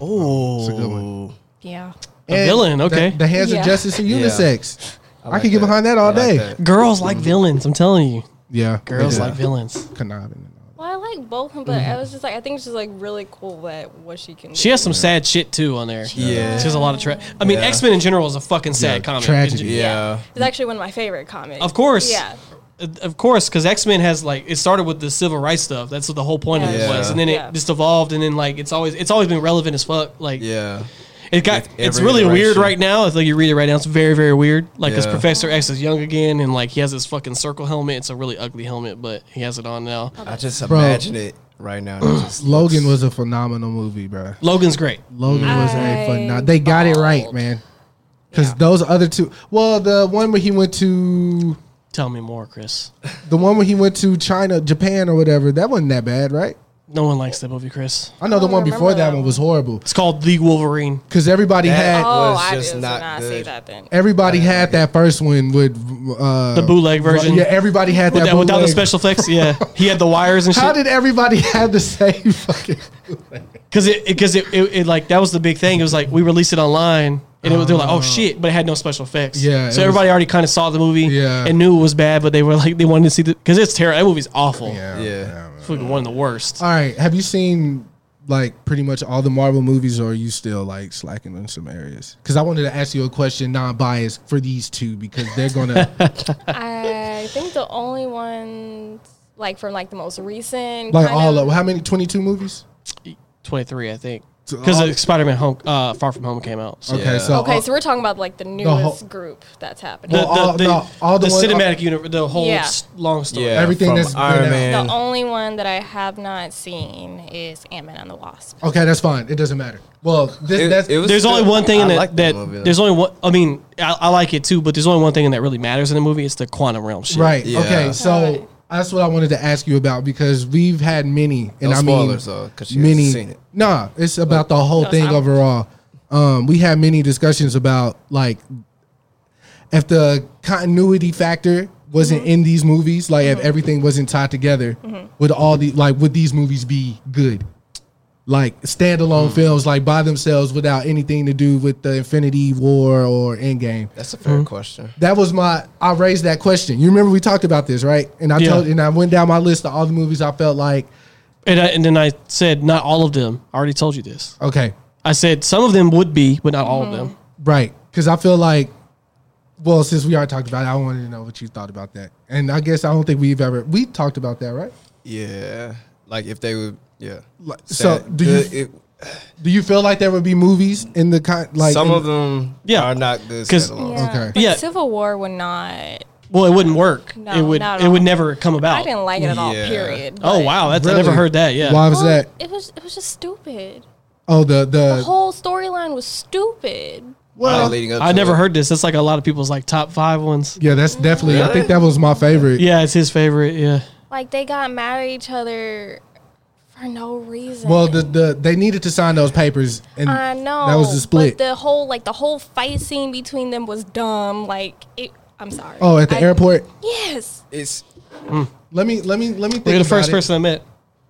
C: oh,
A: a good one.
D: Yeah.
B: A villain, okay.
A: The, the hands
D: Yeah.
A: of justice and
C: Yeah.
A: unisex. I,
C: like
A: can get
C: that.
A: behind that all
C: I like
A: day.
C: that.
B: Girls like villains. I'm telling you.
A: Yeah,
B: Girls
A: yeah.
B: like villains.
A: conniving. and all
D: Well, I like both, but I was just like, I think it's just like really cool that what she can.
B: Mm-hmm. She
D: do.
B: has some sad shit too on there.
C: Yeah.
B: She has a lot of tra- I mean,
C: Yeah.
B: X Men in general is a fucking sad
A: Yeah,
B: comic.
A: tragedy.
C: Yeah.
D: It's actually one of my favorite comics.
B: Of course.
D: Yeah.
B: Of- uh, Of course, because X Men has like it started with the civil rights stuff. That's what the whole point of it
C: Yeah.
B: was, and then
D: Yeah.
B: it just evolved, and then like it's always it's always been relevant as fuck. Like
C: Yeah.
B: it got
C: With
B: it's
C: every
B: really weird
C: iteration.
B: right now. It's like you read it right now. It's very very weird. Like because
C: Yeah.
B: Professor X is young again, and like he has this fucking circle helmet. It's a really ugly helmet, but he has it on now.
C: I just
A: Bro.
C: imagine it right now. and it just
A: that. Logan
C: looks-
A: was a phenomenal movie, bro.
B: Logan's great.
A: Logan was a
D: Mm. I
A: phenomenal. They got it right,
D: bawled.
A: man. Because those other two, well, the one where he went to
B: Tell me more, Chris.
A: The one where he went to China, Japan, or whatever, that wasn't that bad, right?
B: No one likes that movie, Chris.
A: I know the
D: don't
A: one before
D: remember
A: that
D: that
A: one was horrible
B: It's called The Wolverine.
A: because everybody
C: That-
A: had
D: Oh,
C: was
D: I
C: just
D: just did
C: not
D: not, see
C: good.
D: that then.
A: everybody had that first one with uh,
B: The bootleg version.
A: Yeah, everybody had that,
B: With that- without the
A: bootleg.
B: special effects, yeah, he had the wires and shit.
A: How did everybody have the same fucking?
B: Because it, because it, it, it, like that was the big thing. It was like we released it online, and it was they're like, oh shit, but it had no special effects.
A: Yeah,
B: So
A: it was-
B: everybody already kind of saw the movie
A: Yeah.
B: and knew it was bad, but they were like they wanted to see the because it's terrible. That movie's awful.
A: Yeah. Uh,
B: It's fucking one of the worst.
A: All right. Have you seen like pretty much all the Marvel movies, or are you still like slacking in some areas? Because I wanted to ask you a question, non-biased, for these two because they're gonna
D: I think the only ones like from like the most recent.
A: like
D: kind
A: all of how many? Twenty-two movies.
B: Twenty three, I think,
A: So
B: because
A: all- Uh,
B: Spider Man Home, uh, Far From Home came out. So.
A: Okay,
C: Yeah.
A: so
D: Okay,
A: all-
D: so we're talking about like the
A: whole-
D: newest group that's happening.
B: The,
A: Well,
D: The,
B: the,
A: all-
B: the,
A: no, all the uh,
B: the
A: ones-
B: cinematic universe, the whole
D: Yeah.
B: s- long story.
C: Yeah,
A: Everything
C: from
A: that's been out.
C: Iron Man.
D: only one that I have not seen is Ant Man and the Wasp.
A: okay, that's fine. It doesn't matter. Well, this,
C: It-
A: that's
C: it was
B: There's
C: still-
B: only one thing
C: I
B: in that,
C: like the
B: that
C: movie, though.
B: there's only one. I mean, I, I like it too, but there's only one thing that really matters in the movie. It's the quantum realm shit.
A: Right.
C: Yeah.
A: Okay. So
D: Alright.
A: that's what I wanted to ask you about because we've had many, and
C: No
A: I mean
C: spoilers, though, 'cause she hasn't
A: many.
C: seen it.
A: Nah, it's about the whole
D: No,
A: thing
D: I'm-
A: overall. Um, we had many discussions about like if the continuity factor wasn't in these movies, like if everything wasn't tied together, would all the like would these movies be good? Like
C: Mm.
A: standalone films, like by themselves, without anything to do with the Infinity War or Endgame
C: That's a fair
A: Mm-hmm.
C: question.
A: that was my I raised that question. You remember we talked about this, right? And I
B: Yeah.
A: told and I went down my list of all the movies I felt like
B: And, I, and then I said, not all of them. I already told you this.
A: okay,
B: I said some of them would be, but not all
D: Mm-hmm.
B: of them.
A: right? Because I feel like, well, since we already talked about it, I wanted to know what you thought about that. And I guess I don't think we've ever we talked about that, right?
C: Yeah, like if they would, yeah.
A: Like, so
C: Sad.
A: do you-
C: Good- it,
A: Do you feel like there would be movies in the kind like
C: some
A: in-
C: of them
B: Yeah.
C: are not good
B: 'Cause-
C: standalone.
A: Okay.
D: But
B: Yeah.
D: Civil War would not.
B: Well, it wouldn't work.
D: No,
B: it would.
D: not at
B: It would
D: all.
B: never come about.
D: I didn't like it at all.
C: Yeah.
D: Period.
B: oh
D: but-
B: wow, that's I
A: Really?
B: never heard that. Yeah.
A: Why was
D: Well,
A: that?
D: It was it was just stupid.
A: Oh, the the,
D: The whole storyline was stupid.
C: All
A: well,
C: leading up
B: I
C: to
B: never
C: it.
B: heard this. That's like a lot of people's like top five ones.
A: yeah, that's definitely. I think that was my favorite.
B: Yeah, it's his favorite. Yeah.
D: Like they got mad at each other for no reason.
A: Well, the the they needed to sign those papers, and
D: I know
A: that was the split.
D: But the whole like the whole fight scene between them was dumb. Like it, I'm sorry.
A: oh, at the
D: I-
A: airport.
D: Yes.
C: It's
A: Let me let me let me think.
B: You're the
A: about
B: first
A: it.
B: person I met.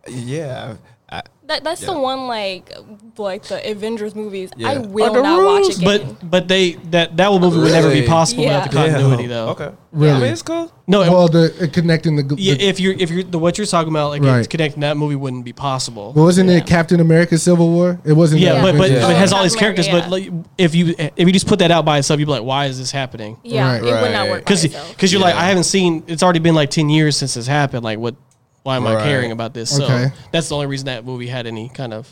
C: yeah. I,
D: That, that's the
C: Yeah.
D: one like like the Avengers movies. I
C: Yeah.
D: will not watch again.
B: But but they that that movie would never be
C: Really?
B: possible without the
D: Yeah.
B: continuity though.
C: Okay.
A: Really?
C: I mean, it's cool.
B: No, it-
A: Well, the uh, connecting the, the
B: yeah, if you're if you're the what you're talking about, like
A: Right.
B: it's connecting that movie wouldn't be possible.
A: wasn't it Captain America Civil War? It wasn't.
B: yeah,
A: the
B: but but,
A: Avengers.
B: but it has all these
D: Captain
B: characters. But like, if you if you just put that out by itself, you'd be like, why is this happening?
D: yeah,
A: Right.
D: it would not work.
B: Because
D: Because
B: because you're like, I haven't seen. It's already been like ten years since this happened. Like, what? Why am I
C: Right.
B: caring about this?
A: Okay.
B: So that's the only reason that movie had any kind of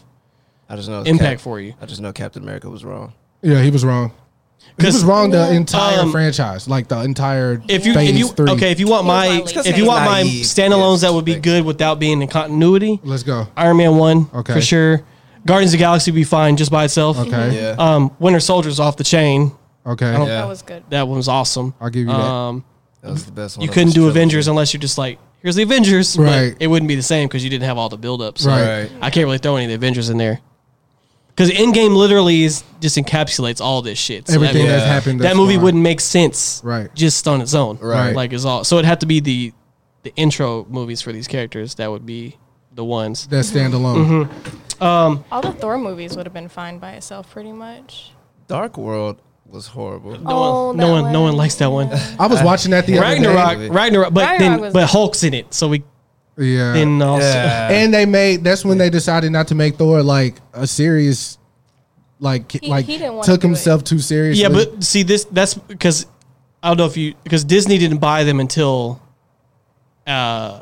C: I just know it's
B: impact
C: Cap-
B: for you.
C: I just know Captain America was wrong.
A: yeah, he was wrong. He
B: 'Cause,
A: was wrong the entire
B: um,
A: franchise, like the entire
B: If you
A: phase
B: if you
A: three.
B: okay, if you want
D: He was
B: my
D: naive. It's 'cause
B: if
D: he
B: you
D: was
B: want my
C: naive.
B: standalones
C: Yes,
B: that would be
C: thanks.
B: good without being in continuity.
A: let's go.
B: Iron Man one
A: Okay.
B: for sure. Guardians of the Galaxy would be fine just by itself.
A: Okay,
C: Yeah.
B: Um, Winter Soldier's off the chain.
A: okay,
B: don't-
D: that was good.
B: That one was awesome.
A: I'll give you that.
B: Um,
C: That was the best one.
B: you
C: of
B: couldn't
C: this
B: do
C: trilogy.
B: Avengers unless you're just like, here's the Avengers. but
A: Right.
B: it wouldn't be the same because you didn't have all the buildup. So
A: Right.
C: Right.
B: I can't really throw any of the Avengers in there. Because Endgame literally is just encapsulates all this shit. So that
A: everything
B: movie-
A: that's
C: Yeah.
A: happened.
B: that
A: thus
B: movie
A: far.
B: wouldn't make sense
A: Right.
B: just on its own.
C: Right.
B: Like it's all so it'd have to be the the intro movies for these characters that would be the ones.
A: that standalone.
B: Mm-hmm.
D: All the Thor movies would have been fine by itself, pretty much.
C: Dark World was horrible.
B: No one,
D: Oh,
B: no
D: that
B: one, no
D: one.
B: one likes that one.
A: I was watching that the other
B: Ragnarok, Ragnarok, but
D: Ragnarok
B: then
D: was-
B: but Hulk's in it, so we
A: day. Yeah,
B: then also
A: and they made that's when they decided not to make Thor like a serious, like
D: He-
A: like
D: he didn't wanna
A: took
D: do
A: himself too seriously.
B: yeah. But see this that's because I don't know if you because Disney didn't buy them until uh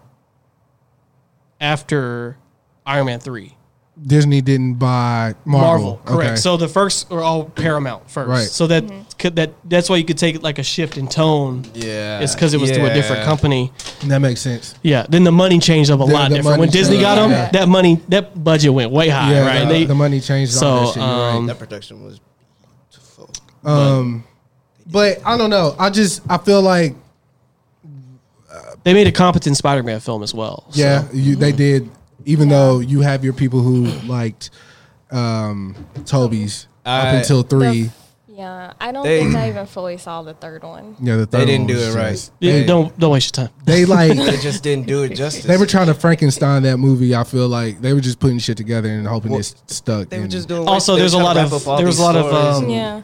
B: after Iron Man three.
A: Disney didn't buy Marvel.
B: Marvel, correct.
A: Okay.
B: So the first are all Paramount first.
A: Right.
B: So that could that that's why you could take like a shift in tone.
C: yeah.
B: It's because it was to a different
C: Yeah.
B: company.
A: that makes sense.
B: Yeah. Then the money changed up a
A: The-
B: lot
A: the
B: different. When
A: money
B: Disney
A: changed
B: got
A: up,
B: them,
D: yeah.
B: that money that budget went way high.
A: Yeah,
B: right.
A: the,
B: they,
A: the money changed. So,
B: so,
A: all that shit, you're right.
B: um,
C: That production was beautiful.
A: Um, but I don't know. I just I feel like
B: they made a competent Spider-Man film as well. so- mm-hmm.
A: yeah, you, they did. Even though you have your people who liked um Toby's up
C: I-
A: until three.
D: The- yeah, I don't
C: They- Mm,
D: think I even fully saw the third one.
A: yeah, the third
C: They didn't
A: one
C: do
A: was
C: it right.
A: just-
B: Yeah,
C: They,
B: Don't don't waste your time.
A: They
C: they
A: like
C: just didn't do it justice.
A: they were trying to Frankenstein that movie. I feel like they were just putting shit together and hoping
C: Well,
A: it's stuck.
C: They were
A: and-
C: just doing.
B: Also,
C: they were
B: there's a
C: trying to
B: lot
C: wrap
B: of-
C: up all
B: there was
C: these
B: a lot of,
C: stories.
B: um,
D: Yeah,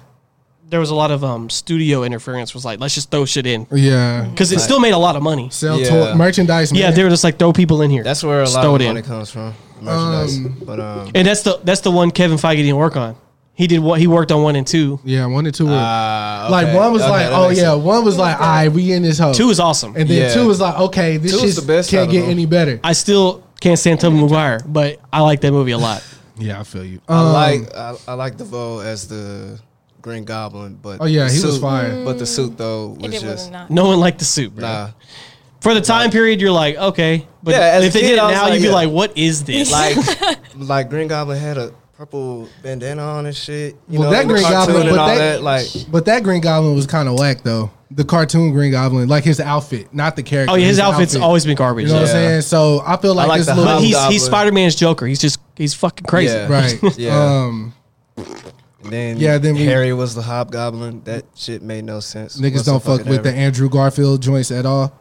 B: There was a lot of um studio interference. Was like let's just throw shit in
A: yeah.
B: because it still made a lot of money.
A: Sell
C: Yeah.
A: toy- merchandise.
B: Yeah,
A: man.
B: they were just like throw people in here.
C: That's where a
B: Just
C: lot
B: throw
C: of
B: it in.
C: money comes from. Merchandise. but um,
B: And that's the that's the one Kevin Feige didn't work on. He did what he worked on one and two.
A: yeah. One and two. were-
C: ah,
A: like
C: okay.
A: one was
C: Okay,
A: like,
C: that
A: oh
C: makes
A: yeah.
C: sense.
A: One was like, all right, we in this hoe.
B: Two is awesome.
A: and then
C: Yeah.
A: two was like, okay, this
C: Two was
A: shit
C: the best out
A: can't
C: of
A: get
C: them.
A: any better.
B: I still can't stand Tobey Maguire, but I like that movie a lot.
A: yeah, I feel you.
C: I
A: Um,
C: like I, I like DeVoe as the Green Goblin, but
A: Oh, yeah,
C: the
A: he was
C: suit-
A: fire.
C: But the suit though was
D: it did was
C: just
D: not.
B: No one liked the suit, bro.
C: nah.
B: For the time period, you're like, okay, but
C: Yeah, as
B: if
C: a
B: they
C: kid,
B: did it
C: I was
B: now,
C: like,
B: you'd be
C: yeah.
B: like, what is this?
C: Like like Green Goblin had a purple bandana on and shit. You
A: Well,
C: know,
A: that
C: in the
A: Green
C: cartoon
A: Goblin-
C: and
A: but
C: all
A: that-
C: that, like
A: But that Green Goblin was kind of whack though. The cartoon Green Goblin, like his outfit, not the character.
B: oh yeah, his outfit's
A: outfit.
B: always been garbage.
A: You know what
B: yeah.
A: I'm saying? So I feel like,
C: like
A: this
C: the
A: little
B: But he's
C: Hobgoblin.
B: he's Spider Man's Joker. He's just he's fucking crazy.
C: Yeah.
A: right.
C: Yeah.
A: Um,
C: and then
A: Yeah, then we-
C: Harry was the Hobgoblin. That shit made no sense.
A: niggas don't fuck with the Andrew Garfield joints at all.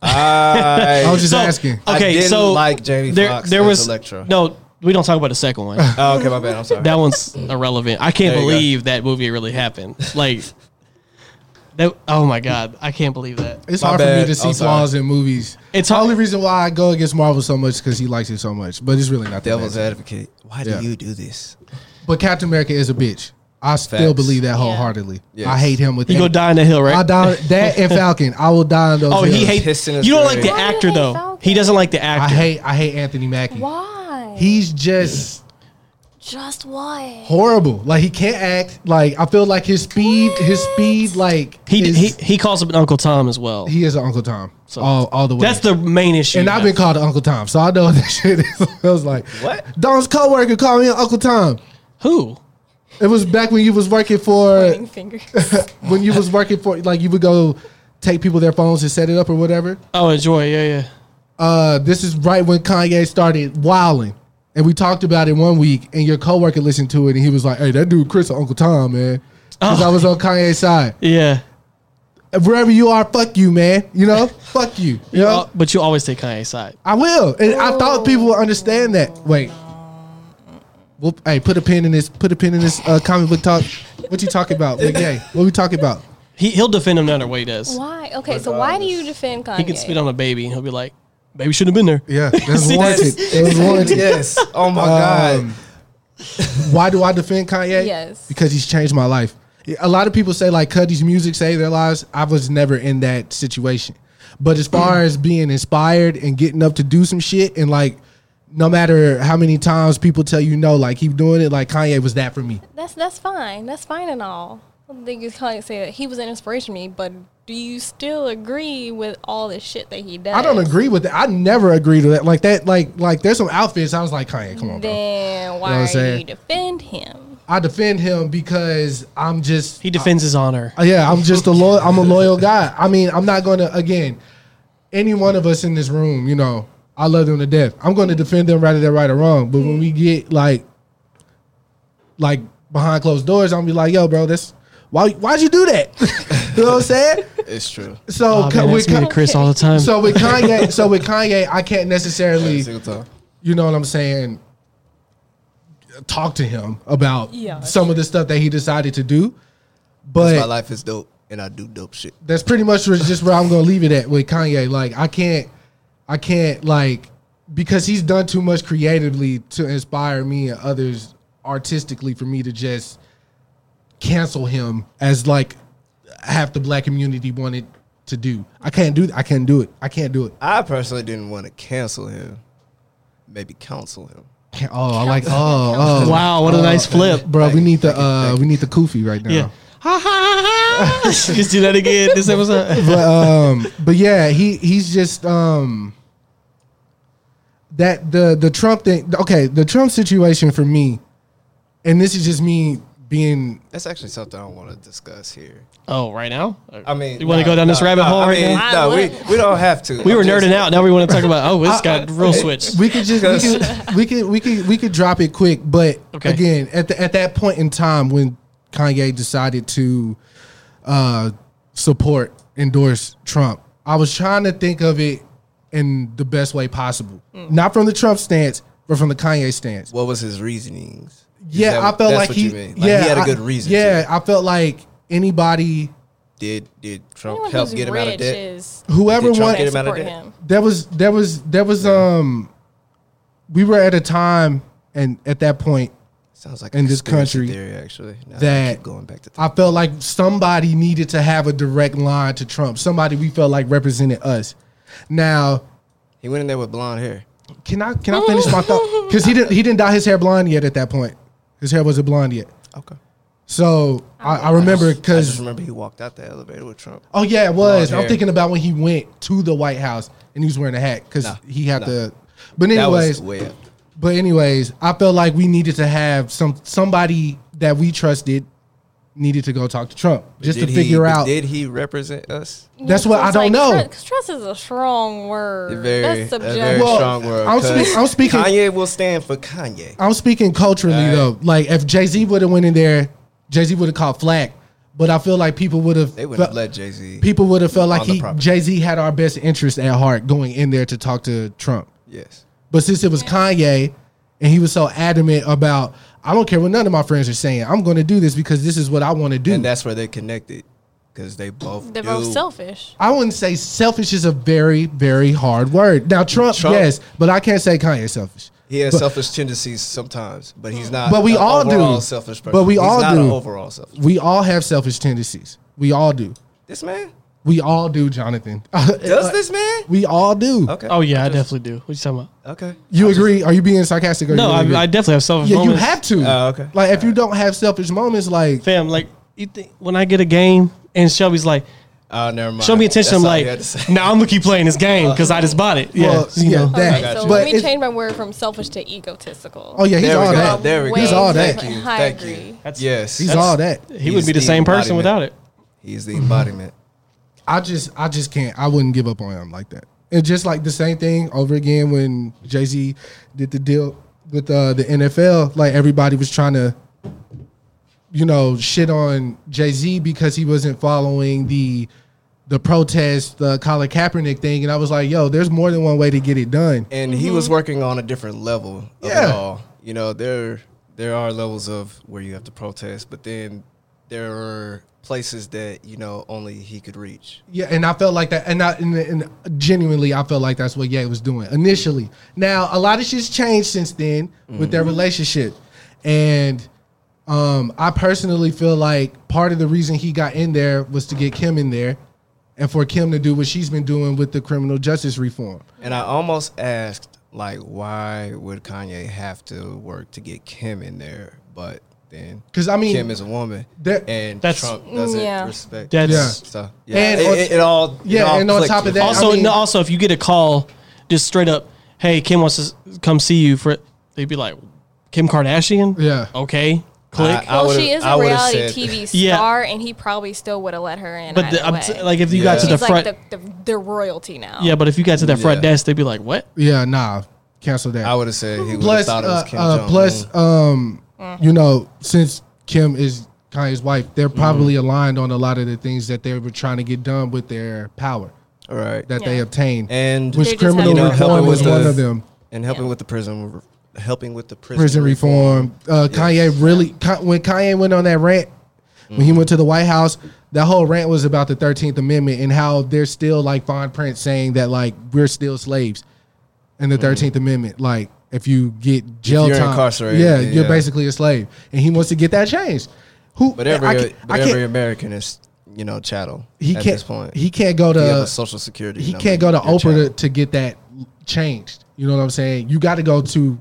A: I was
C: I,
A: just
B: So,
A: asking.
C: I
B: okay,
C: didn't
B: so
C: like Jamie
B: there
C: Foxx
B: there
C: as
B: was
C: Electro.
B: no. We don't talk about the second one.
C: oh, okay, my bad. I'm sorry.
B: that one's irrelevant. I can't
C: There you go.
B: believe that movie really happened. Like that. Oh my god, I can't believe that.
A: It's
C: My
A: hard for me
C: bad.
A: to see
C: I'm sorry.
A: flaws in movies.
B: It's
A: It's the
B: hard-
A: only reason why I go against Marvel so much because he likes it so much. But it's really not that.
C: Devil's
A: bad.
C: advocate. Why do
A: Yeah.
C: you do this?
A: But Captain America is a bitch. I still
C: Facts.
A: believe that
D: Yeah.
A: wholeheartedly.
C: Yes.
A: I hate him with.
B: You go die in the hill, right?
A: I die that and Falcon. I will die on those.
B: Oh, he
A: hills.
B: hates.
C: Pissed in his
B: You don't like
C: grave.
B: the
D: Why do you
B: actor
D: hate
B: though.
D: Falcon?
B: He doesn't like the
A: I
B: actor.
A: hate. I hate Anthony Mackie.
D: Why?
A: He's just.
D: just what?
A: horrible. Like he can't act. Like I feel like his speed, his speed, like
B: He,
A: is,
B: he he calls him Uncle Tom as well.
A: he is an Uncle Tom all all the way.
B: That's the main issue.
A: and I've been called an Uncle Tom, so I know what that shit is. I was like,
C: What?
A: Don's coworker called me an Uncle Tom.
B: Who?
A: It was back when you was working for
D: Pointing fingers.
A: when you was working for like you would go take people their phones and set it up or whatever.
B: Oh, enjoy. Yeah, yeah.
A: Uh, this is right when Kanye started wilding, and we talked about it one week. And your coworker listened to it, and he was like, "Hey, that dude Chris, or Uncle Tom, man." Because I was on Kanye's side.
B: Yeah.
A: And wherever you are, fuck you, man. You know, fuck you. You
B: You
A: know,
B: al- Oh, but you always take Kanye's side.
A: I will. And I thought people would understand that. Wait. Well, hey, put a pin in this. Put a pin in this uh, comic book talk. What you talking about? Big Gay. What we talking about?
B: He, he'll defend him no matter what he does.
D: Why? Okay, so why do you defend Kanye?
B: He can spit on a baby and he'll be like, baby shouldn't have been there.
A: Yeah, that's
B: See, that's-
A: warranted. It was warranted.
C: yes. Oh my
A: Um,
C: god.
A: why do I defend Kanye?
D: Yes.
A: Because he's changed my life. A lot of people say like Cuddy's music saved their lives. I was never in that situation. But as far as being inspired and getting up to do some shit and like no matter how many times people tell you no, like keep doing it, like Kanye was that for me.
D: That's that's fine. That's fine and all. I don't think you can't say that he was an inspiration to me, but do you still agree with all the shit that he does?
A: I don't agree with that. I never agreed with that. Like that, like like there's some outfits I was like, Kanye, come on, bro.
D: Then
A: what I'm
D: why do
A: saying?
D: you defend him?
A: I defend him because I'm just
B: He defends his honor.
A: Uh, Yeah, I'm just a loyal. I'm a loyal guy. I mean, I'm not going to again. Any one of us in this room, you know, I love them to death. I'm going to defend them, rather than right or wrong. But when we get like, like behind closed doors, I'm gonna be like, yo, bro, that's why. Why'd you do that? you know what I'm saying?
C: It's true.
A: So
B: Oh,
A: Ka-
B: man,
A: with
B: that's me to
A: Ka-
B: Chris all the time.
A: so with Kanye, so with Kanye, I can't
C: Every
A: necessarily
C: single time.
A: you know what I'm saying, talk to him about
D: Yeah.
A: some of the stuff that he decided to do.
C: 'Cause
A: But
C: my life is dope and I do dope shit.
A: that's pretty much was just where I'm gonna leave it at with Kanye. Like I can't, I can't like because he's done too much creatively to inspire me and others artistically for me to just cancel him as like half the black community wanted to do. I can't do. I can't do it. I can't do it.
C: I personally didn't want to cancel him. Maybe counsel him.
A: Can't, oh, I like. Oh, oh,
B: wow, what a nice flip.
A: bro. We need the uh, we need the Kofi right now.
B: Yeah. Ha ha ha. ha. Just do that again this episode.
A: but um but yeah he he's just um that the the trump thing okay the trump situation for me and this is just me being
C: That's actually something I don't want to discuss here.
B: Oh, right now?
C: I mean,
B: you want to
C: nah,
B: go down this
C: nah,
B: rabbit
C: nah,
B: hole
C: I
B: right
C: mean,
B: now?
C: nah, we, we don't have to.
B: We
C: I'm
B: were
C: just-
B: nerding out. Now we want to talk about, oh, it's got real switch.
A: we could just we could, we could we could we could drop it quick but
B: Okay.
A: again at the, at that point in time when kanye decided to uh support endorse trump i was trying to think of it in the best way possible not from the trump stance but from the kanye stance
C: What was his reasonings? Is
A: Yeah,
C: that-
A: I felt
C: that's
A: like
C: what
A: he.
C: you mean. Like,
A: yeah,
C: he had a
A: I-
C: good reason. to
A: Yeah,
C: it.
A: I felt like anybody,
C: did did Trump
D: Anyone
C: help
D: who's
C: get him out of
D: rich
C: debt?
D: is
A: whoever
C: Did Trump
A: wanted,
C: get
D: they
C: him out of
D: support
C: debt.
D: him.
A: there was there was there was um, we were at a time and at that point,
C: Sounds like
A: in
C: a
A: this
C: conspiracy
A: country
C: theory actually. Now
A: that
C: I keep going back to
A: I felt like somebody needed to have a direct line to Trump. Somebody we felt like represented us. Now,
C: he went in there with blonde hair.
A: can I can I finish my thought? Because he didn't he didn't dye his hair blonde yet. At that point, his hair wasn't blonde yet.
C: Okay.
A: So I, I remember
C: I
A: because
C: just remember he walked out the elevator with Trump.
A: Oh yeah, it was.
C: Blonde
A: I'm
C: hair.
A: thinking about when he went to the White House and he was wearing a hat because
C: Nah,
A: he had
C: nah.
A: the. But
C: That
A: anyways,
C: was way up.
A: but anyways, I felt like we needed to have some somebody that we trusted needed to go talk to Trump just to
C: Did he-
A: figure
C: but
A: out.
C: Did he represent us?
A: That's what I
D: It's
A: don't
D: like,
A: know.
D: tru- Trust, is a strong word.
C: Very,
D: that's
C: a
D: subjective.
C: very
A: Well,
C: strong word.
A: I'm speak-
C: 'cause
A: I'm speaking-
C: Kanye will stand for Kanye.
A: I'm speaking culturally
C: Alright.
A: though. Like if Jay Z would have went in there, Jay Z would have caught flack. But I feel like people would have
C: They would have let Jay Z.
A: people would have felt like
C: on the
A: he
C: property.
A: Jay Z had our best interest at heart going in there to talk to Trump.
C: Yes.
A: But since it was Kanye and he was so adamant about, I don't care what none of my friends are saying, I'm going to do this because this is what I want to do.
C: And that's where they connected because they both
D: They're
C: do.
D: both selfish.
A: I wouldn't say selfish is a very, very hard word. Now, Trump,
C: Trump-
A: yes, but I can't say Kanye selfish.
C: He has
A: But-
C: selfish tendencies sometimes, but he's not.
A: But we
C: a
A: all do.
C: overall Selfish person.
A: But we
C: He's
A: all
C: not
A: do.
C: an overall selfish.
A: We all have selfish tendencies. We all do.
C: This man
A: We all do, Jonathan.
C: does this man.
A: we all do.
C: Okay.
B: Oh, yeah, I definitely do. What you talking about?
C: Okay.
A: You agree? are you being sarcastic? Or
B: No,
A: you
B: I,
A: agree?
B: I definitely have selfish
A: yeah, you
B: moments.
A: have to.
C: Oh, okay.
A: Like, if you don't have selfish moments, like,
B: Fam, like, you think when I get a game and Shelby's like,
C: Oh, never mind.
B: Show me attention. I'm
C: That's all
B: like,
C: he had to say.
B: no, I'm gonna keep playing this game because I just bought it. Yeah,
A: Well, uh,
B: you
A: yeah,
B: know.
A: that.
C: got
D: so
C: you.
A: But
D: let me
A: it's-
D: change my word from selfish to egotistical.
A: oh yeah, he's
C: there we
A: all
C: go.
A: that.
C: There we go.
A: He's all that.
D: Ways
C: Thank you.
D: I
C: Thank
D: agree.
C: you.
B: That's-
C: yes.
A: He's
C: That's-
A: all that.
B: he would be the
C: He's
B: same
C: the
B: person without
C: embodiment.
B: it.
C: He's the embodiment.
A: I just I just can't. I wouldn't give up on him like that. And just like the same thing over again when Jay Z did the deal with uh, the NFL, like everybody was trying to, you know, shit on Jay Z because he wasn't following the the protest, the Colin Kaepernick thing, and I was like, yo, there's more than one way to get it done.
C: and he
D: Mm-hmm.
C: was working on a different level of
A: Yeah.
C: it all. You know, there there are levels of where you have to protest, but then there are places that you know only he could reach.
A: Yeah, and I felt like that, and I and, and genuinely, I felt like that's what Ye was doing initially. Now, a lot of shit's changed since then with
C: Mm-hmm.
A: their relationship, and um, I personally feel like part of the reason he got in there was to get Kim in there, and for Kim to do what she's been doing with the criminal justice reform.
C: And I almost asked, like, why would Kanye have to work to get Kim in there? But then,
A: 'Cause, I mean,
C: Kim is a woman,
A: that-
C: and
B: That's-
C: Trump doesn't
D: Yeah.
C: respect.
B: That's-
C: her.
A: Yeah.
C: so yeah,
A: And
C: it,
A: on-
C: it- it all it
A: Yeah,
C: all
A: and on
C: clicked
A: top of
C: with
A: that,
C: me.
A: I
B: Also,
A: mean-
B: no, also if you get a call, just straight up, hey, Kim wants to s- come see you for. They'd be like, Kim Kardashian.
A: Yeah.
B: Okay. Click.
C: I
D: well, she
C: would've-
D: is
C: I
D: a
C: would've
D: reality
C: said-
D: TV
B: Yeah.
D: star, and he probably still would have let her in.
B: but the,
D: either
B: I'm t-
D: way.
B: like, if you
C: Yeah.
B: got to the
D: she's
B: front,
D: like the, the, the royalty now.
B: yeah, but if you got to that front
C: Yeah.
B: desk, they'd be like, what?
A: Yeah, nah, cancel that.
C: I would have said he would have
A: plus,
C: thought it was
A: uh,
C: Kim
A: uh,
C: Jong.
A: plus, um, you know, since Kim is Kanye's wife, they're
C: Mm-hmm.
A: probably aligned on a lot of the things that they were trying to get done with their power
C: all right,
A: that they
D: Yeah.
A: obtained,
C: and
D: They
A: which
D: just have
A: criminal
D: to- You know,
A: reform
C: helping
A: was
C: with
A: one
C: the-
A: of them.
C: and helping
D: Yeah.
C: with the prison, helping with the prison,
A: Prison reform. Uh, Kanye really Ka- when Kanye went on that rant when
C: Mm-hmm.
A: he went to the White House, that whole rant was about the Thirteenth Amendment and how there's still like fine print saying that like we're still slaves in the 13th Amendment. Like if you get jail
C: Mm-hmm. you're
A: time,
C: incarcerated,
A: yeah,
C: yeah.
A: you're basically a slave, and he wants to get that changed. Who?
C: But
A: I
C: every
A: can't- I
C: but every
A: can't-
C: American is you know chattel.
A: he
C: at
A: can't.
C: this point.
A: He can't go
C: If you have a
A: to
C: social security.
A: he
C: number,
A: can't go to
C: you're
A: Oprah to,
C: chattel.
A: to get that changed. You know what I'm saying? You got to go to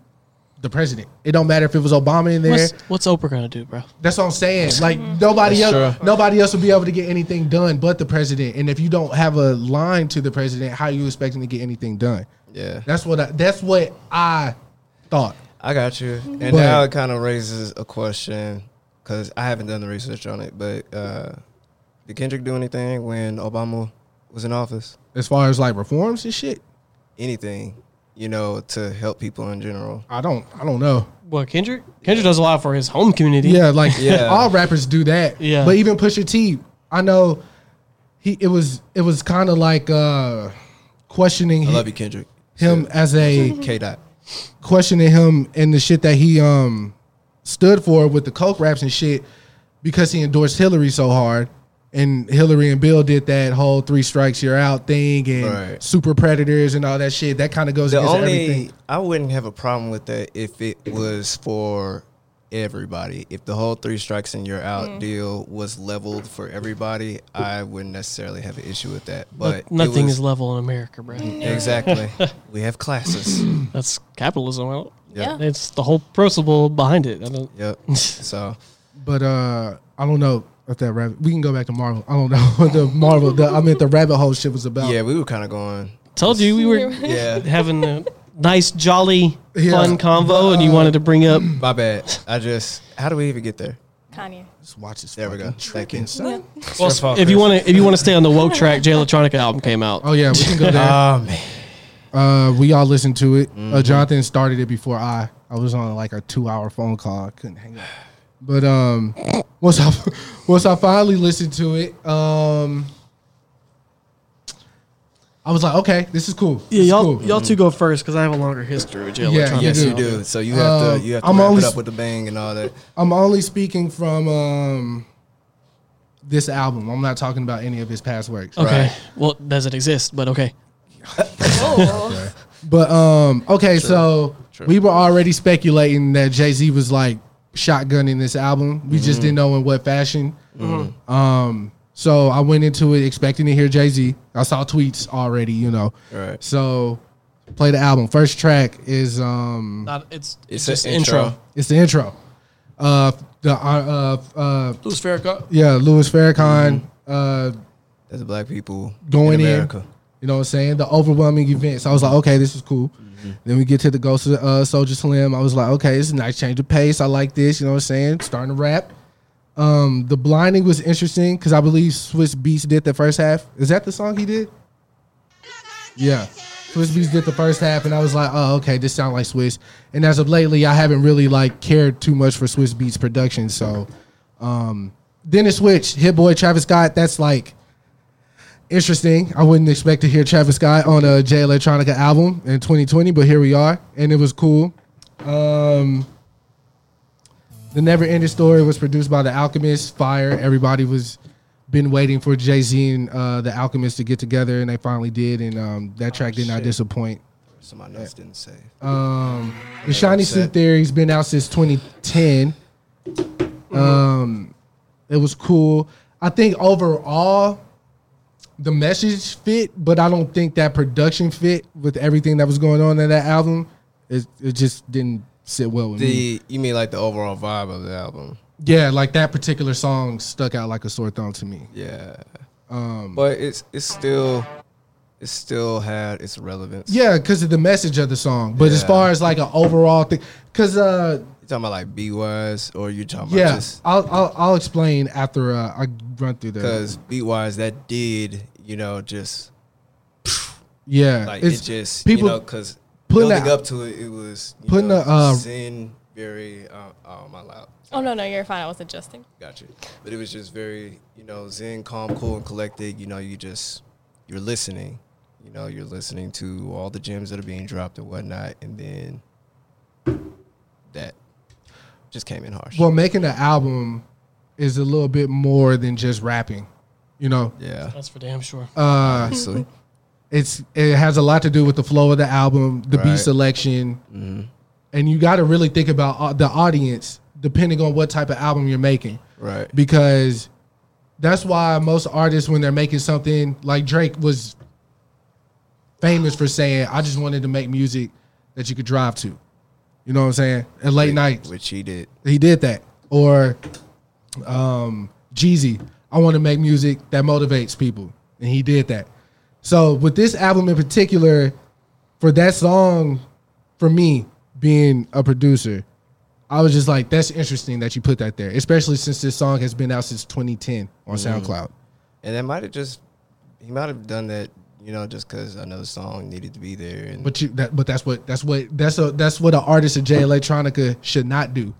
A: the president. It don't matter if it was Obama in there.
B: What's, what's Oprah gonna do, bro?
A: That's what I'm saying. Like nobody
C: That's
A: else,
C: true.
A: nobody else will be able to get anything done but the president. And if you don't have a line to the president, how are you expecting to get anything done?
C: Yeah,
A: That's what I, that's what I thought.
C: I got you. And
A: But-
C: now it kind of raises a question because I haven't done the research on it. But uh, did Kendrick do anything when Obama was in office?
A: As far as like reforms and shit,
C: Anything, you know, to help people in general?
A: I don't, I don't know.
B: What Kendrick? Kendrick does a lot for his home community.
A: Yeah, like
C: Yeah.
A: all rappers do that.
B: Yeah.
A: But even Pusha T, I know he it was it was kind of like uh questioning
C: I
A: hi-
C: love you, Kendrick.
A: him as a
C: K dot.
A: questioning him and the shit that he um stood for with the coke raps and shit because he endorsed Hillary so hard. And Hillary and Bill did that whole three strikes you're out thing and
C: Right.
A: super predators and all that shit. That kind of goes
C: The
A: against
C: only
A: everything.
C: I wouldn't have a problem with that if it was for everybody. If the whole three strikes and you're out deal was leveled for everybody, I wouldn't necessarily have an issue with that.
B: No-
C: But
B: nothing
C: is
B: is level in America, bro.
D: Mm.
C: exactly. we have classes.
B: That's capitalism. I don't-
D: Yeah.
B: It's the whole principle behind it. I don't,
C: Yep. So
A: But uh I don't know if that rabbit we can go back to Marvel. I don't know what the Marvel the, I meant the rabbit hole shit was about.
C: yeah, we were kind of going.
B: Told you we were
C: Yeah,
B: having a nice, jolly,
A: Yeah.
B: fun convo, and you wanted to bring up.
C: my bad. I just how do we even get there?
D: Kanye.
A: Let's watch this.
C: There we go.
A: fucking
C: Thank
A: tricking,
C: you.
A: son.
B: Well,
C: Your fault,
B: if you
C: Chris.
B: want to, if you want to stay on the woke track, Jay Electronica album came out.
A: Oh yeah, we can go there.
C: Oh man,
A: Uh, we all listened to it.
C: Mm-hmm.
A: Uh, Jonathan started it before I. I was on like a two-hour phone call. I couldn't hang up. But um, once I once I finally listened to it, um, I was like, okay, this is cool.
B: yeah,
A: This is
B: y'all,
A: cool.
B: y'all two go first because I have a longer history with Jay
A: Yeah,
B: Electronica.
C: yes
A: do.
C: you do. So you have
A: Uh,
C: to you have to
A: I'm
C: wrap
A: always-
C: it up with the bang and all that.
A: I'm only speaking from um, this album. I'm not talking about any of his past works.
B: Okay.
C: Right.
B: Well, doesn't exist, but okay.
D: Oh,
A: But um, okay, so
C: True.
A: we were already speculating that Jay Z was like shotgunning this album. We
C: Mm-hmm.
A: just didn't know in what fashion. Um, so I went into it expecting to hear Jay Z. I saw tweets already, you know.
C: Right.
A: So play the album. First track is um,
B: Not, it's
C: It's
B: it's,
C: a
B: just intro.
C: intro.
A: it's the intro. Uh, the uh, uh, uh,
B: Louis Farrakhan.
C: Mm-hmm.
A: yeah, Louis Farrakhan. Uh,
C: as black people
A: going in,
C: America.
A: You know what I'm saying? The overwhelming events. I was like, okay, this is cool. Then we get to the Ghost of uh, Soldier Slim. I was like, okay, this is a nice change of pace. I like this. You know what I'm saying? Starting to rap. Um, the blinding was interesting because I believe Swiss Beats did the first half. Is that the song he did? Yeah. Swiss Beats did the first half, and I was like, oh, okay, this sounds like Swiss. And as of lately, I haven't really like cared too much for Swiss Beats production. So um, then it switched. Hit Boy Travis Scott. That's like interesting. I wouldn't expect to hear Travis Scott on a J Electronica album in 2020, but here we are, and it was cool. Um, the Never Ending Story was produced by The Alchemist. Fire. Everybody was been waiting for Jay Z and uh, The Alchemist to get together, and they finally did. And um, that track did not disappoint.
C: Some I notes didn't say.
A: Um, the Shiny
C: upset.
A: Suit Theory's been out since 2010. Um, it was cool. I think overall, the message fit, but I don't think that production fit with everything that was going on in that album. It, it just didn't sit well with me.
C: The you mean like the overall vibe of the album?
A: Yeah, like that particular song stuck out like a sore thumb to me.
C: Yeah. Um, but it's it's still it still had its relevance.
A: Yeah, because of the message of the song. But as
C: Yeah.
A: far as like an overall thing, because uh,
C: You talking about like B wise or you talking
A: yeah,
C: about just
A: I'll, I'll I'll explain after uh, I run through the
C: because beat wise that did you know just
A: Yeah,
C: like
A: it's
C: it just
A: people.
C: you know because
A: putting
C: building
A: the-
C: up to it it was you
A: putting
C: know,
A: the, uh,
C: sin very uh, oh my loud
D: Oh no, no, you're fine. I was adjusting.
C: gotcha but it was just very you know zen calm cool and collected you know you just you're listening you know you're listening to all the gems that are being dropped and whatnot and then that just came in harsh
A: well, making an album is a little bit more than just rapping. You know,
C: yeah
B: That's for damn sure.
A: Uh,
C: honestly
A: it's it has a lot to do with the flow of the album, the beat
C: Right.
A: selection, and you got to really think about uh, the audience depending on what type of album you're making.
C: right
A: because that's why most artists when they're making something like Drake was famous for saying, "I just wanted to make music that you could drive to." You know what I'm saying? At late nights,
C: which he did
A: he did that. Or um, Jeezy, I want to make music that motivates people, and he did that. So with this album in particular, for that song, for me being a producer, I was just like, that's interesting that you put that there, especially since this song has been out since 2010 on SoundCloud.
C: and that might have just he might have done that you know just because another song needed to be there and
A: But you, that, but that's what that's what that's a that's what an artist of J Electronica should not do.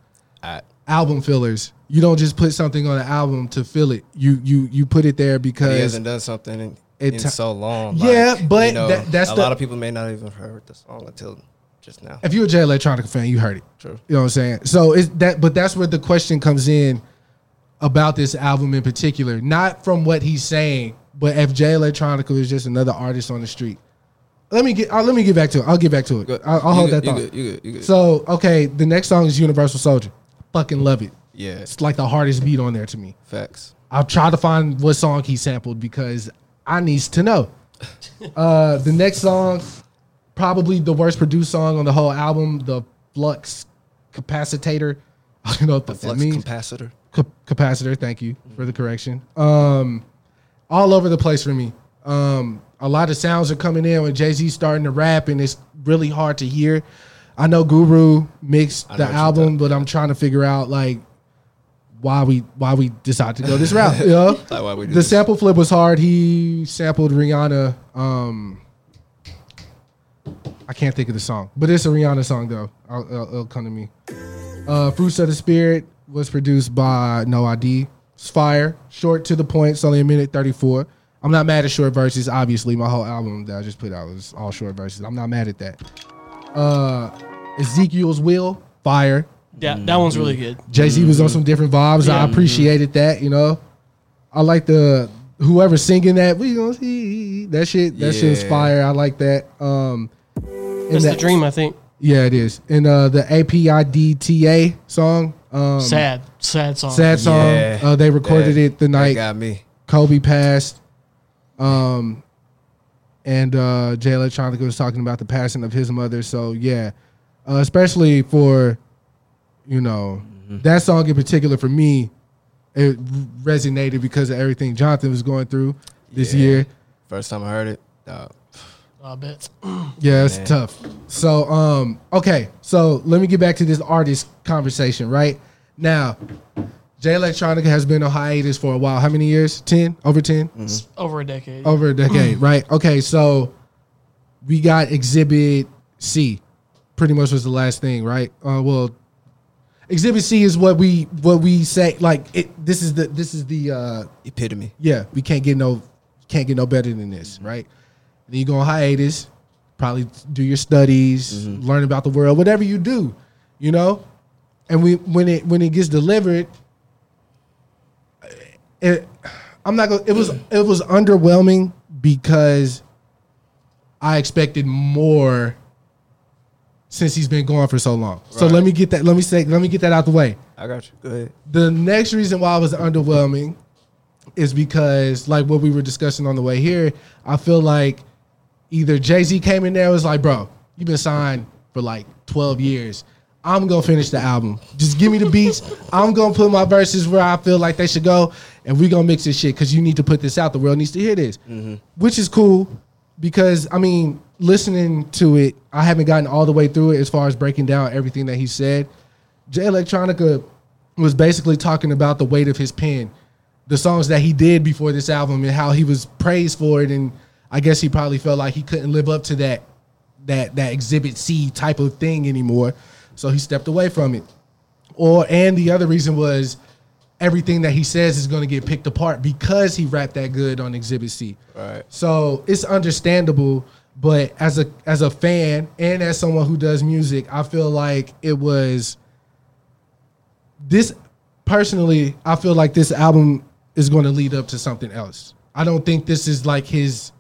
C: I,
A: album fillers. You don't just put something on an album to fill it. You you you put it there
C: he
A: because
C: hasn't done something in,
A: It
C: in
A: ti-
C: so long
A: Yeah, but that- that's
C: that's a
A: the-
C: lot of people may not even heard the song until just now
A: if you're a J Electronica fan, you heard it.
C: True.
A: You know what I'm saying? So it's that but that's where the question comes in about this album in particular. Not from what he's saying, but if J Electronica is just another artist on the street. Let me get I'll, let me get back to it. I'll get back to it.
C: Good.
A: I'll, I'll
C: You
A: hold
C: good,
A: that thought.
C: you good, you good, you good.
A: So okay, the next song is Universal Soldier. Fucking love it.
C: yeah
A: It's like the hardest beat on there to me.
C: facts
A: I'll try to find what song he sampled because I needs to know. Uh, the next song, probably the worst produced song on the whole album, the Flux Capacitator. I don't know what the that
C: flux
A: means.
C: capacitor
A: Cap- capacitor. Thank you for the correction. Um, all over the place for me. Um, a lot of sounds are coming in when Jay Z's starting to rap, and it's really hard to hear. I know Guru mixed
C: know
A: the
C: what you
A: album, but I'm trying to figure out like why we why we decided to go this route. You know?
C: Like why we do
A: the
C: this.
A: sample flip was hard. He sampled Rihanna. Um, I can't think of the song, but it's a Rihanna song though. I'll, it'll, it'll come to me. Uh, Fruits of the Spirit was produced by No ID. It's fire, short to the point. It's only a minute thirty-four. I'm not mad at short verses. Obviously, my whole album that I just put out was all short verses. I'm not mad at that. Uh, Ezekiel's Will, fire.
B: Yeah, that one's
C: Mm.
B: really good.
A: Jay Z was on some different vibes. I
B: Yeah.
A: appreciated that. You know, I like the whoever singing that. We gonna see that shit. That shit's
C: Yeah.
A: fire. I like that. Um, and
B: That's the
A: that-
B: dream, I think.
A: Yeah, it is. And uh, the APIDTA song, um, sad,
B: Sad, sad song.
A: song.
C: Yeah.
A: Uh, they recorded
C: That-
A: it the
C: that
A: night
C: got me
A: Kobe passed. Um, and uh, Jay Electronica was talking about the passing of his mother. So yeah, uh, especially for, you know,
C: Mm-hmm.
A: that song in particular for me, it resonated because of everything Jonathan was going through. this year.
C: First time I heard it, dog.
B: I bet.
A: Yeah, it's
C: Man.
A: tough. So, um, okay, so let me get back to this artist conversation, right? Now, J Electronica has been on hiatus for a while. How many years? 10? Over 10?
C: Mm-hmm.
B: Over a decade.
A: Over a decade, right? Okay, so we got Exhibit C, pretty much was the last thing, right? Uh, well, Exhibit C is what we what we say like it, this is the this is the uh
C: Epitome.
A: yeah, we can't get no can't get no better than this, right? Then you go on hiatus, probably do your studies, learn about the world, whatever you do, you know. And we when it when it gets delivered, uh, it I'm not gonna it was it was underwhelming because I expected more since he's been gone for so long. So
C: Right.
A: let me get that let me say let me get that out the way
C: I got you. Go ahead.
A: the next reason why I was underwhelming is because, like what we were discussing on the way here, I feel like either Jay Z came in there and was like, "Bro, you've been signed for like 12 years. I'm gonna finish the album. Just give me the beats. I'm gonna put my verses where I feel like they should go, and we gonna mix this shit because you need to put this out. The world needs to hear this, which is cool because I mean, listening to it, I haven't gotten all the way through it as far as breaking down everything that he said. Jay Electronica was basically talking about the weight of his pen, the songs that he did before this album, and how he was praised for it. And I guess he probably felt like he couldn't live up to that that that Exhibit C type of thing anymore, so he stepped away from it. Or and the other reason was everything that he says is going to get picked apart because he rapped that good on Exhibit C.
C: Right.
A: So it's understandable, but as a as a fan and as someone who does music, I feel like it was this personally, I feel like this album is going to lead up to something else. I don't think this is like his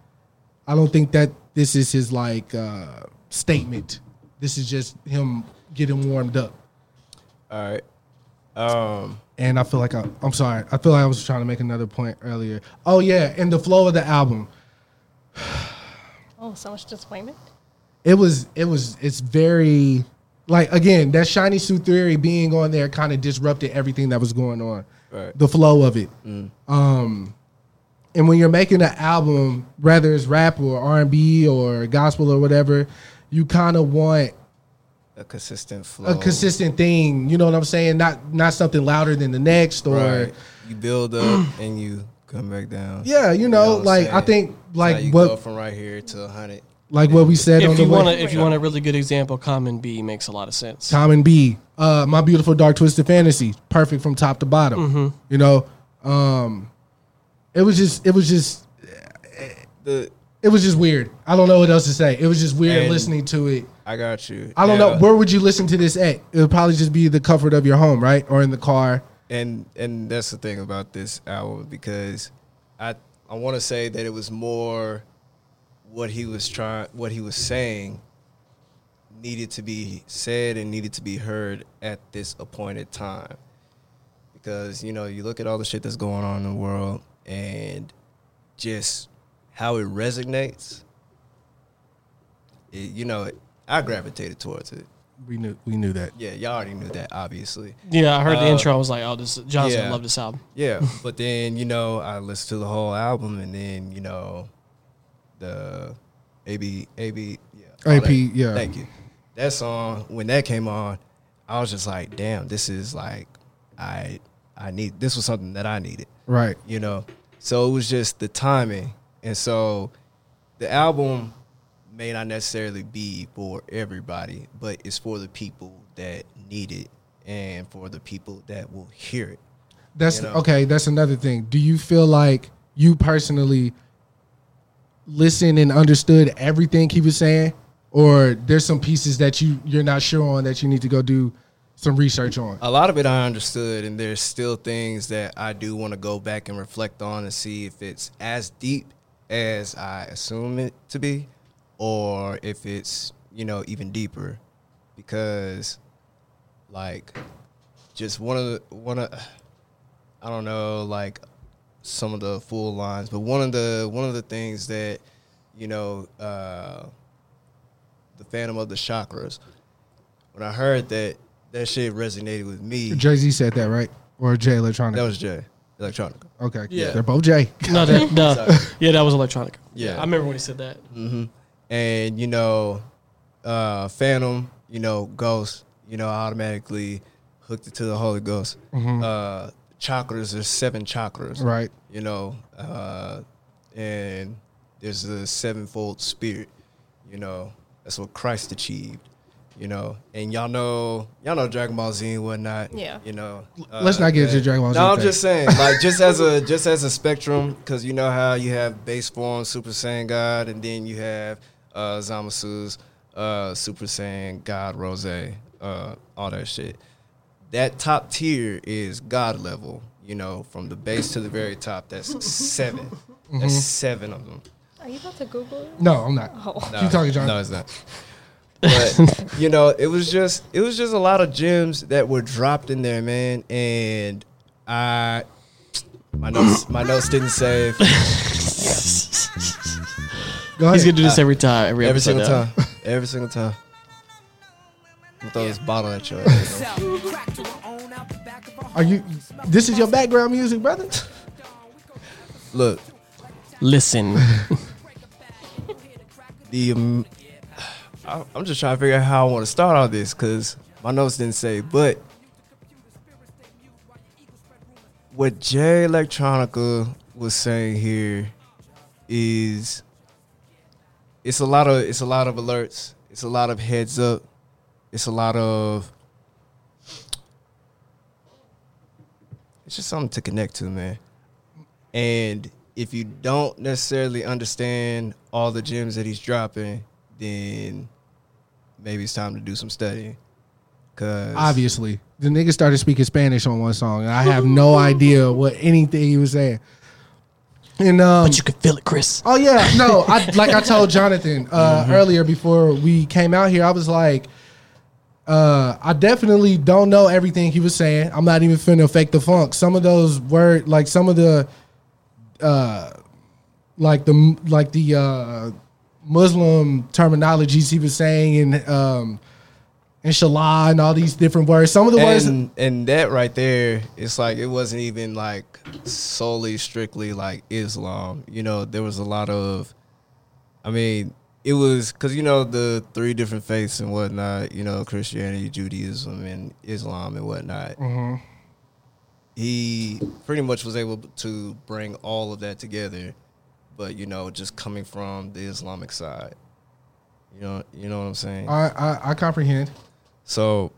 A: I don't think that this is his like uh statement. This is just him getting warmed up.
C: All right. Um,
A: And I feel like I, I'm sorry. I feel like I was trying to make another point earlier. Oh yeah, and the flow of the album.
D: Oh, so much disappointment.
A: it was it was it's very like again that shiny suit theory being on there kind of disrupted everything that was going on
C: Right. Mm.
A: the flow of it um and when you're making an album whether it's rap or r&b or gospel or whatever you kind of want
C: a consistent flow.
A: a consistent thing you know what i'm saying not not something louder than the next or
C: Right. You build up and you come back down.
A: yeah you know,
C: what I'm
A: like i
C: saying?
A: think
C: It's how
A: like
C: you
A: what
C: go from right here to hundred.
A: like what we said on
B: If
A: the
B: you
A: way-
B: want to, if you want a really good example, Common B makes a lot of sense.
A: Common B, uh, My Beautiful Dark Twisted Fantasy, perfect from top to bottom. You know, um, it was just, it was just,
C: The
A: it was just weird. I don't know what else to say. It was just weird
C: And-
A: listening to it.
C: I got you.
A: I don't know
C: Yeah.
A: where would you listen to this at. It would probably just be the comfort of your home, right, or in the car.
C: and and that's the thing about this album because I I want to say that it was more what he was trying what he was saying needed to be said and needed to be heard at this appointed time because you know you look at all the shit that's going on in the world and just how it resonates it, you know I gravitated towards it
A: We knew, we knew that.
C: yeah y'all already knew that obviously
B: Yeah, I heard the
C: Uh,
B: intro. I was like, oh, this Johnson
C: yeah.
B: love this album.
C: Yeah, but then you know I listened to the whole album, and then you know the AB AB yeah all
A: AP,
C: that.
A: yeah.
C: Thank you. That song when that came on, I was just like, damn, this is like I I need this was something that I needed,
A: Right.
C: you know. So it was just the timing, and so the album may not necessarily be for everybody, but it's for the people that need it and for the people that will hear it.
A: That's
C: You know?
A: okay. That's another thing. Do you feel like you personally listened and understood everything he was saying, or there's some pieces that you you're not sure on that you need to go do some research on?
C: a lot of it I understood, and there's still things that I do want to go back and reflect on and see if it's as deep as I assume it to be, or if it's you know even deeper, because like just one of the one of I don't know like some of the full lines, but one of the one of the things that you know uh, the Phantom of the Chakras when I heard that, that shit resonated with me.
A: Jay Z said that, right? Or Jay Electronica?
C: Um, That was Jay. electronica.
A: Okay.
B: Yeah.
A: They're both J.
B: No, that, no. yeah, that was electronic.
C: Yeah.
B: I remember when he said that.
C: and you know, uh, Phantom, you know, Ghost, you know, automatically hooked it to the Holy Ghost. Uh, chakras, there's seven chakras,
A: Right.
C: You know, uh, and there's the sevenfold spirit. You know, that's what Christ achieved. You know, and y'all know, y'all know Dragon Ball Z and whatnot.
D: Yeah.
C: You know,
A: Let's not get into Dragon Ball Z
C: Uh, No, I'm
A: thing.
C: just saying, like, just as a just as a spectrum, because you know how you have base form Super Saiyan God, and then you have uh, Zamasu's uh, Super Saiyan God Rose, uh, all that shit. That top tier is God level. You know, from the base to the very top, that's 7
A: Mm-hmm.
C: That's seven of them.
D: Are you about to Google it?
A: No, I'm not.
D: Oh.
A: Keep talking, John.
C: No, it's not. But you know, it was just it was just a lot of gems that were dropped in there, man. And I my notes my notes didn't save
A: Go ahead.
B: He's gonna do this every time. Every,
C: every
B: episode
C: single
B: now.
C: time. Every single time. I'm throwing this bottle at your ass. you know?
A: Are you? This is your background music, brother.
C: Look,
B: Listen,
C: the um, I- I'm just trying to figure out how I want to start all this because my notes didn't say, but what Jay Electronica was saying here is it's a lot of it's a lot of alerts, it's a lot of heads up, it's a lot of it's just something to connect to, man. And if you don't necessarily understand all the gems that he's dropping, then maybe it's time to do some studying. Cause
A: Obviously, the nigga started speaking Spanish on one song, and I have no idea what anything he was saying. And um,
B: but you can feel it, Chris.
A: Oh yeah, no. I like I told Jonathan uh, earlier before we came out here. I was like, uh, I definitely don't know everything he was saying. I'm not even finna fake the funk. Some of those word, like some of the, uh, like the like the uh, Muslim terminologies he was saying and um, inshallah and all these different words. Some of the words.
C: and, and that right there, it's like it wasn't even like solely strictly like Islam. You know, there was a lot of, I mean, it was because you know the three different faiths and whatnot. You know, Christianity, Judaism, and Islam and whatnot.
A: Mm-hmm.
C: He pretty much was able to bring all of that together, but you know, just coming from the Islamic side. You know, you know what I'm saying.
A: I, I I comprehend.
C: So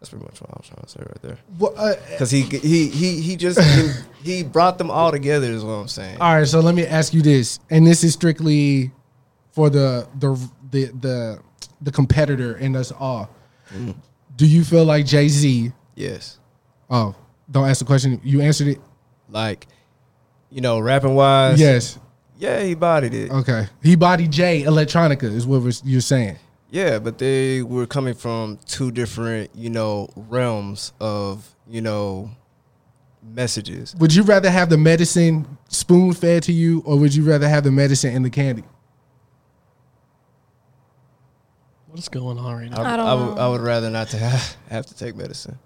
C: that's pretty much what I was trying to say right there.
A: Well, uh,
C: Because he he he he just he, he brought them all together is what I'm saying.
A: All right, so let me ask you this, and this is strictly for the the the the, the competitor in us all.
C: Mm.
A: Do you feel like Jay Z?
C: Yes,
A: Oh, don't ask the question. You answered it.
C: like you know, rapping wise.
A: yes. Uh,
C: yeah, he bodied it.
A: Okay. He body J electronica is what was- you're saying.
C: Yeah, but they were coming from two different you know realms of you know messages.
A: Would you rather have the medicine spoon fed to you, or would you rather have the medicine and the candy?
B: What's going on right now?
C: I,
D: I don't
C: would, I would rather not to have, have to take medicine.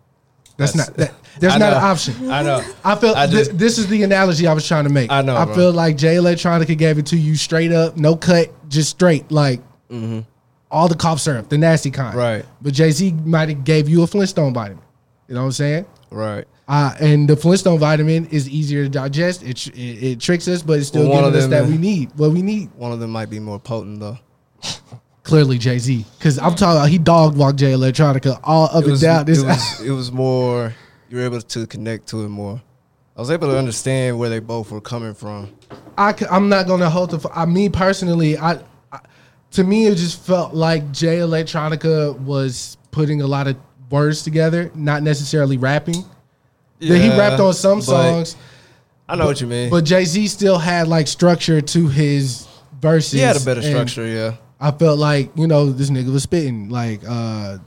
A: That's,
C: That's-
A: not. That, that's
C: I
A: not an
C: know.
A: option.
C: I know.
A: I feel
C: I
A: thi-
C: just-
A: this is the analogy I was trying to make.
C: I know,
A: I
C: bro.
A: feel like Jay Electronica gave it to you straight up, no cut, just straight, like all the cough syrup, the nasty kind.
C: Mm-hmm. Right.
A: But Jay Z might have gave you a Flintstone vitamin. You know what I'm saying?
C: Right.
A: Uh, and the Flintstone vitamin is easier to digest. It tr- it, it tricks us, but it's still
C: Well, one of
A: giving us that
C: them, uh,
A: we need what we need.
C: One of them might be more potent though.
A: Clearly, Jay Z, because I'm talking about he dog walked Jay Electronica all up
C: it was,
A: and down. This
C: it was, it was more you were able to connect to it more. I was able to understand where they both were coming from.
A: I am not gonna hold the. f- I mean, personally, I, I to me it just felt like Jay Electronica was putting a lot of words together, not necessarily rapping. That he
C: Yeah,
A: rapped on some
C: but-
A: songs,
C: I know what you mean.
A: but Jay Z still had like structure to his verses.
C: he had a better
A: and
C: structure, yeah.
A: I felt like you know this nigga was spitting. Like uh,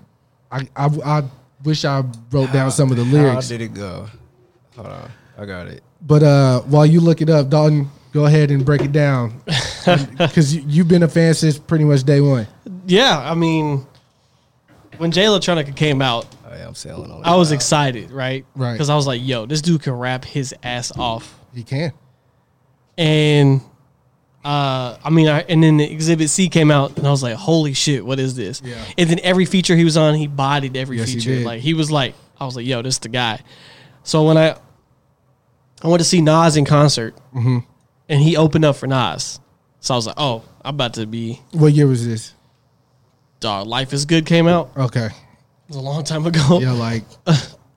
A: I I, I wish I wrote down some of the
C: How
A: lyrics.
C: did it go? Hold on, I got it. Oh,
A: But uh, while you look it up, Dalton, go ahead and break it down because you, you've been a fan since pretty much day one.
B: Yeah, I mean, when Jay Electronica came out,
C: Oh, right, I'm sailing on it.
B: I was
C: now.
B: excited, right?
A: Right.
B: Because I was like, yo, this dude can rap his ass off.
A: He can.
B: and uh, I mean, I, and then the Exhibit C came out, and I was like, "Holy shit, what is this?"
A: Yeah.
B: And then every feature he was on, he bodied every
A: Yes, he
B: feature.
A: did.
B: like he was like, I was like, "Yo, this the guy." So when I I went to see Nas in concert,
A: Mm-hmm.
B: and he opened up for Nas, so I was like, "Oh, I'm about to be
A: What year was this?
B: dog." uh, Life is good came out.
A: Okay.
B: It was a long time ago.
A: Yeah, like,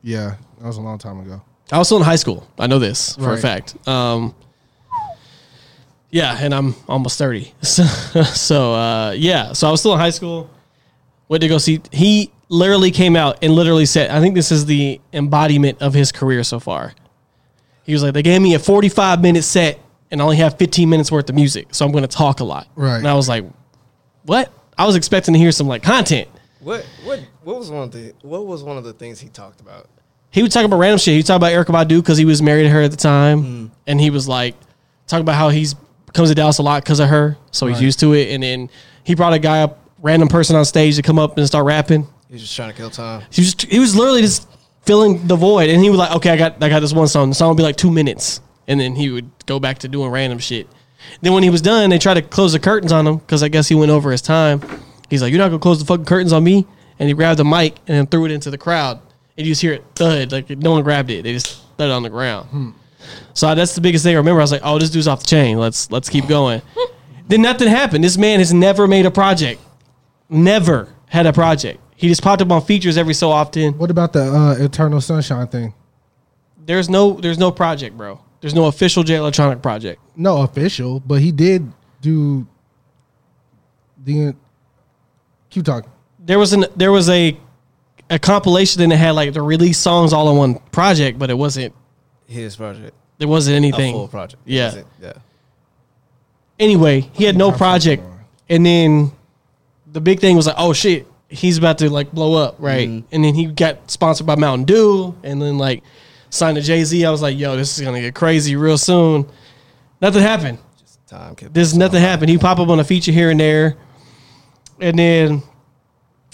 A: yeah, that was a long time ago.
B: I was still in high school. I know this for a
A: Right.
B: fact. Um, yeah, and I'm almost thirty. So, so uh, yeah, so I was still in high school. Went to go see. He literally came out and literally said, "I think this is the embodiment of his career so far." He was like, "They gave me a 45 minute set and I only have 15 minutes worth of music, so I'm going to talk a lot."
A: Right.
B: And I was like, "What?" I was expecting to hear some like content.
C: What what what was one of the what was one of the things he talked about?
B: he would talk about random shit. He would talk about Erica Badu because he was married to her at the time, and he was like talking about how he's comes to Dallas a lot because of her, so he's
A: Right.
B: used to it. And then he brought a guy up, random person on stage to come up and start rapping.
C: He was just trying to kill time.
B: He was just, he was literally just filling the void, and he was like, "Okay, I got I got this one song. The song would be like two minutes, and then he would go back to doing random shit." Then when he was done, they tried to close the curtains on him because I guess he went over his time. He's like, "You're not gonna close the fucking curtains on me," and he grabbed the mic and then threw it into the crowd, and you just hear it thud like no one grabbed it; they just thud it on the ground. So that's the biggest thing I remember. I was like, "Oh, this dude's off the chain. Let's let's keep going." then nothing happened. This man has never made a project, never had a project. He just popped up on features every so often.
A: What about the uh, Eternal Sunshine thing?
B: There's no there's no project, bro. There's no official J Electronic project.
A: No official, but he did do the. Keep talking.
B: There was an there was a a compilation that had like the release songs all in one project, but it wasn't
C: His project.
B: there wasn't
C: A
B: anything.
C: full project.
B: Yeah.
C: Was it? Yeah.
B: anyway, he had no project, and then the big thing was like, oh shit, he's about to like blow up, right?
C: Mm-hmm.
B: And then he got sponsored by Mountain Dew, and then like signed to Jay Z. I was like, yo, this is gonna get crazy real soon. Nothing happened.
C: Just time kept
B: There's nothing happened. He pop up on a feature here and there, and then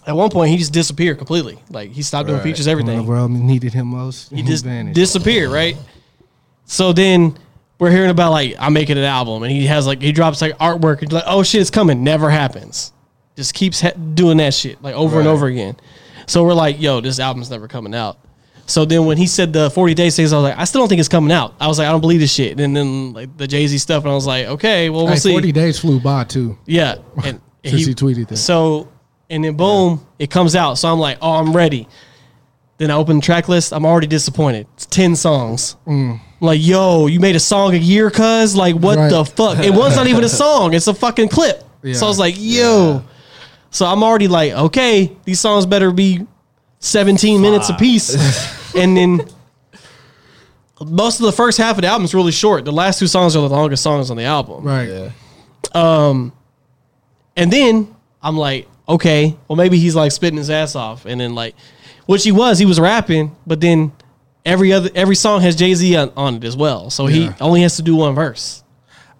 B: at one point he just disappeared completely. Like he stopped doing
C: Right.
B: features,
A: When
B: everything
A: the world needed him most,
B: he just
A: vanished.
B: disappeared, right? So then we're hearing about like I'm making an album, and he has like he drops like artwork, and like oh shit, it's coming. Never happens. Just keeps ha- doing that shit like over and
C: Right.
B: over again. So we're like, yo, this album's never coming out. So then when he said the 40 day things, I was like, I still don't think it's coming out. I was like, I don't believe this shit. And then like the Jay Z stuff, and I was like, okay, well we'll
A: Hey,
B: see.
A: Forty days flew by too.
B: Yeah, and
A: Since he tweeted that.
B: So, and then boom, it comes out. So I'm like, oh, I'm ready. Then I open the track list. I'm already disappointed. It's ten songs. Like, yo, you made a song a year, cuz like, what
A: Mm. Right.
B: the fuck? It was not even a song. It's a fucking clip. So I was
A: Yeah.
B: like, yo. So I'm already like, okay, these songs better be 17 minutes apiece. and then most of the first half of the album is really short. The last two songs are the longest songs on the album.
A: Right.
C: Yeah.
B: And then I'm like, okay, well maybe he's like spitting his ass off, and then like, which he was, he was rapping, but then every other every song has Jay Z on, on it as well, so
A: Yeah.
B: he only has to do one verse.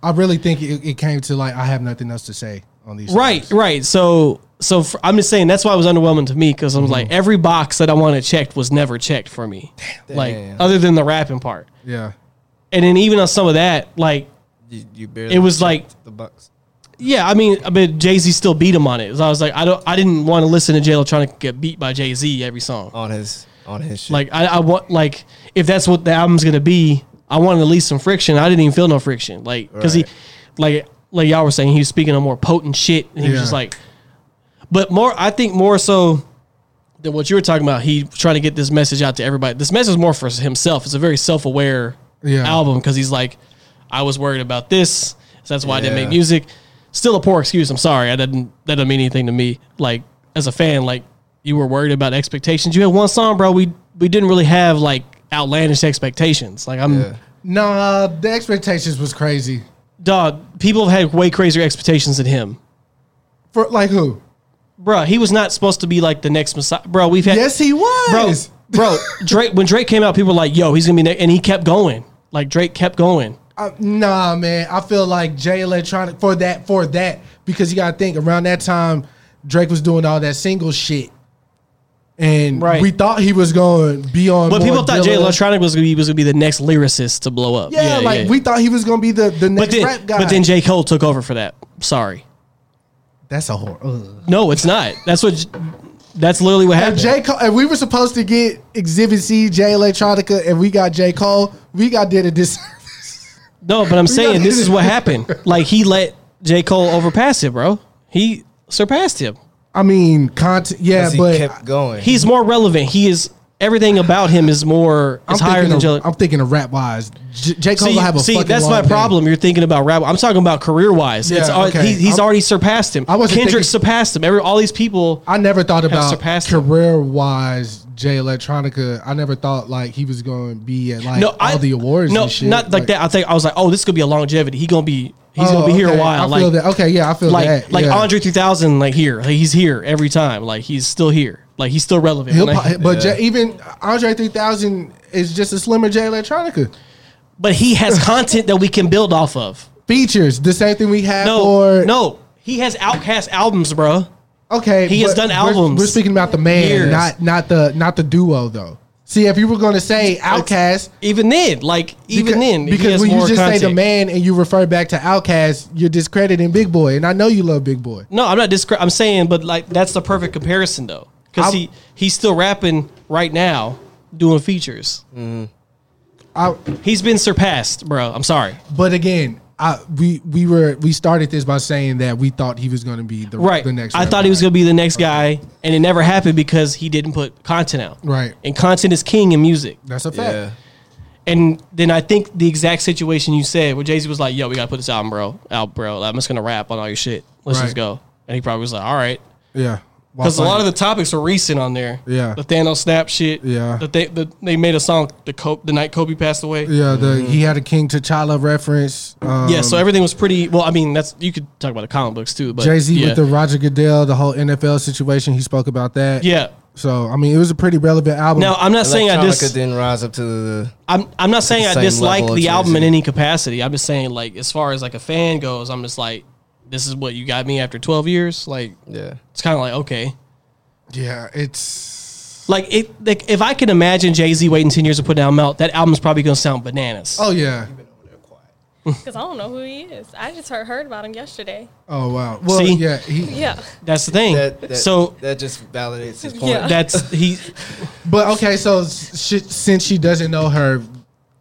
A: I really think it, it came to like I have nothing else to say on these.
B: Right, right. So so f I'm just saying that's why it was underwhelming to me because I'm like every box that I wanted checked was never checked for me, like
C: Damn.
B: other than the rapping part,
A: Yeah.
B: and then even on some of that like.
C: You, you barely
B: It was
C: checked
B: like-
C: the bucks.
B: Yeah, I mean, I mean, Jay Z still beat him on it. So I was like, I don't, I didn't want to listen to Jay Electronic get beat by Jay Z every song.
C: on his on his shit.
B: Like I, I want like if that's what the album's gonna be, I wanted at least some friction. I didn't even feel no friction, like because
C: Right.
B: he, like like y'all were saying, he was speaking a more potent shit, and he was
A: Yeah.
B: just like, but more I think more so than what you were talking about. He trying to get this message out to everybody. This message is more for himself. It's a very self aware
A: Yeah.
B: album because he's like, I was worried about this, so that's why I didn't
C: Yeah.
B: make music. Still a poor excuse. I'm sorry. I didn't. That doesn't mean anything to me. Like as a fan, like you were worried about expectations. You had one song, bro. We we didn't really have like outlandish expectations. Like I'm
C: yeah.
A: Nah, the expectations was crazy.
B: dog. People had way crazier expectations than him,
A: For like who?
B: bro. He was not supposed to be like the next Messiah, bro. We've had
A: Yes, he
B: bro,
A: was.
B: bro. Drake when Drake came out, people were like, "Yo, he's gonna be," next. and he kept going. Like Drake kept going.
A: Uh, nah, man. I feel like Jay Electronic for that for that because you gotta think around that time Drake was doing all that single shit. and
B: Right.
A: we thought he was going to be on.
B: But
A: more
B: people thought Jay
A: Dilla.
B: Electronic was gonna be was gonna be the next lyricist to blow up.
A: Yeah, like we thought he was going to be the the
B: But
A: next
B: then,
A: rap guy.
B: but then J Cole took over for that. Sorry,
A: that's a horror. ugh.
B: no, it's not. That's what. J- That's literally what
A: If
B: happened.
A: J Cole, if we were supposed to get Exhibit C, J Electronica, and we got J Cole, we got did a disservice.
B: No, but I'm saying
A: got-
B: this is what happened. Like he let J Cole overpass him, bro. He surpassed him.
A: I mean, content. Yeah,
C: 'Cause he
A: but
C: kept going.
B: He's more relevant. He is everything about him is more
A: I'm
B: is higher
A: thinking.
B: than
A: Of,
B: J.
A: I'm thinking of rap wise. J, J Cole
B: See,
A: will have a
B: see,
A: fucking
B: that's
A: long
B: my
A: day.
B: problem. You're thinking about rap. I'm talking about career wise.
A: Yeah,
B: it's al-
A: okay.
B: he, he's
A: I'm-
B: already surpassed him.
A: I wasn't
B: Kendrick
A: thinking-
B: surpassed him. Every all these people.
A: I never thought about
B: surpassed him.
A: career wise Jay Electronica. I never thought like he was going to be at like
B: no,
A: all
B: I,
A: the awards.
B: No,
A: and shit.
B: not like, that. I think I was like, oh, this could be a longevity. He gonna be he's
A: Oh,
B: gonna be here
A: okay.
B: a while.
A: I
B: like
A: feel that. Okay, yeah, I feel
B: like
A: that.
B: like
A: yeah.
B: Andre 3000, like here, like he's here every time. Like he's still here. Like he's still relevant.
A: He'll
B: Like-
A: pro- but
C: Yeah.
A: J- even Andre 3000 is just a slimmer Jay Electronica.
B: but he has content that we can build off of.
A: Features the same thing we had
B: No,
A: for
B: no, he has Outcast albums, bro.
A: Okay,
B: He has
A: but
B: done
A: we're-
B: albums.
A: We're, speaking about the man,
B: Years.
A: not not the not the duo though. See, if you were going to say Outkast,
B: Even then, like even
A: Beca-
B: then, he
A: because
B: has
A: when you
B: more
A: just
B: content.
A: say the man and you refer back to Outkast, you're discrediting Big Boy, and I know you love Big Boy.
B: No, I'm not discre- I'm saying, but like that's the perfect comparison though, because
A: I-
B: he he's still rapping right now, doing features.
A: I,
B: He's been surpassed, bro. I'm sorry.
A: but again, I we we were we started this by saying that we thought he was going to be the
B: Right.
A: The next
B: I
A: rapper,
B: thought he was
A: right?
B: going to be the next guy, and it never happened because he didn't put content out.
A: Right.
B: And content is king in music.
A: That's a fact.
C: yeah.
B: And then I think the exact situation you said, where Jay Z was like, "Yo, we got to put this album, bro, out, bro. I'm just gonna rap on all your shit. Let's
A: Right.
B: just go." And he probably was like, "All right."
A: Yeah.
B: Because a lot of the topics are recent on there.
A: Yeah.
B: The Thanos snap shit.
A: Yeah.
B: That they the, they made a song the Kobe, the Mm-hmm. night Kobe passed away.
A: yeah, the he had a King T'Challa reference. Um,
B: Yeah, so everything was pretty well. I mean, that's you could talk about the comic books too, but
A: Jay Z
B: yeah.
A: with the Roger Goodell, the whole NFL situation, he spoke about that.
B: yeah.
A: So I mean, it was a pretty relevant album.
B: Now I'm not saying I
C: Electronica
B: dis-
C: didn't rise up to the.
B: I'm I'm not saying
C: the
B: I
C: same
B: dislike
C: level of
B: the album in
C: Jay-Z.
B: any capacity. I'm just saying like as far as like a fan goes, I'm just like this is what you got me after 12 years. Like
C: Yeah.
B: it's kind of like okay.
A: yeah, it's
B: Like it like if I can imagine Jay-Z waiting 10 years to put an album out, that album's probably going to sound bananas.
A: oh yeah,
D: Because I don't know who he is. I just heard, heard about him yesterday.
A: oh wow. Well,
B: See?
A: yeah, he,
D: Yeah.
B: That's the thing.
C: That, that,
B: so
C: that just validates his point.
D: Yeah.
B: that's he
A: but okay. So sh- since she doesn't know her,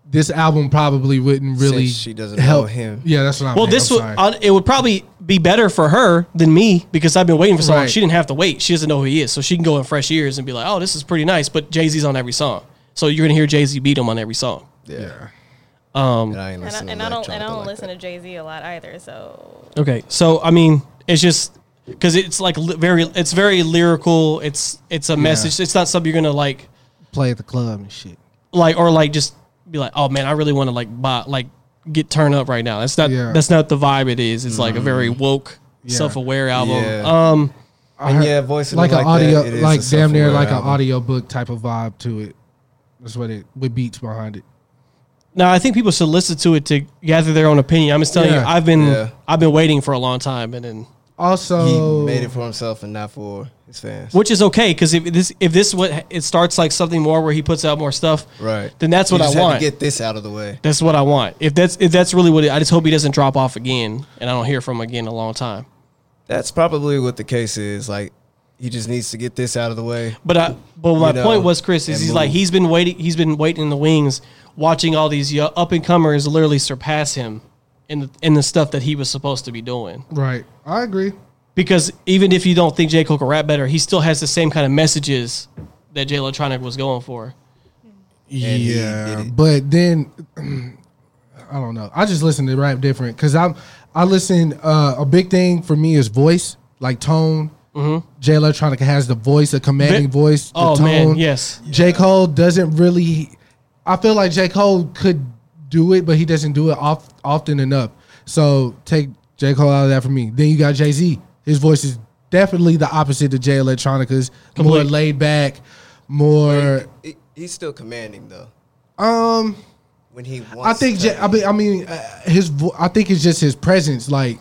A: this album probably wouldn't really
C: Since she doesn't
A: help
C: know him.
A: Yeah, that's what I'm.
B: Well,
A: saying.
B: this
A: I'm
B: would
A: sorry.
B: uh, it would probably be better for her than me because I've been waiting for so long.
A: Right.
B: She didn't have to wait. She doesn't know who he is, so she can go in fresh ears and be like, "Oh, this is pretty nice." But Jay Z's on every song, so you're gonna hear Jay Z beat him on every song.
C: Yeah.
B: Um,
C: And I ain't
D: And I,
C: listen
D: and
C: to
D: I don't and I
C: electronica
D: don't
C: like
D: listen
C: that.
D: to Jay Z a lot either. So
B: okay, so I mean, it's just because it's like li- very, it's very lyrical. It's it's a message. It's not something you're gonna like,
A: play at the club and shit.
B: like or like just be like, "Oh man, I really want to like buy like get turned up right now." That's not
A: Yeah.
B: that's not the vibe. It is. It's like a very woke,
A: Yeah.
B: self aware album.
C: Mm-hmm. Yeah.
B: Um,
C: And yeah, voice
A: Like, an audio,
C: that, it is
A: like
C: a
A: damn near
C: self-aware
A: like an
C: album.
A: audio book type of vibe to it. That's what it with beats behind it.
B: No, I think people should listen to it to gather their own opinion. I'm just telling you,
A: Yeah.
B: I've been
C: Yeah.
B: I've been waiting for a long time, and then
A: Also,
B: Oh.
C: He made it for himself and not for his fans.
B: which is okay because if this if this what it starts like something more where he puts out more stuff,
C: Right.
B: Then that's
C: You
B: what I
C: just had to
B: want.
C: get this out of the way.
B: That's what I want. If that's if that's really what it, I just hope he doesn't drop off again, and I don't hear from him again in a long time.
C: That's probably what the case is. Like, he just needs to get this out of the way.
B: But I but my
C: You know,
B: point was, Chris, is
C: and
B: he's like
C: move.
B: he's been waiting he's been waiting in the wings, watching all these up and comers literally surpass him in the in the stuff that he was supposed to be doing.
A: right? I agree.
B: because even if you don't think J. Cole can rap better, he still has the same kind of messages that Jay Electronic was going for.
C: he
A: yeah,
C: did it.
A: but then I don't know. I just listen to rap different because I'm I listen. Uh, a big thing for me is voice, like tone. Jay Electronica has the voice, a commanding
B: Ve-
A: voice. The
B: Mm-hmm. Oh,
A: tone.
B: man, yes.
A: J Cole doesn't really. I feel like J Cole could do it, but he doesn't do it off, often enough. So take J Cole out of that for me. Then you got Jay Z. His voice is definitely the opposite to Jay Electronica's. More
B: Complete.
A: laid back, more.
C: He- he's still commanding, though.
A: Um.
C: When he wants
A: I think
C: to.
A: J- I mean, I mean uh, his vo- I think it's just his presence like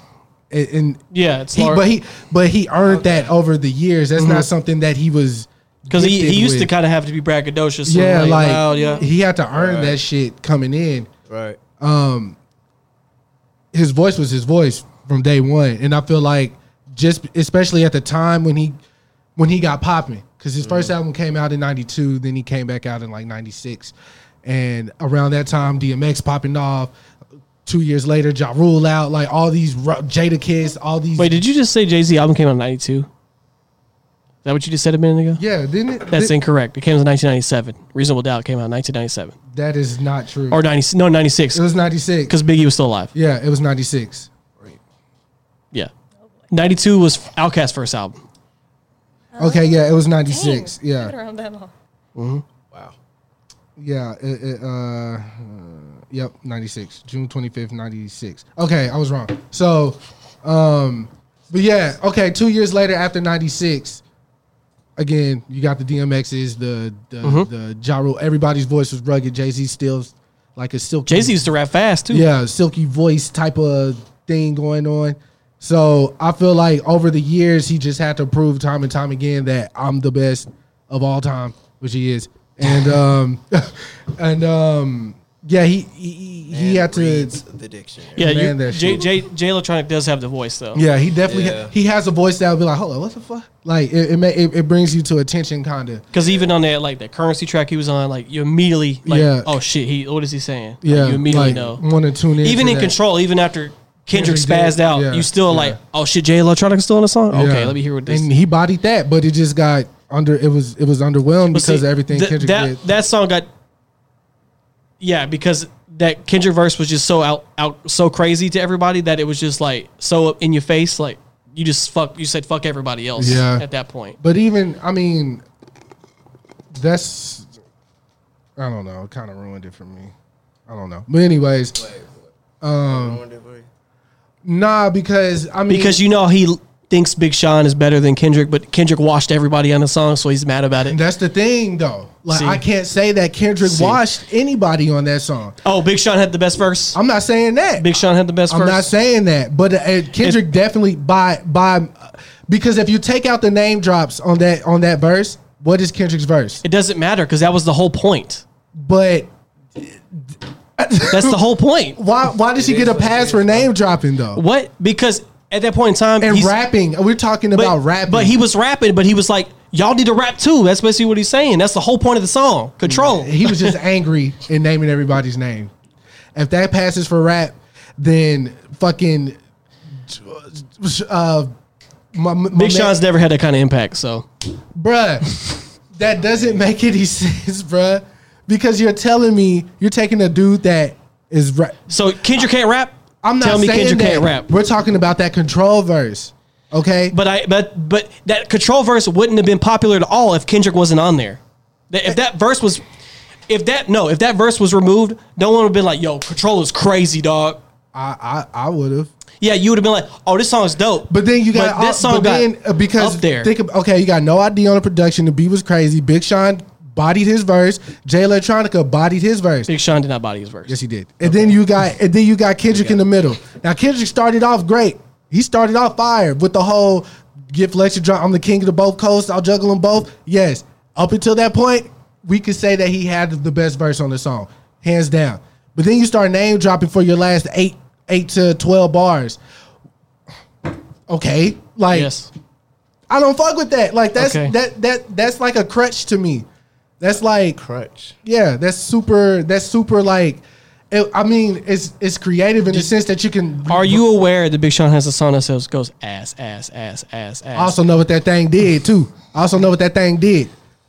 A: and- and
B: Yeah, it's
A: he,
B: large.
A: but he but he earned that over the years. That's not something that he was
B: Because Mm-hmm. he,
A: gifted
B: he used to
A: with-
B: kind of have to be braggadocious.
A: yeah,
B: and, "Oh,
A: like
B: loud, yeah.
A: he had to earn
C: Right.
A: that shit coming in.
C: Right.
A: his voice was his voice from day one, and I feel like just especially at the time when he when he got popping, because his
B: Mm.
A: first album came out in '92, then he came back out in like '96, and around that time DMX popping off. Two years later, Ja Rule out, like all these ru- Jada Kiss, all these.
B: Wait, did you just say Jay Z album came out in '92? Is that what you just said a minute ago?
A: yeah, didn't it?
B: That's
A: Th-
B: incorrect. It came out in 1997. Reasonable Doubt came out in 1997
A: that is not true.
B: or 90 no 96
A: it was '96.
B: because Biggie was still alive.
A: Yeah, it was '96.
B: Yeah, 92 was Outkast's first album.
A: Okay, yeah, it was
D: Dang,
A: '96.
D: I've been
A: Yeah,
D: around that long.
C: Wow.
A: yeah, it, it, uh, Yep, 96. June 25th, 96. Okay, I was wrong. So, um, but yeah, okay, two years later after 96, again, you got the DMXs, the the, the Ja Rule, everybody's voice was rugged. Jay Z still like a silky
B: Jay Z used to rap fast too.
A: yeah, silky voice type of thing going on. So I feel like over the years he just had to prove time and time again that I'm the best of all time, which he is. And um and um yeah, he he, he
C: Man
A: had to
C: reads the dictionary.
B: yeah. you-
A: Man, that
B: Jay,
A: shit.
B: Jay, Jay Electronic does have the voice though.
A: Yeah, he definitely
C: Yeah.
A: he has a voice that would be like, "Hold on, what the fuck?" Like it it, may, it, it brings you to attention kind of.
B: Because even on that like that currency track he was on, like you immediately like
A: Yeah.
B: oh shit, he what is he saying? Like,
A: Yeah,
B: you immediately
A: like,
B: know.
A: want to tune in.
B: even
A: to
B: in
A: that.
B: control, even after
A: Kendrick
B: Kendrick
A: did,
B: spazzed out,
A: yeah,
B: you still
A: yeah.
B: like, oh shit, Jay Electronic is still on the song. Okay,
A: Yeah.
B: let me hear what this.
A: And he bodied that, but it just got under. It was it was underwhelmed
B: But see,
A: because of everything
B: th-
A: Kendrick
B: that
A: did.
B: that song got. Yeah, because that Kendrick verse was just so out out so crazy to everybody that it was just like so up in your face, like you just fuck you said fuck everybody else.
A: Yeah.
B: at that point.
A: But even I mean, that's I don't know. It kind of ruined it for me. I don't know. But anyways,
C: Um,
A: nah, because I mean,
B: Because you know he l- thinks Big Sean is better than Kendrick, but Kendrick washed everybody on the song, so he's mad about it.
A: that's the thing though. Like
B: See.
A: I can't say that Kendrick
B: See.
A: washed anybody on that song.
B: Oh, Big Sean had the best verse.
A: I'm not saying that.
B: Big Sean had the best
A: I'm
B: verse.
A: not saying that, but uh, Kendrick definitely by by because if you take out the name drops on that on that verse, what is Kendrick's verse?
B: it doesn't matter because that was the whole point.
A: But
B: That's the whole point.
A: why why does he
C: It
A: get
C: is
A: a
C: what it
A: pass
C: is,
A: for
C: though.
A: name dropping though?
B: What? Because at that point in time,
A: And
B: he's-
A: rapping, we're talking
B: but,
A: about rapping.
B: But he was rapping, but he was like, "Y'all need to rap too." That's basically what he's saying. That's the whole point of the song. Control.
A: he was just angry and naming everybody's name. If that passes for rap, then fucking uh, my, my
B: Big
A: man-
B: Sean's never had that kind of impact. So
A: bruh. That doesn't make any sense, bruh. Because you're telling me you're taking a dude that is rap.
B: so Kendrick can't rap.
A: I'm not
B: Tell me
A: saying
B: Kendrick
A: that.
B: can't rap.
A: We're talking about that control verse, okay?
B: But I but but that control verse wouldn't have been popular at all if Kendrick wasn't on there. That- If that verse was, if that no, if that verse was removed, no one would have been like, "Yo, control is crazy, dog."
A: I I, I would have.
B: Yeah, you would have been like, "Oh, this song's dope."
A: But then you got
B: But this song
A: but
B: got
A: then, uh, because
B: up there.
A: Think of, okay, you got no idea on the production. The beat was crazy. Big Sean bodied his verse. Jay Electronica bodied his verse.
B: Big Sean did not body his verse.
A: Yes, he did. And then you got and then you got Kendrick in the middle. Now Kendrick started off great. He started off fire with the whole "Get Fletcher drop. I'm the king of the both coasts. I'll juggle them both. Yes. Up until that point, we could say that he had the best verse on the song, hands down. But then you start name dropping for your last eight eight to twelve bars. Okay, like
B: Yes.
A: I don't fuck with that. Like that's
B: Okay.
A: that that that's like a crutch to me. That's like
C: Crutch.
A: yeah, that's super. That's super. Like, it, I mean, it's it's creative in the sense that you can.
B: Are you aware that Big Sean has a song that says goes ass, ass, ass, ass,
A: I
B: ass?
A: also know what that thing did too. I also know what that thing did,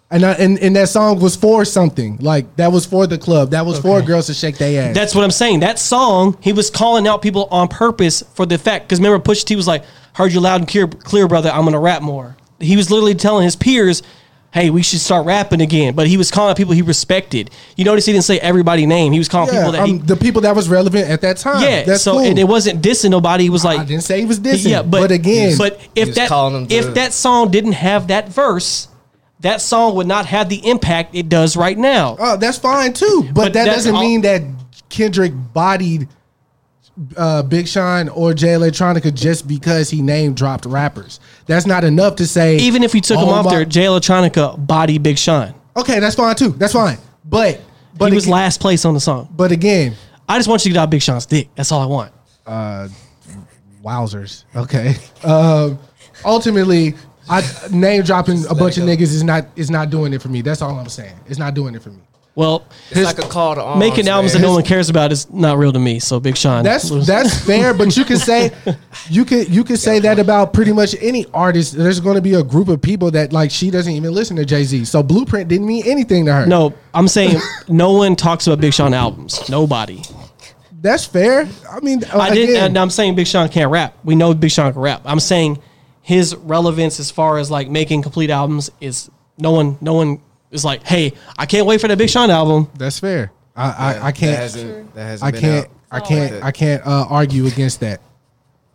A: and I, and and that song was for something. Like that was for the club. That was for girls to shake their ass.
B: That's what I'm saying. That song, he was calling out people on purpose for the fact. Because remember, Pusha T was like, "Heard you loud and clear, clear, brother. I'm gonna rap more." He was literally telling his peers, "Hey, we should start rapping again." But he was calling out people he respected. You notice he didn't say everybody name. He was calling
A: yeah,
B: people that
A: um,
B: he,
A: the people that was relevant at that time.
B: yeah.
A: that's
B: so
A: cool.
B: and it wasn't dissing nobody. He was like,
A: I didn't say he was dissing.
B: Yeah, but,
A: again,
B: but
C: He
B: if
C: was
B: that
C: calling them
B: if
C: to-
B: that song didn't have that verse, that song would not have the impact it does right now.
A: Uh, oh, that's fine too. But,
B: But
A: that
B: that's
A: doesn't
B: all-
A: mean that Kendrick bodied uh, Big Sean or Jay Electronica just because he name dropped rappers. That's not enough to say.
B: Even if you took him
A: oh
B: off
A: my-
B: there, Jay Electronica body Big Sean.
A: okay, that's fine too. That's fine. But but
B: he was
A: aga-
B: last place on the song.
A: but again,
B: I just want you to get out Big Sean's dick. That's all I want.
A: wowzers. Okay. Um, ultimately, I name dropping a bunch of niggas is not is not doing it for me. That's all I'm saying. It's not doing it for me.
B: Well,
C: It's like a call to arms.
B: making albums that
C: man.
B: no one cares about is not real to me. So Big Sean,
A: That's
B: lose.
A: that's fair, but you can say you can you can say that about pretty much any artist. There's going to be a group of people that like she doesn't even listen to Jay Z. So Blueprint didn't mean anything to her.
B: no. I'm saying no one talks about Big Sean albums. Nobody.
A: that's fair. I mean,
B: I didn't.
A: again,
B: And I'm saying Big Sean can't rap. We know Big Sean can rap. I'm saying his relevance as far as like making complete albums is no one. No one is like, hey, I can't wait for that Big Sean album.
A: that's fair. I I, I
C: That
A: can't
C: hasn't, that hasn't
A: I
C: been
A: can't
C: out.
A: I can't
C: Like that.
A: I can't uh, argue against that.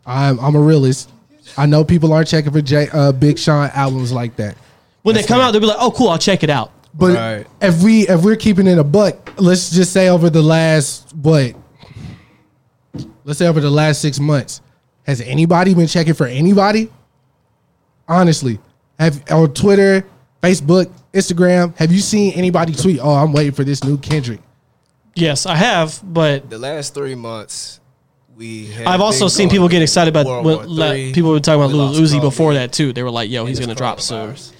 A: I'm I'm a realist. I know people aren't checking for Jay, uh, Big Sean albums like that.
B: When they come out, they'll be like, oh, cool, I'll check it out.
A: But
C: Right.
A: if we if we're keeping it a buck, let's just say over the last what? Let's say over the last six months, has anybody been checking for anybody? Honestly, have on Twitter, Facebook, Instagram, have you seen anybody tweet? Oh, I'm waiting for this new Kendrick.
B: Yes, I have, but
C: The last three months, we. Had
B: I've
C: a
B: also
C: thing
B: seen
C: going.
B: people get excited about
C: World
B: when,
C: War
B: like,
C: Three,
B: people were talking about
C: we
B: Lil
C: lost
B: Uzi
C: Kobe.
B: before that too. They were like, yo, he's
C: It's
B: gonna drop soon.
C: coronavirus.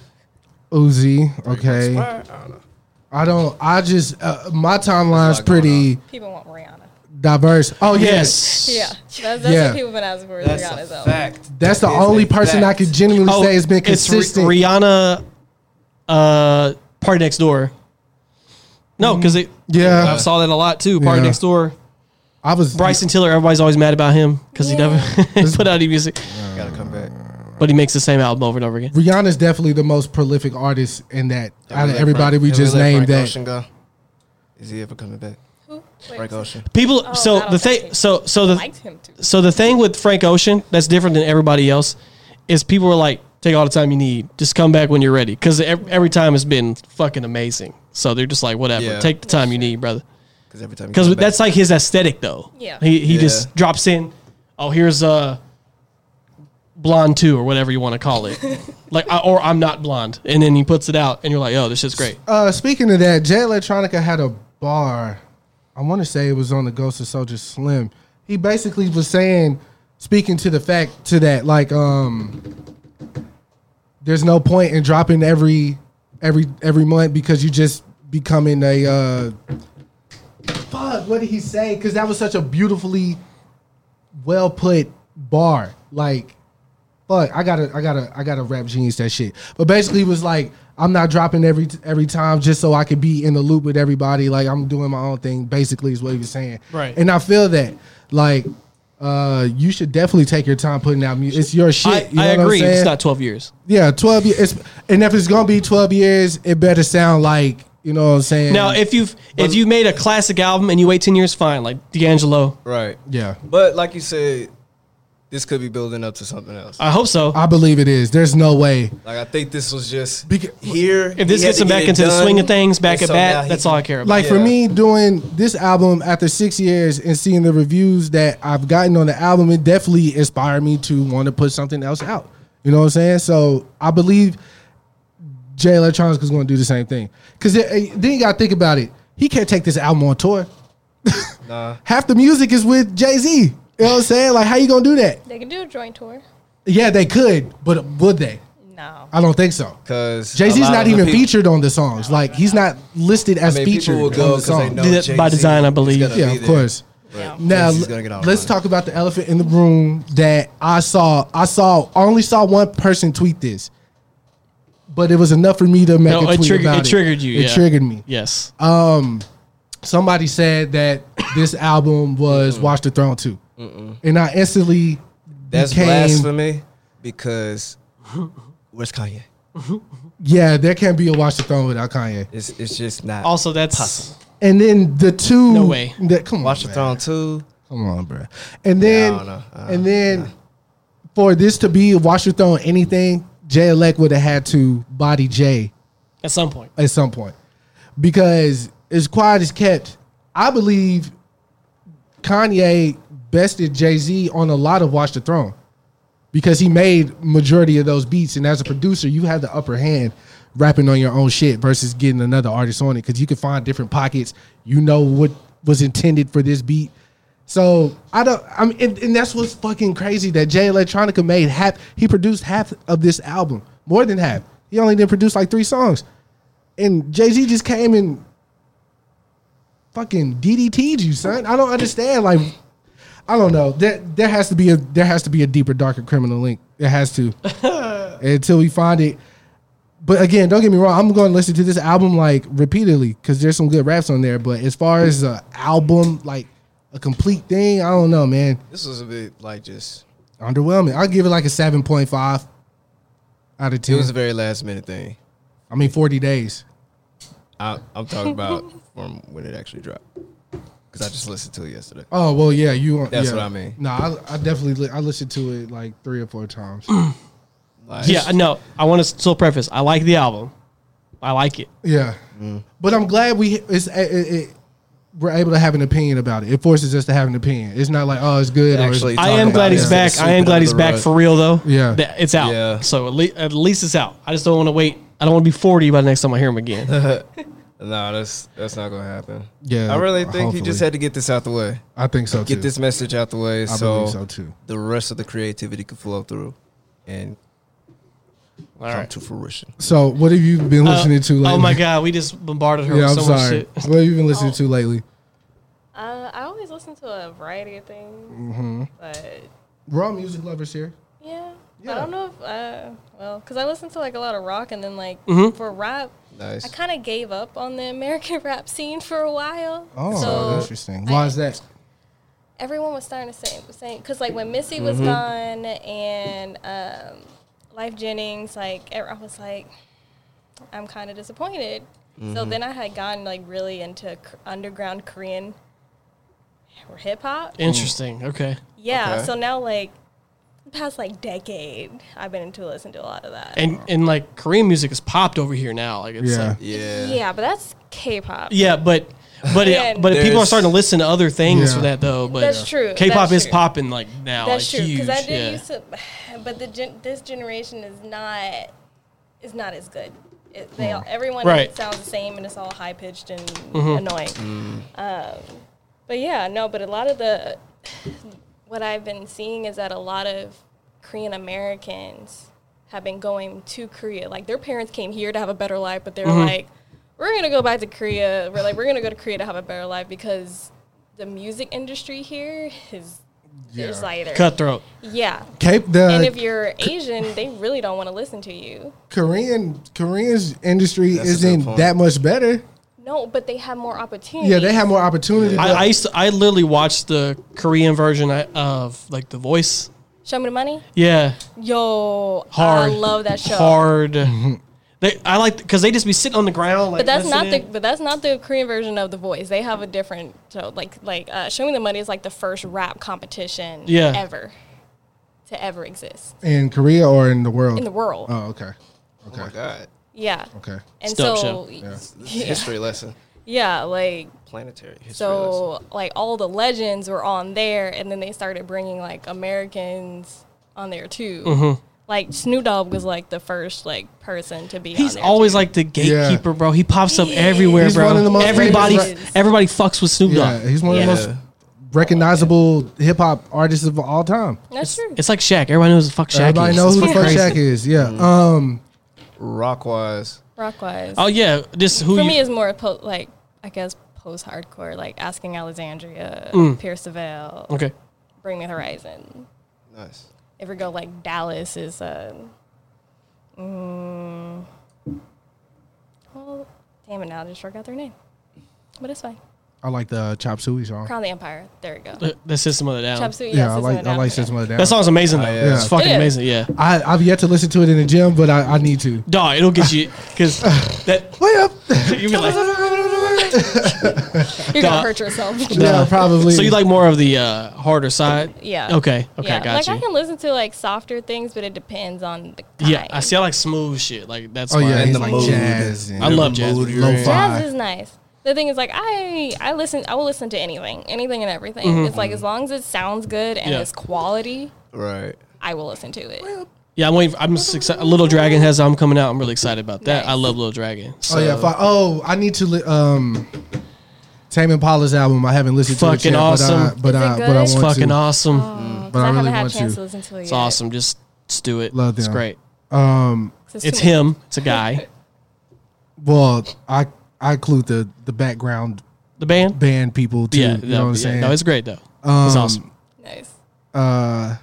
A: Uzi, okay.
C: I don't know.
A: I don't. I just uh, my timeline's
C: lot going
A: pretty
D: People want Rihanna.
A: diverse. Oh yes,
B: Yes.
D: Yeah, that's, that's
A: Yeah.
D: what people been asking for. is
C: That's
D: Rihanna's
C: a
D: album.
C: fact.
A: that's the
C: That is
A: only
C: a
A: person I
C: fact.
A: could genuinely say has been
B: Oh, it's Ri-
A: consistent.
B: Rihanna, uh, Party Next Door. No, because it.
A: Yeah.
B: I saw that a lot too. Party
A: Yeah.
B: Next Door.
A: I was
B: Bryson Tiller. Everybody's always mad about him because
D: Yeah.
B: he never put out any music,
C: Gotta come back.
B: but he makes the same album over and over again.
A: Rihanna's definitely the most prolific artist in that out of
C: Let
A: everybody
C: Frank-
A: we
C: let
A: just
C: let
A: named
C: Frank
A: that.
C: Ocean go. Is he ever coming back?
D: Who? Wait,
C: Frank Ocean.
B: People.
D: Oh, I
B: so
D: don't
B: the
D: think
B: thing.
D: he-
B: So so the
D: liked him too.
B: so the thing with Frank Ocean that's different than everybody else is people are like, take all the time you need, just come back when you're ready, because every, every time has been fucking amazing. So they're just like, whatever,
C: Yeah.
B: take the time you need, brother.
C: Because every time. he
B: because
C: come back-
B: that's like his aesthetic though.
D: Yeah.
B: He he
C: Yeah.
B: just drops in. Oh, here's uh, blonde two or whatever you want to call it, like I, or I'm not blonde, and then he puts it out, and you're like, oh, this shit's great.
A: Uh, speaking of that, Jay Electronica had a bar. I want to say it was on the Ghost of Soldier Slim. He basically was saying, speaking to the fact to that, like, um, there's no point in dropping every every every month because you just becoming a uh, fuck. What did he say? Because that was such a beautifully well put bar. Like, fuck, I gotta, I gotta, I gotta rap genius that shit. But basically, it was like I'm not dropping every every time just so I could be in the loop with everybody. Like I'm doing my own thing. Basically, is what he was saying.
B: Right.
A: And I feel that, like, uh, you should definitely take your time putting out music. It's your shit.
B: I,
A: you know
B: I
A: what I'm
B: agree. It's
A: saying?
B: not 12 years.
A: Yeah, twelve years. It's, and if it's gonna be twelve years, it better sound like you know what I'm saying.
B: Now, if you've if you made a classic album and you wait 10 years, fine. Like D'Angelo,
C: right.
A: yeah,
C: But like you said, this could be building up to something else.
B: I hope so.
A: I believe it is. There's no way.
C: Like I think this was just
A: Beca-
C: here.
B: if this
C: he had
B: gets
C: to
B: him
C: get
B: back
C: it
B: into the
C: done,
B: swing of things, back
C: and
B: at
C: so now
B: bat,
C: he
B: that's
C: can-
B: all I care about.
A: Like for
C: Yeah.
A: me, doing this album after six years and seeing the reviews that I've gotten on the album, it definitely inspired me to want to put something else out. You know what I'm saying? So I believe Jay Electronica is going to do the same thing. Because then you got to think about it. He can't take this album on tour.
C: Nah.
A: Half the music is with Jay Z. You know what I'm saying? Like, how you going to do that?
D: They can do a joint tour.
A: Yeah, they could, but would they?
D: No.
A: I don't think so.
C: Cause
A: Jay Z's
C: a lot
A: not
C: of the
A: even
C: people-
A: featured on the songs. Like, he's not listed
C: I
A: as
C: mean,
A: featured
C: people will
A: on
C: go
A: the
C: because they
A: song.
C: know
B: Do that by
C: Jay-Z
B: design, I
C: is
B: believe.
C: gonna
A: Yeah,
C: be
A: of
C: there.
A: course.
D: Yeah.
A: Now
C: Jay-Z's gonna get all the
A: let's
C: money.
A: talk about the elephant in the room that I saw. I saw only saw one person tweet this, but it was enough for me to make
B: No,
A: a
B: it
A: tweet
B: triggered-
A: about
B: it triggered you,
A: It
B: yeah.
A: triggered me.
B: yes.
A: Somebody said that this album was Watch the Throne too, and I instantly
C: That's
A: became
C: blasphemy because where's Kanye?
A: yeah. There can't be a Watch the Throne without Kanye.
C: It's it's just not.
B: also, that's
A: And then the two
B: No way.
A: That, come on,
C: Watch the
A: man.
C: Throne too.
A: Come on, bro. And then,
C: I don't know. Uh,
A: and then, for this to be Watch Your Throne anything, Jay Elect would have had to body Jay
B: at some point.
A: at some point because as quiet as kept, I believe Kanye bested Jay Z on a lot of Watch the Throne because he made majority of those beats. And as a producer, you have the upper hand rapping on your own shit versus getting another artist on it because you can find different pockets. You know what was intended for this beat. So I don't. I mean, and, and that's what's fucking crazy that Jay Electronica made half. He produced half of this album, more than half. He only did produce like three songs, and Jay Z just came and fucking DDT'd you, son. I don't understand. Like, I don't know. There, there has to be a there has to be a deeper, darker criminal link. It has to until we find it. But again, don't get me wrong. I'm going to listen to this album like repeatedly because there's some good raps on there. But as far as a album, like a complete thing, I don't know, man.
C: This was a bit like just
A: Underwhelming. I'll give it like a seven point five out of
C: it
A: ten.
C: was a very last minute thing.
A: I mean, forty days.
C: I, I'm talking about from when it actually dropped because I just listened to it yesterday.
A: Oh well, yeah, you.
C: That's
A: yeah.
C: what I mean.
A: No, I, I definitely li- I listened to it like three or four times.
C: Like,
B: Yeah, no, I want to still preface. I like the album. I like it.
A: Yeah, but I'm glad we it's, it, it, it- we're able to have an opinion about it. It forces us to have an opinion. It's not like oh, it's good.
C: Actually,
A: or
B: I
C: talk
B: am
C: about
B: glad
C: it.
B: he's
C: Yeah.
B: back. I am
C: Sweeping
B: glad
C: under
B: he's
C: the
B: back
C: rug.
B: for real though.
A: Yeah.
B: That- it's out.
C: Yeah.
B: So at least, at least it's out. I just don't want to wait. I don't want to be 40 by the next time I hear him again.
C: No, that's that's not gonna happen.
A: Yeah,
C: I really think he
A: hopefully.
C: just had to get this out the way,
A: I, I think so too.
C: get this message out the way,
A: I
C: so,
A: believe so too.
C: the rest of the creativity could flow through and
B: All
C: come
B: right.
C: to fruition.
A: So, what have you been listening to lately?
B: Oh my God, we just bombarded her
A: Yeah, I'm
B: with so much
A: sorry.
B: shit.
A: What have you been listening
D: Oh.
A: to lately?
D: Uh, I always listen to a variety of things, Mm-hmm. but
A: We're all music lovers here.
D: yeah,
A: Yeah.
D: I don't know if uh, well, because I listen to like a lot of rock, and then like for rap,
C: Nice.
D: I kind of gave up on the American rap scene for a while.
A: Oh,
D: so
A: interesting. Why
D: I-
A: is that?
D: everyone was starting to say saying because like when Missy was gone and um, Life Jennings, like e- I was like, I'm kind of disappointed. So then I had gotten like really into k- underground Korean or hip hop.
B: Interesting. Okay.
D: Yeah.
C: Okay.
D: So now like the past like decade, I've been into listen to a lot of that.
B: And and like Korean music has popped over here now. Like it's
A: Yeah.
B: like
C: yeah.
D: yeah, but that's K-pop.
B: Yeah, but but it,
D: And-
B: but people are
C: There's-
B: starting to listen to other things
A: Yeah.
B: for that though. But uh,
D: That's true.
B: K-pop
D: That's
B: is
D: true.
B: popping like now.
D: That's
B: like,
D: true
B: Huge.
D: because I did
B: yeah.
D: used to, but the gen, this generation is not is not as good. It, they all, everyone
B: Mm. Right. Mm-hmm.
D: sounds the same and it's all high pitched and annoying.
B: Mm.
D: Um, but yeah, no. But a lot of the what I've been seeing is that a lot of Korean Americans have been going to Korea. Like their parents came here to have a better life, but they're
B: Mm-hmm.
D: like, we're gonna go back to Korea. We're like, we're gonna go to Korea to have a better life because the music industry here is. There's
A: Yeah.
D: like
B: Cutthroat.
D: yeah.
A: Cape
D: And if
A: the
D: you're Asian, they really don't want to listen to you.
A: Korean Korean's industry
C: That's a good
A: isn't
C: point.
A: that much better.
D: No, but they have more opportunities.
A: Yeah, they have more opportunity.
B: I,
A: but-
B: I used to, I literally watched the Korean version I- of like The Voice.
D: Show me the money.
B: Yeah,
D: Yo,
B: hard.
D: I love that show.
B: Hard. They, I like because they just be sitting on the ground. Like,
D: But that's not the
B: listening.
D: but that's not the Korean version of The Voice. They have a different so like like uh, Show Me the Money is like the first rap competition
B: Yeah.
D: ever to ever exist
A: in Korea or in the world?
D: in the world.
A: Oh, okay, okay,
C: Oh my God.
D: Yeah.
A: okay.
D: And
B: Dope
D: so
B: show.
D: yeah.
C: This is History lesson.
D: like
C: Planetary history lesson.
D: so like all the legends were on there and then they started bringing like Americans on there too.
B: Mm-hmm.
D: Like Snoop Dogg was like the first like person to be
B: He's
D: on there.
B: always like the gatekeeper, bro. He pops up everywhere,
A: He's
B: bro.
A: one of the most
B: everybody,
A: famous-
B: everybody fucks with Snoop Dogg.
A: Yeah, he's one
D: Yeah.
A: of the most recognizable hip hop artists of all time.
D: That's true.
B: It's like Shaq. Everybody knows who the fuck Shaq
A: Everybody
B: is. Mm.
A: knows who the
B: It's
A: fuck
B: crazy.
A: Shaq is. Yeah. Um.
C: rock wise.
D: Rockwise.
B: Oh yeah, just who
D: For
B: you,
D: me, it's more po- like I guess post hardcore, like Asking Alexandria, Pierce the Veil,
B: Mm. Okay.
D: Bring Me the Horizon.
C: Nice.
D: If we go like Dallas is uh, mm, well, damn it now, I just forgot their name, but it's fine.
A: I like the Chop Suey song.
D: Crown of the Empire. There we go.
B: The, the system of the down.
D: Chop Suey, yes,
A: Yeah, I
D: System
A: like
D: of a
A: I
D: Down,
A: like
D: forget.
A: System of a Down.
B: That song's amazing though.
C: Oh, yeah.
B: It's fucking
D: It is.
B: amazing. Yeah.
A: I, I've yet to listen to it in the gym, but I, I need to.
B: Dog, it'll get you because that
A: Wait up.
B: you be like.
D: You're gonna
B: Duh.
D: hurt yourself.
A: yeah, probably.
B: So you like more of the uh, harder side?
D: Yeah.
B: Okay. Okay.
D: Yeah.
B: Got
D: like
B: you.
D: I can listen to like softer things, but it depends on the kind.
B: yeah. I see. I like smooth shit. Like that's.
A: Oh
B: why
A: yeah,
C: And
A: he's
C: the
A: like
C: mood.
A: jazz. And
B: I love jazz.
A: lo-fi.
D: Jazz is nice. the thing is like I I listen I will listen to anything, anything and everything. It's like as long as it sounds good and
B: Mm-hmm. Yeah.
D: it's quality,
C: Right.
D: I will listen to it.
B: Yeah, I'm waiting. For, I'm just excited. Little Dragon has I'm coming out. I'm really excited about that. I
D: Nice.
B: love Little Dragon.
A: Oh yeah. Fi- oh, I need to. Li- um, Tame Impala's album. I haven't listened to
B: Fucking
A: it yet,
B: awesome.
A: but I, but
D: Is it
A: I, but
D: good?
A: I want
B: it's
A: to.
B: fucking awesome.
D: Because
A: But I
D: Mm-hmm. I,
A: really
D: haven't had a
A: want
D: chance
A: to.
D: to listen to it
B: It's
D: yet.
B: awesome. Just, just do it.
A: Love
B: it's
A: them.
B: great.
D: 'Cause
B: It's
D: too many-
B: him. It's a guy.
A: Well, I I include the the background
B: The band.
A: band people too.
B: yeah,
A: you know
B: no,
A: what I'm
B: yeah.
A: saying?
B: No, it's great though. it's
A: Um,
B: awesome.
D: Nice.
A: uh,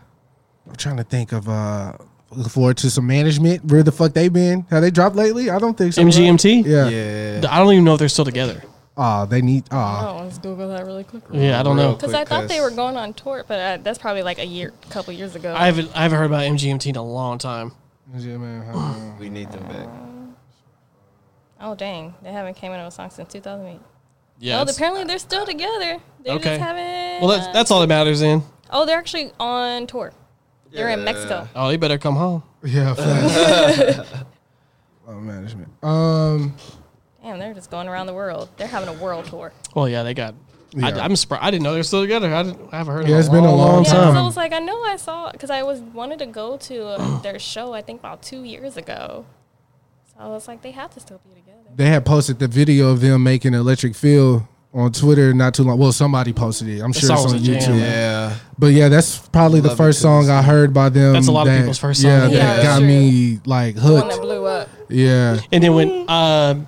A: I'm trying to think of uh, looking forward to some management. Where the fuck they been? Have they dropped lately? I don't think so. right?
B: MGMT.
A: Yeah.
C: Yeah.
B: I don't even know if they're still together.
A: Oh, they need. Oh,
D: Oh, let's Google that really quick.
B: Yeah, I don't know.
D: Because I thought they were going on tour, but uh, that's probably like a year, couple years ago.
B: I haven't, I haven't heard about MGMT in a long time.
A: yeah, man. huh?
C: We need them back.
D: oh dang, they haven't came out with a song since 2008.
B: Yeah.
D: oh,
B: it's-
D: apparently they're still together. They
B: Okay.
D: just haven't.
B: well, that's,
D: uh,
B: that's all that matters. Then.
D: Oh, they're actually on tour. They're in Mexico.
B: Oh, you better come home.
A: yeah. facts. oh, management. Um,
D: Damn, they're just going around the world. They're having a world tour.
B: Well, yeah, they got.
A: Yeah.
B: I, I'm surprised. I didn't know they're still together. I, didn't, I haven't heard.
A: Yeah,
B: in
A: it's been a
B: Oh,
A: long
D: Yeah, 'cause I
A: time.
D: was like, I know I saw because I was wanted to go to uh, their show. I think about two years ago. So I was like, they have to still be together.
A: they had posted the video of them making Electric Feel on Twitter not too long. Well, somebody posted it. I'm sure
B: song
A: it's
B: was
A: on
B: a jam.
A: YouTube.
C: Yeah.
A: But yeah, that's probably the
C: Love
A: first
C: it, 'cause
A: song I heard by them.
B: That's a lot of
A: that-
B: people's first
A: Yeah,
B: song.
A: that
D: Yeah,
A: got
D: true.
A: me like
D: The one that
A: hooked.
D: blew up.
A: Yeah,
B: And then when um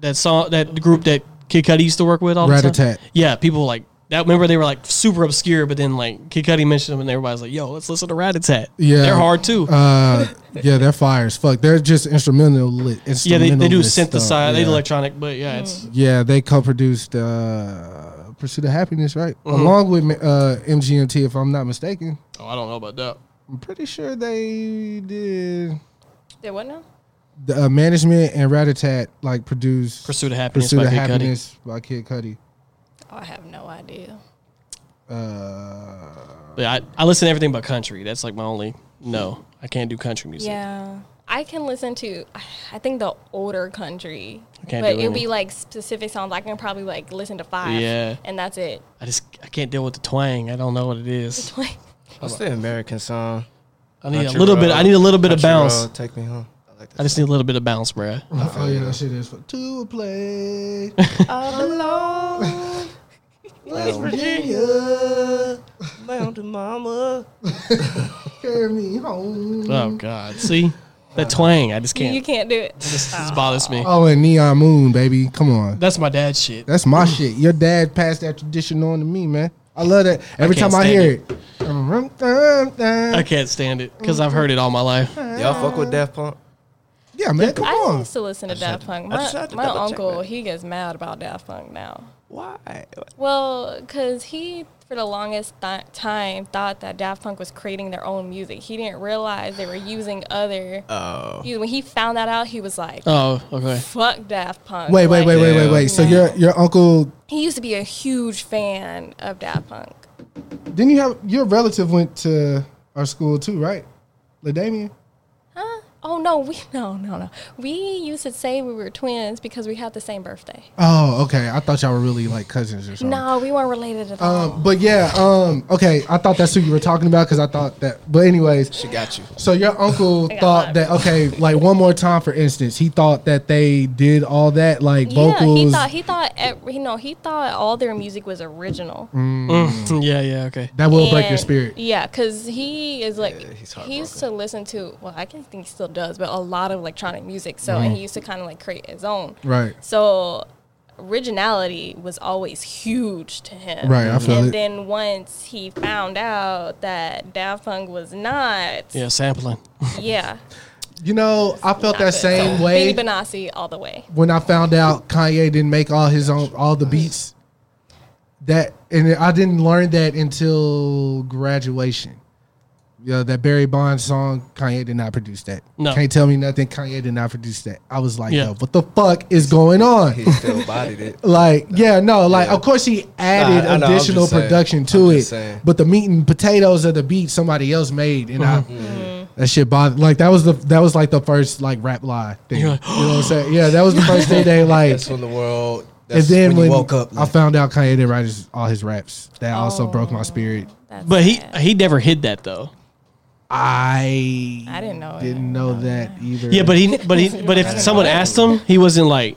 B: that song, that group that Kid Cudi used to work with all the
A: Rat
B: time.
A: a tat.
B: Yeah, people were like that. Remember, they were like super obscure, but then like Kid Cudi mentioned them, and everybody's like, "Yo, let's listen to Rat a tat
A: Yeah.
B: they're hard too.
A: Uh, yeah, they're fire as fuck. They're just instrumental. instrumental
B: yeah, they, they do synthesize,
A: synthesize.
B: they do electronic, but yeah, it's
A: Yeah, they co-produced uh, "Pursuit of Happiness," right,
B: Mm-hmm.
A: along with uh, MGMT, if I'm not mistaken.
B: oh, I don't know about that.
A: I'm pretty sure they did.
D: Did what now?
A: The uh, management and Ratatat like produced
B: Pursuit of Happiness
A: "Pursuit
B: by
A: of
B: Kid Cudi.
A: Happiness" by Kid Cudi.
D: Oh, I have no idea.
A: Uh,
B: But I, I listen to everything but country. That's like my only no. I can't do country music.
D: Yeah. I can listen to, I think the older country,
B: I can't
D: but
B: do
D: it'll
B: any.
D: be like specific songs. I can probably like listen to five,
B: Yeah.
D: and that's it.
B: I just I can't deal with the twang. I don't know what it is.
D: Like,
C: What's the American song?
B: I need
C: Country
B: a little bit. I
C: road,
B: need a little bit of
C: country
B: bounce.
C: road, take me home. I like that.
B: I just need a little bit of bounce, bruh.
D: Mm-hmm.
A: oh yeah, that shit is for to a play.
C: alone.
A: Oh,
C: West Virginia, mountain mama.
A: Carry me home.
B: Oh God, see that twang. I just can't.
D: you can't do it.
B: This, this bothers me.
A: Oh, and Neon Moon, baby. Come on.
B: That's my dad's shit.
A: That's my shit. Your dad passed that tradition on to me, man. I love that. Every
B: can't
A: time I
B: stand
A: hear it. Dum, rum, dum, dum.
B: I can't stand it because I've heard it all my life.
A: Mm-hmm.
C: Y'all fuck with Daft Punk?
A: Yeah, man, come
D: I
A: on.
D: used to listen to Daft Punk.
C: I just
D: My,
C: had to
D: my
C: double check
D: uncle,
C: that.
D: he gets mad about Daft Punk now.
C: Why?
D: Well, because he, for the longest th- time, thought that Daft Punk was creating their own music. He didn't realize they were using other.
C: Oh.
D: he- when he found that out, he was like,
B: Oh, okay.
D: fuck Daft Punk.
A: Uh. Wait, wait, wait,
D: Like,
A: wait, wait, wait. So your your uncle
D: He used to be a huge fan of Daft Punk.
A: didn't you have your relative went to our school too, right? LaDamian?
D: Huh? Oh, no, we, no, no, no. We used to say we were twins because we had the same birthday.
A: Oh, okay. I thought y'all were really like cousins or something.
D: No, we weren't related at all.
A: Oh. Um, but yeah, um, okay. I thought that's who you were talking about because I thought that. But anyways,
C: She got you.
A: So your uncle
D: got
A: thought
D: live.
A: that okay, like one more time for instance, he thought that they did all that like vocals.
D: Yeah, he thought he thought ev- you know he thought all their music was original.
B: Mm, yeah, yeah, okay.
A: that will break your
D: And-
A: spirit.
D: Yeah, because he is like
C: Yeah, he's
D: he used to listen to well, I can think he still does, but a lot of electronic music. So and he used to kind of like create his
A: Mm.
D: own.
A: Right.
D: So originality was always huge to him.
A: Right, I feel
D: and
A: it.
D: then once he found out that Daft Punk was not,
B: Yeah, sampling.
D: yeah,
A: You know, I felt
D: not
A: that
D: good.
A: same
D: So,
A: way
D: Benny Benassi all the way.
A: when I found out Kanye didn't make all his own all the beats. That and I didn't learn that until graduation. Yeah, that Barry Bonds song, Kanye did not produce that.
B: No.
A: Can't tell me nothing. Kanye did not produce that. I was like,
B: Yeah.
A: yo, what the fuck is going on?
C: He still bodied it.
A: Like, yeah, no, like, of course he added
C: Nah, I know, I'm just
A: additional
C: saying.
A: production
C: I'm
A: to
C: just
A: it,
C: saying.
A: but the meat and potatoes of the beat somebody else made, and
C: Mm-hmm.
A: I that shit bothered. Like, that was the that was like the first like rap lie thing.
B: You're like,
A: you know what I'm saying? Yeah, that was the first thing they like.
C: That's when the world That's
A: and then
C: when
A: when,
C: you woke up,
A: I
C: like-
A: found out Kanye didn't write his, all his raps. That also
D: Oh.
A: broke my spirit.
D: That's
B: But he
D: sad.
B: he never hid that though.
A: I
D: I didn't know it.
A: Didn't know that either.
B: Yeah, but he but he but if someone asked him, he wasn't like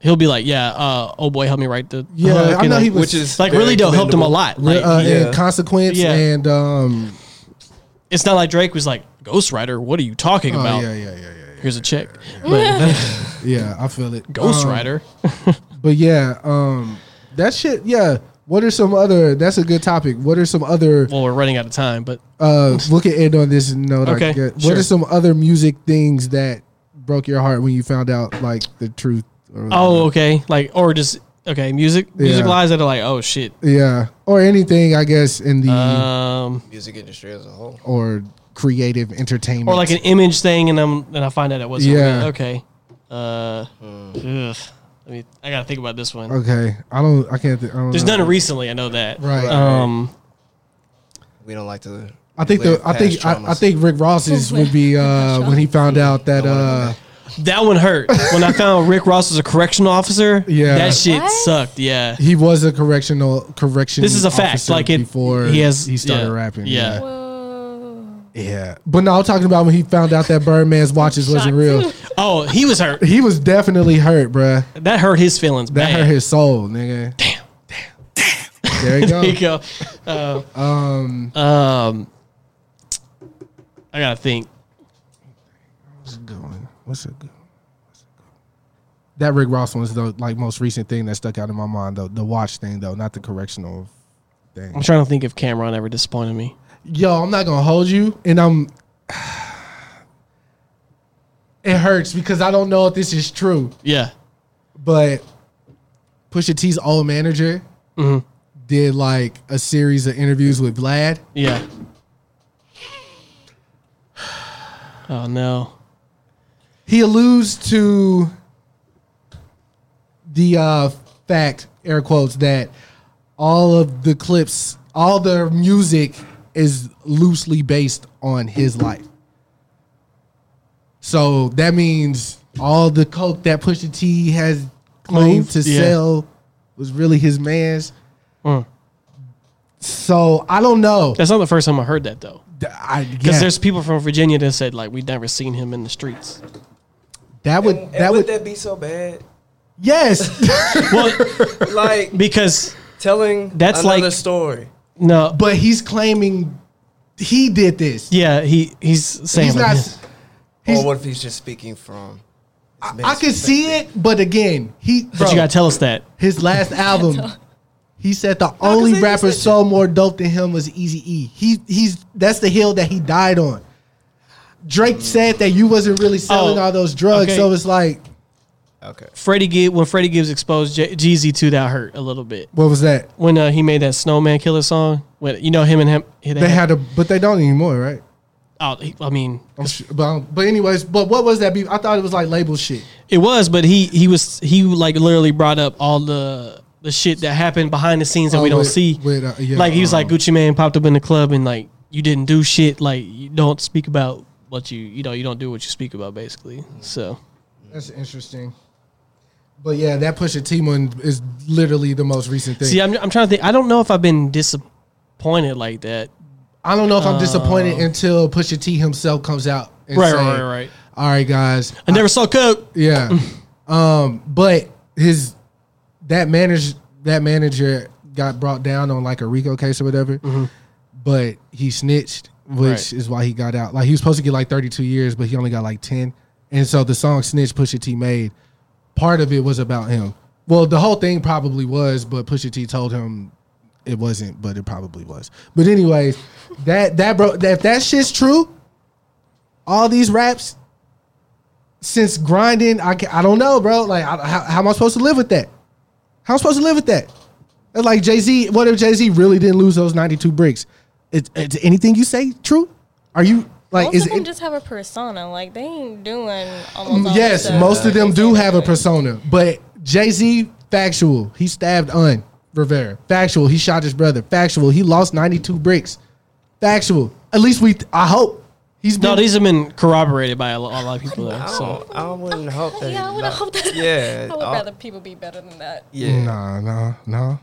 B: he'll be like, yeah, uh, oh boy, help me write the
A: Yeah,
B: hook,"
A: I
B: and,
A: know
B: like,
A: he was-
C: which is
B: like really
C: very
B: though helped him a
C: commendable.
B: lot.
A: Re-
B: Like
A: uh,
C: yeah.
A: and consequence
B: Yeah.
A: and um.
B: it's not like Drake was like ghostwriter. What are you talking
A: Oh
B: about?
A: yeah, yeah, yeah, yeah, yeah.
B: Here's a check. But
A: Yeah, I feel it. Um,
B: ghostwriter.
A: But yeah, um, that shit. Yeah. What are some other? That's a good topic. What are some other?
B: well, we're running out of time, but
A: Uh, look at end on this note. I
B: Okay,
A: guess. uh, What
B: sure.
A: are some other music things that broke your heart when you found out like the truth? Or
B: oh okay, like or just okay, music music
A: Yeah.
B: lies that are like oh shit.
A: yeah, or anything I guess in the
B: Um,
C: music industry as a whole.
A: or creative entertainment
B: or like an image thing, and I'm and I find out it wasn't.
A: Yeah.
B: real. Okay. Uh, ugh. I mean, I gotta think about this one.
A: Okay, I don't. I can't. Th- I don't
B: There's
A: know.
B: none recently. I know that.
A: Right.
B: Um.
C: We don't like to.
A: I think the.
C: relive
A: I think.
C: past
A: I, I
C: traumas.
A: think Rick Ross's would be uh, when he found out that. Uh,
B: That one hurt when I found Rick Ross was a correctional officer.
A: Yeah.
B: that shit
D: What?
B: sucked. Yeah,
A: he was a correctional correction.
B: this is a fact.
A: officer
B: Like it,
A: before
B: he has
A: he started
B: yeah,
A: rapping.
B: Yeah,
D: Whoa.
A: yeah, Yeah. But no, I'm talking about when he found out that Birdman's watches wasn't real.
B: Oh, he was hurt.
A: He was definitely hurt, bruh.
B: That hurt his feelings.
A: That
B: bad.
A: hurt his soul, nigga. Damn, damn, damn. There you go.
B: There you go. um. Um. I gotta think.
A: What's a good one? What's a good? one? What's a good one? That Rick Ross one's the like most recent thing that stuck out in my mind though. The watch thing though, not the correctional thing.
B: I'm trying to think if Cameron ever disappointed me.
A: yo, I'm not gonna hold you, and I'm. It hurts because I don't know if this is true,
B: Yeah.
A: but Pusha T's old manager did like a series of interviews with Vlad.
B: Yeah. Oh no.
A: He alludes to the uh, fact, air quotes, that all of the clips, all their music is loosely based on his life. So that means all the coke that Pusha T has claimed to
B: Yeah.
A: sell was really his man's.
B: Mm.
A: So I don't know.
B: That's not the first time I heard that though.
A: I,
B: Because
A: yeah,
B: there's people from Virginia that said like we've never seen him in the streets.
A: that would
C: And
A: that would
C: that be so bad?
A: yes,
B: Well,
C: Like
B: because
C: telling
B: That's
C: another
B: like-
C: story.
B: no, but
A: but he's claiming he did this.
B: yeah, he he's saying
A: he's
B: like,
A: not.
B: yeah.
A: He's-
C: or what if he's just speaking from?
A: I
C: his man's
A: can see it, but again, he
B: but
A: bro,
B: you gotta tell us that.
A: his last album. He said the only rapper sold more dope than him was Easy E. He he's that's the hill that he died on. Drake said that you wasn't really selling
B: Oh,
A: all those drugs,
B: okay.
A: so it's like
C: Okay.
B: Freddie Gibb when Freddie Gibbs exposed J- Jeezy to that hurt a little bit
A: what was that?
B: when uh, he made that Snowman Killer song. When you know him and him, they,
A: They had a, but they don't anymore, right?
B: Oh, he- I mean,
A: I'm sure, but, um, but anyways, but what was that? beef? I thought it was like label shit.
B: It was, but he he was he like literally brought up all the the shit that happened behind the scenes that
A: Oh,
B: we don't
A: with-
B: see.
A: with, uh, yeah,
B: like he was like
A: uh-huh.
B: Gucci Man popped up in the club and like you didn't do shit. Like you don't speak about what you you know you don't do what you speak about basically. So
A: That's interesting. But yeah, that Pusha T one is literally the most recent thing.
B: see, I'm I'm trying to think. I don't know if I've been disappointed like that.
A: I don't know if I'm disappointed until Pusha T himself comes out. And
B: Uh. Right,
A: say,
B: right, right, right.
A: All right, guys.
B: I never saw Coke.
A: Yeah. um, but his that manage that manager got brought down on like a Rico case or whatever. But he snitched, which
B: Mm-hmm. Right.
A: is why he got out. Like he was supposed to get like 32 years, but he only got like 10. And so the song Snitch Pusha T made, part of it was about him. Well, the whole thing probably was, but Pusha T told him it wasn't, but it probably was. But anyways, that that bro, that, if that shit's true, all these raps since grinding, I ca- I don't know, bro. Like, I, how, how am I supposed to live with that? How am I supposed to live with that? It's like Jay Z. What if Jay Z really didn't lose those ninety two bricks? Is, is anything you say true? Are you like?
D: Most
A: is
D: of them
A: it,
D: just have a persona. Like they ain't doing almost all
A: Mm, yes,
D: the stuff
A: most of
D: they
A: them
D: say
A: do
D: they're
A: have a
D: doing.
A: persona, but Jay Z factual. He stabbed Un Rivera. Factual. He shot his brother. Factual. He lost ninety two bricks. Factual. At least we. I hope he He's
B: No,
A: been-
B: these have been corroborated by a lo- a lot of people. Though,
C: I,
B: so
C: don't, I wouldn't hope that.
D: Yeah, I
C: he
D: would
C: lied.
D: hope that.
C: Yeah, uh,
D: I would
C: I'll-
D: rather people be better than that.
C: Yeah.
A: Nah, nah, nah.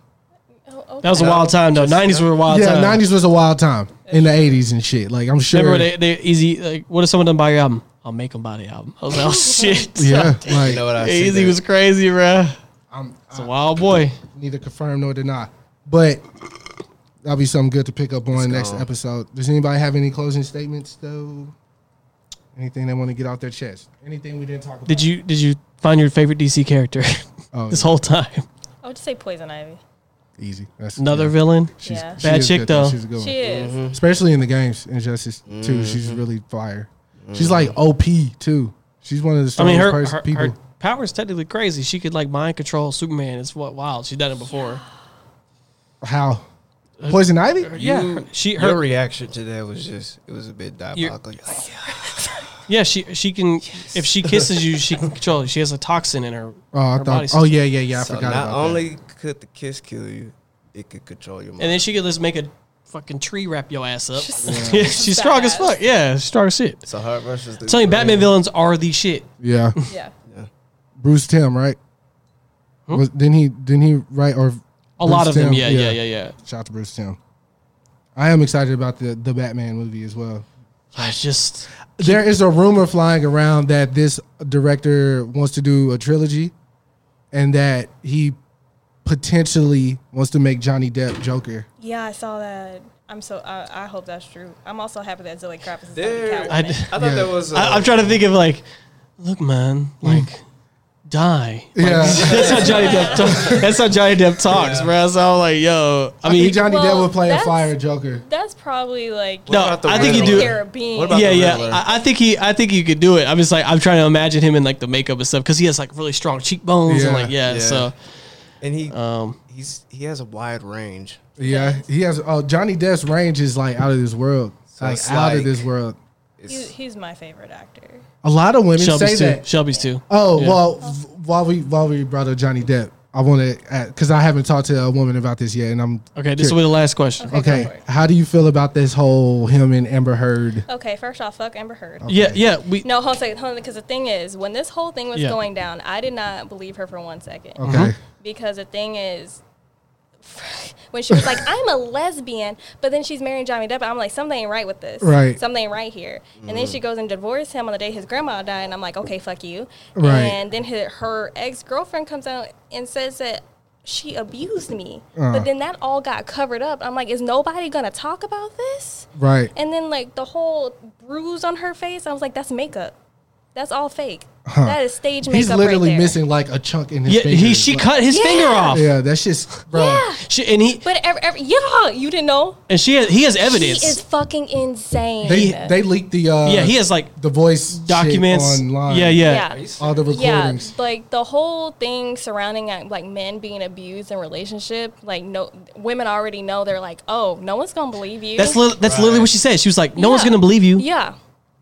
D: Oh, okay.
B: that was a
C: No,
B: wild time though.
C: just-
B: Nineties were a wild
A: Yeah,
B: time.
A: nineties was a wild time in the eighties and shit. Like I'm sure.
B: Remember they, they easy like what if someone done buy your album? I'll make them buy the album. I was like, oh shit.
A: yeah, like
C: You know what I see
B: easy
C: there?
B: was crazy, bro.
A: I'm
B: It's a wild boy.
A: neither confirm nor deny, but that'll be something good to pick up on next
C: go.
A: episode. Does anybody have any closing statements though? Anything they want to get off their chest? Anything we didn't talk about?
B: Did you did you find your favorite DC character
A: Oh,
B: this whole time?
D: I would just say Poison Ivy.
C: Mm-hmm.
A: easy. That's
B: Another
A: yeah.
B: villain.
A: She's,
D: Yeah.
A: she
B: Bad
A: is
B: chick,
A: good, though.
B: though.
A: She's a good one.
D: She is.
C: Mm-hmm.
A: especially in the games. Injustice too. She's really fire. She's like OP too. She's one of the
B: I
A: strongest
B: mean, her
A: pers-
B: her,
A: people.
B: her power's technically crazy. She could like mind control Superman. It's what wild. She's done it before.
A: How? Poison Ivy?
B: Yeah, her- she her
C: Your reaction to that was just it was a bit diabolical. You're like, yeah.
B: yeah she she can if she kisses you she can control you. She has a toxin in her.
A: Oh, I
B: her
A: thought.
B: body
A: Oh
B: system.
A: yeah, yeah, yeah. I
C: So
A: forgot
C: not
A: about
C: only could the kiss kill you, it could control your mind.
B: And then she could just make a fucking tree wrap your ass up.
D: She's-
B: she's strong as
D: badass.
B: fuck. Yeah, she's strong as shit.
C: so Hard Rush was the.
B: I'm telling you, Batman villains are the shit.
A: that. Yeah,
D: Yeah.
A: Bruce Tim, right? Was, didn't he? Didn't he write or?
B: A lot of
A: Bruce
B: them.
A: Timm?
B: Yeah, yeah, yeah, yeah.
A: Shout out to Bruce Tim. I am excited about the the Batman movie as well.
B: I just
A: There is a rumor flying around that this director wants to do a trilogy, and that he potentially wants to make Johnny Depp Joker.
D: Yeah, I saw that. I'm so. I, I hope that's true. I'm also happy that Zoe Kravitz is
C: There,
D: there.
C: I,
B: I
D: Catwoman.
B: d-
C: thought
A: Yeah.
C: that was. uh,
B: I, I'm trying to think of like, look, man, like, die. Like,
A: Mm. Yeah.
B: that's how Johnny Depp. Talk, that's how Johnny Depp talks, bro. So I'm like, yo. I
A: I
B: mean,
A: think Johnny Depp
D: Well,
A: would play a
D: that's-
A: fire Joker.
D: That's probably like
B: No,
C: about the
B: I think you
C: Riddler?
B: do.
D: Caribbean.
C: What about
B: yeah,
C: the
B: yeah.
C: Riddler?
B: I, I think he. I think you could do it. I'm just like, I'm trying to imagine him in like the makeup and stuff because he has like really strong cheekbones and
A: Yeah.
B: like, yeah.
C: Yeah.
B: So
C: and he
B: um,
C: he's he has a wide range.
A: Yeah, he has. Oh, Johnny Depp's range is like out of this world.
C: So
A: like
C: it's
A: out of
C: like-
A: this world.
D: He,
C: It's,
D: he's my favorite actor.
A: A lot of women
B: Shelby's
A: say
B: too.
A: that.
B: Shelby's too.
A: Oh
B: Yeah.
A: well, v- while we while we brought up Johnny Depp, I want to because I haven't talked to a woman about this yet, and I'm
B: Okay, this will be the last question.
D: Okay.
A: okay.
D: go for it.
A: how do you feel about this whole him and Amber Heard?
D: Okay, first off, fuck Amber Heard.
A: Oh.
B: Yeah, yeah. We
D: No, hold on a second, hold on, because the thing is, when this whole thing was
B: Yeah.
D: going down, I did not believe her for one second.
A: Okay,
B: Uh-huh.
D: Because the thing is, when she was like, I'm a lesbian, but then she's marrying Johnny Depp, I'm like, something ain't right with this.
A: Right. Mm.
D: Something ain't right here. And then she goes and divorces him on the day his grandma died, and I'm like, okay, fuck you.
A: Right.
D: And then her, her ex girlfriend comes out and says that she abused me.
A: Uh.
D: But then that all got covered up. I'm like, is nobody going to talk about this?
A: right?
D: And then like the whole bruise on her face, I was like, that's makeup. That's all fake. That is stage makeup.
A: He's literally
D: right there.
A: missing like a chunk in his.
B: yeah.
A: fingers.
B: He she
A: Like,
B: cut his
D: Yeah.
B: finger off.
A: Yeah, that's just bro.
D: Yeah,
B: She, and he
D: but every, every yeah, you didn't know.
B: and she has, he has evidence.
D: He is fucking insane.
A: They they leaked the uh,
B: yeah, he has like
A: the voice shit
B: documents.
A: online.
B: Yeah, yeah.
D: yeah.
A: all the
D: Yeah,
A: recordings.
D: like the whole thing surrounding uh, like men being abused in relationship, like no women already know they're like, oh, no one's gonna believe you.
B: That's li- that's literally what she said. She was like, "No one's
D: Yeah.
B: gonna believe you."
D: yeah,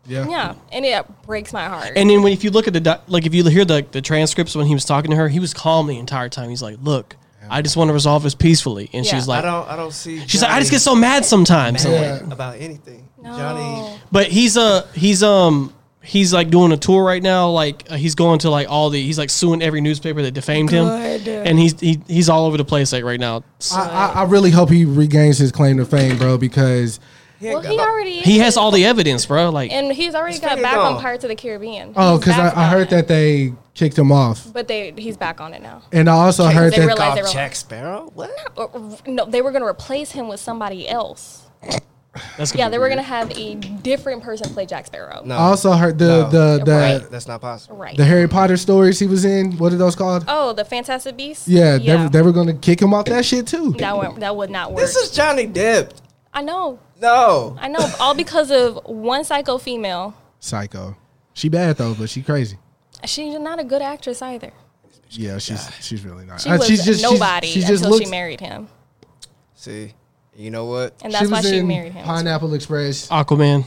A: Yeah,
D: yeah, and it breaks my heart.
B: And then when if you look at the doc- like if you hear the the transcripts when he was talking to her, he was calm the entire time. He's like, "Look, I just want to resolve this peacefully." And
D: Yeah.
B: she's
C: I
B: like,
C: don't I don't see.
B: "She's like, I just get
C: Johnny
B: so mad sometimes." I'm like-
A: Yeah.
C: about anything.
D: No.
C: Johnny,
B: But he's uh he's um he's like doing a tour right now. Like uh, he's going to like all the he's like suing every newspaper that defamed
D: Good.
B: him, and he's he, he's all over the place like right now.
A: I, I, I really hope he regains his claim to fame, bro, because.
D: well, he already
B: He has all the evidence, bro. Like
D: and he's already got
C: finger
D: back
C: gone.
D: on Pirates of the Caribbean.
A: Oh,
D: He's
A: because
D: back
A: I, I
D: on
A: heard
D: it.
A: that they kicked him off,
D: But they he's back on it now.
A: and I also heard
D: they
A: that
D: realized they
C: Bob
D: were-
C: Jack Sparrow. What?
D: Or- or- No, they were going to replace him with somebody else.
B: that's gonna
D: Yeah,
B: be
D: they were
B: weird.
D: going to have a different person play Jack Sparrow.
C: No.
A: I also heard the
C: No.
A: the the,
D: Right.
C: That's not possible.
D: Right.
A: the Harry Potter stories he was in. What are those called?
D: oh, the Fantastic Beasts.
A: yeah, They, were- they were gonna kick him off that shit too.
D: that went, that would not work.
C: This is Johnny Depp.
D: I know,
C: No.
D: I know, all because of one psycho female.
A: Psycho. She bad though, but she crazy.
D: She's not a good actress either.
A: Yeah, she's she's really not.
D: She
A: Uh,
D: was
A: she's just she's-
D: nobody
A: she just
D: until
A: looks-
D: she married him,
C: See, you know what?
D: and that's why
A: was
D: she
A: in
D: married him.
A: Pineapple Express,
B: Aquaman,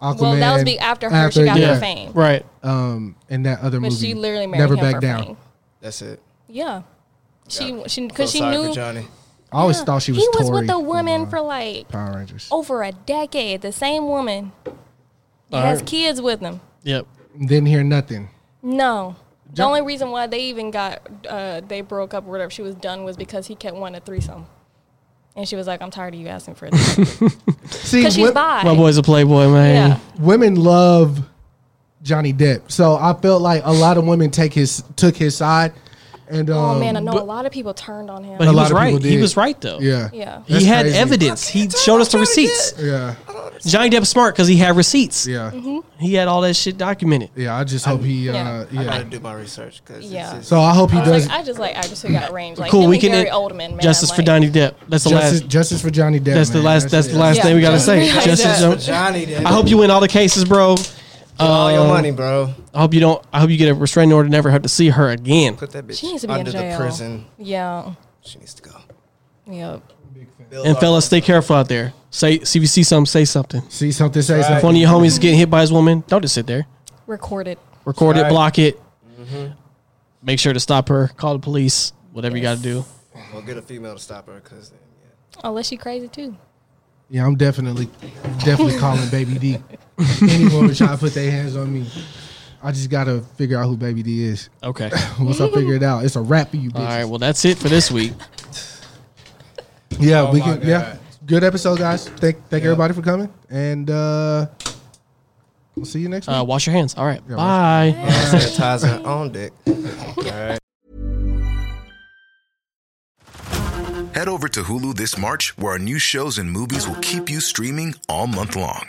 A: Aquaman.
D: Well, that was be after her. she got
B: yeah.
D: her fame,
B: right?
A: Um, and that other
D: but
A: movie.
D: she literally married
A: Never
D: him
A: back
D: for
A: down.
D: fame.
C: That's it.
D: Yeah, she she
C: So
D: because she
C: sorry for
D: knew
C: Johnny.
A: I always
D: Yeah.
A: thought she was.
D: He was
A: Tory
D: with a
A: from,
D: woman Oh.
A: uh,
D: for like
A: Power Rangers.
D: over a decade, the same woman. has
B: right.
D: kids with them.
B: Yep.
A: Didn't hear nothing.
D: No. The only reason why they even got uh, they broke up or whatever she was done was because he kept wanting a threesome, and she was like, "I'm tired of you asking for it." Because
A: See,
D: she's
A: wo-
D: bi.
B: My boy's a playboy, man.
D: Yeah.
A: women love Johnny Depp, so I felt like a lot of women take his took his side, and um,
D: Oh man, I know a
B: but-
D: lot of people turned on him.
B: But
A: A
B: he
A: lot
B: was
A: of people
B: right. He
A: did.
B: was right though.
A: yeah,
D: yeah.
B: He
A: That's
B: had
A: crazy.
B: evidence. He showed us the receipts.
A: yeah,
B: Johnny Depp's smart because he had receipts.
A: yeah,
B: He had all that shit documented.
A: yeah. I just hope he, uh, yeah.
D: Mm-hmm. Yeah.
C: I gotta do my research because
D: Yeah.
A: So I hope he
D: I, was
A: does
D: like, I just like actors who got range. Like
B: cool.
D: him
B: We
D: and
B: can
D: Gary Oldman, man.
B: justice for
D: like-
B: Johnny Depp. That's the
A: justice,
B: last.
A: justice for Johnny Depp.
B: That's the
A: man.
B: last. That's the
A: it.
B: last
D: Yeah.
B: thing we gotta say.
D: Yeah.
B: Justice.
D: Yeah.
B: for Johnny.
C: Johnny. Then.
B: I hope you win all the cases, bro.
C: all your
B: Um,
C: money, bro.
B: I hope you don't. I hope you get a restraining order. Never have to see her again.
C: Put that bitch
D: She needs to be
C: under
D: in jail.
C: the prison.
D: Yeah.
C: She needs to go.
D: Yep.
B: And fellas, stay careful out there. Say, see if you see something, say something.
A: See something, say
C: Right.
B: If
A: something.
B: one of your homies is getting hit by his woman, don't just sit there.
D: Recorded.
B: Record it,
C: Right.
B: block it.
A: Mm-hmm.
B: Make sure to stop her. Call the police. Whatever you got to do.
C: Well, get a female to stop her because then, yeah.
D: Unless she Oh, crazy too.
A: Yeah, I'm definitely, definitely calling Baby D. Anyone trying to put their hands on me, I just gotta figure out who Baby D is.
B: Okay.
A: Once I figure it out, it's a wrap for you, bitches.
B: All right. Well, that's it for this week.
A: Yeah,
C: Oh
A: we
C: my
A: can.
C: God.
A: Yeah, good episode, guys. Thank thank
C: Yeah.
A: everybody for coming, and uh we'll see you next week.
B: Uh, wash your hands. All right.
A: Yeah, wash-
B: Bye.
C: Sanitizer on deck. All right.
E: Head over to Hulu this March, where our new shows and movies will keep you streaming all month long.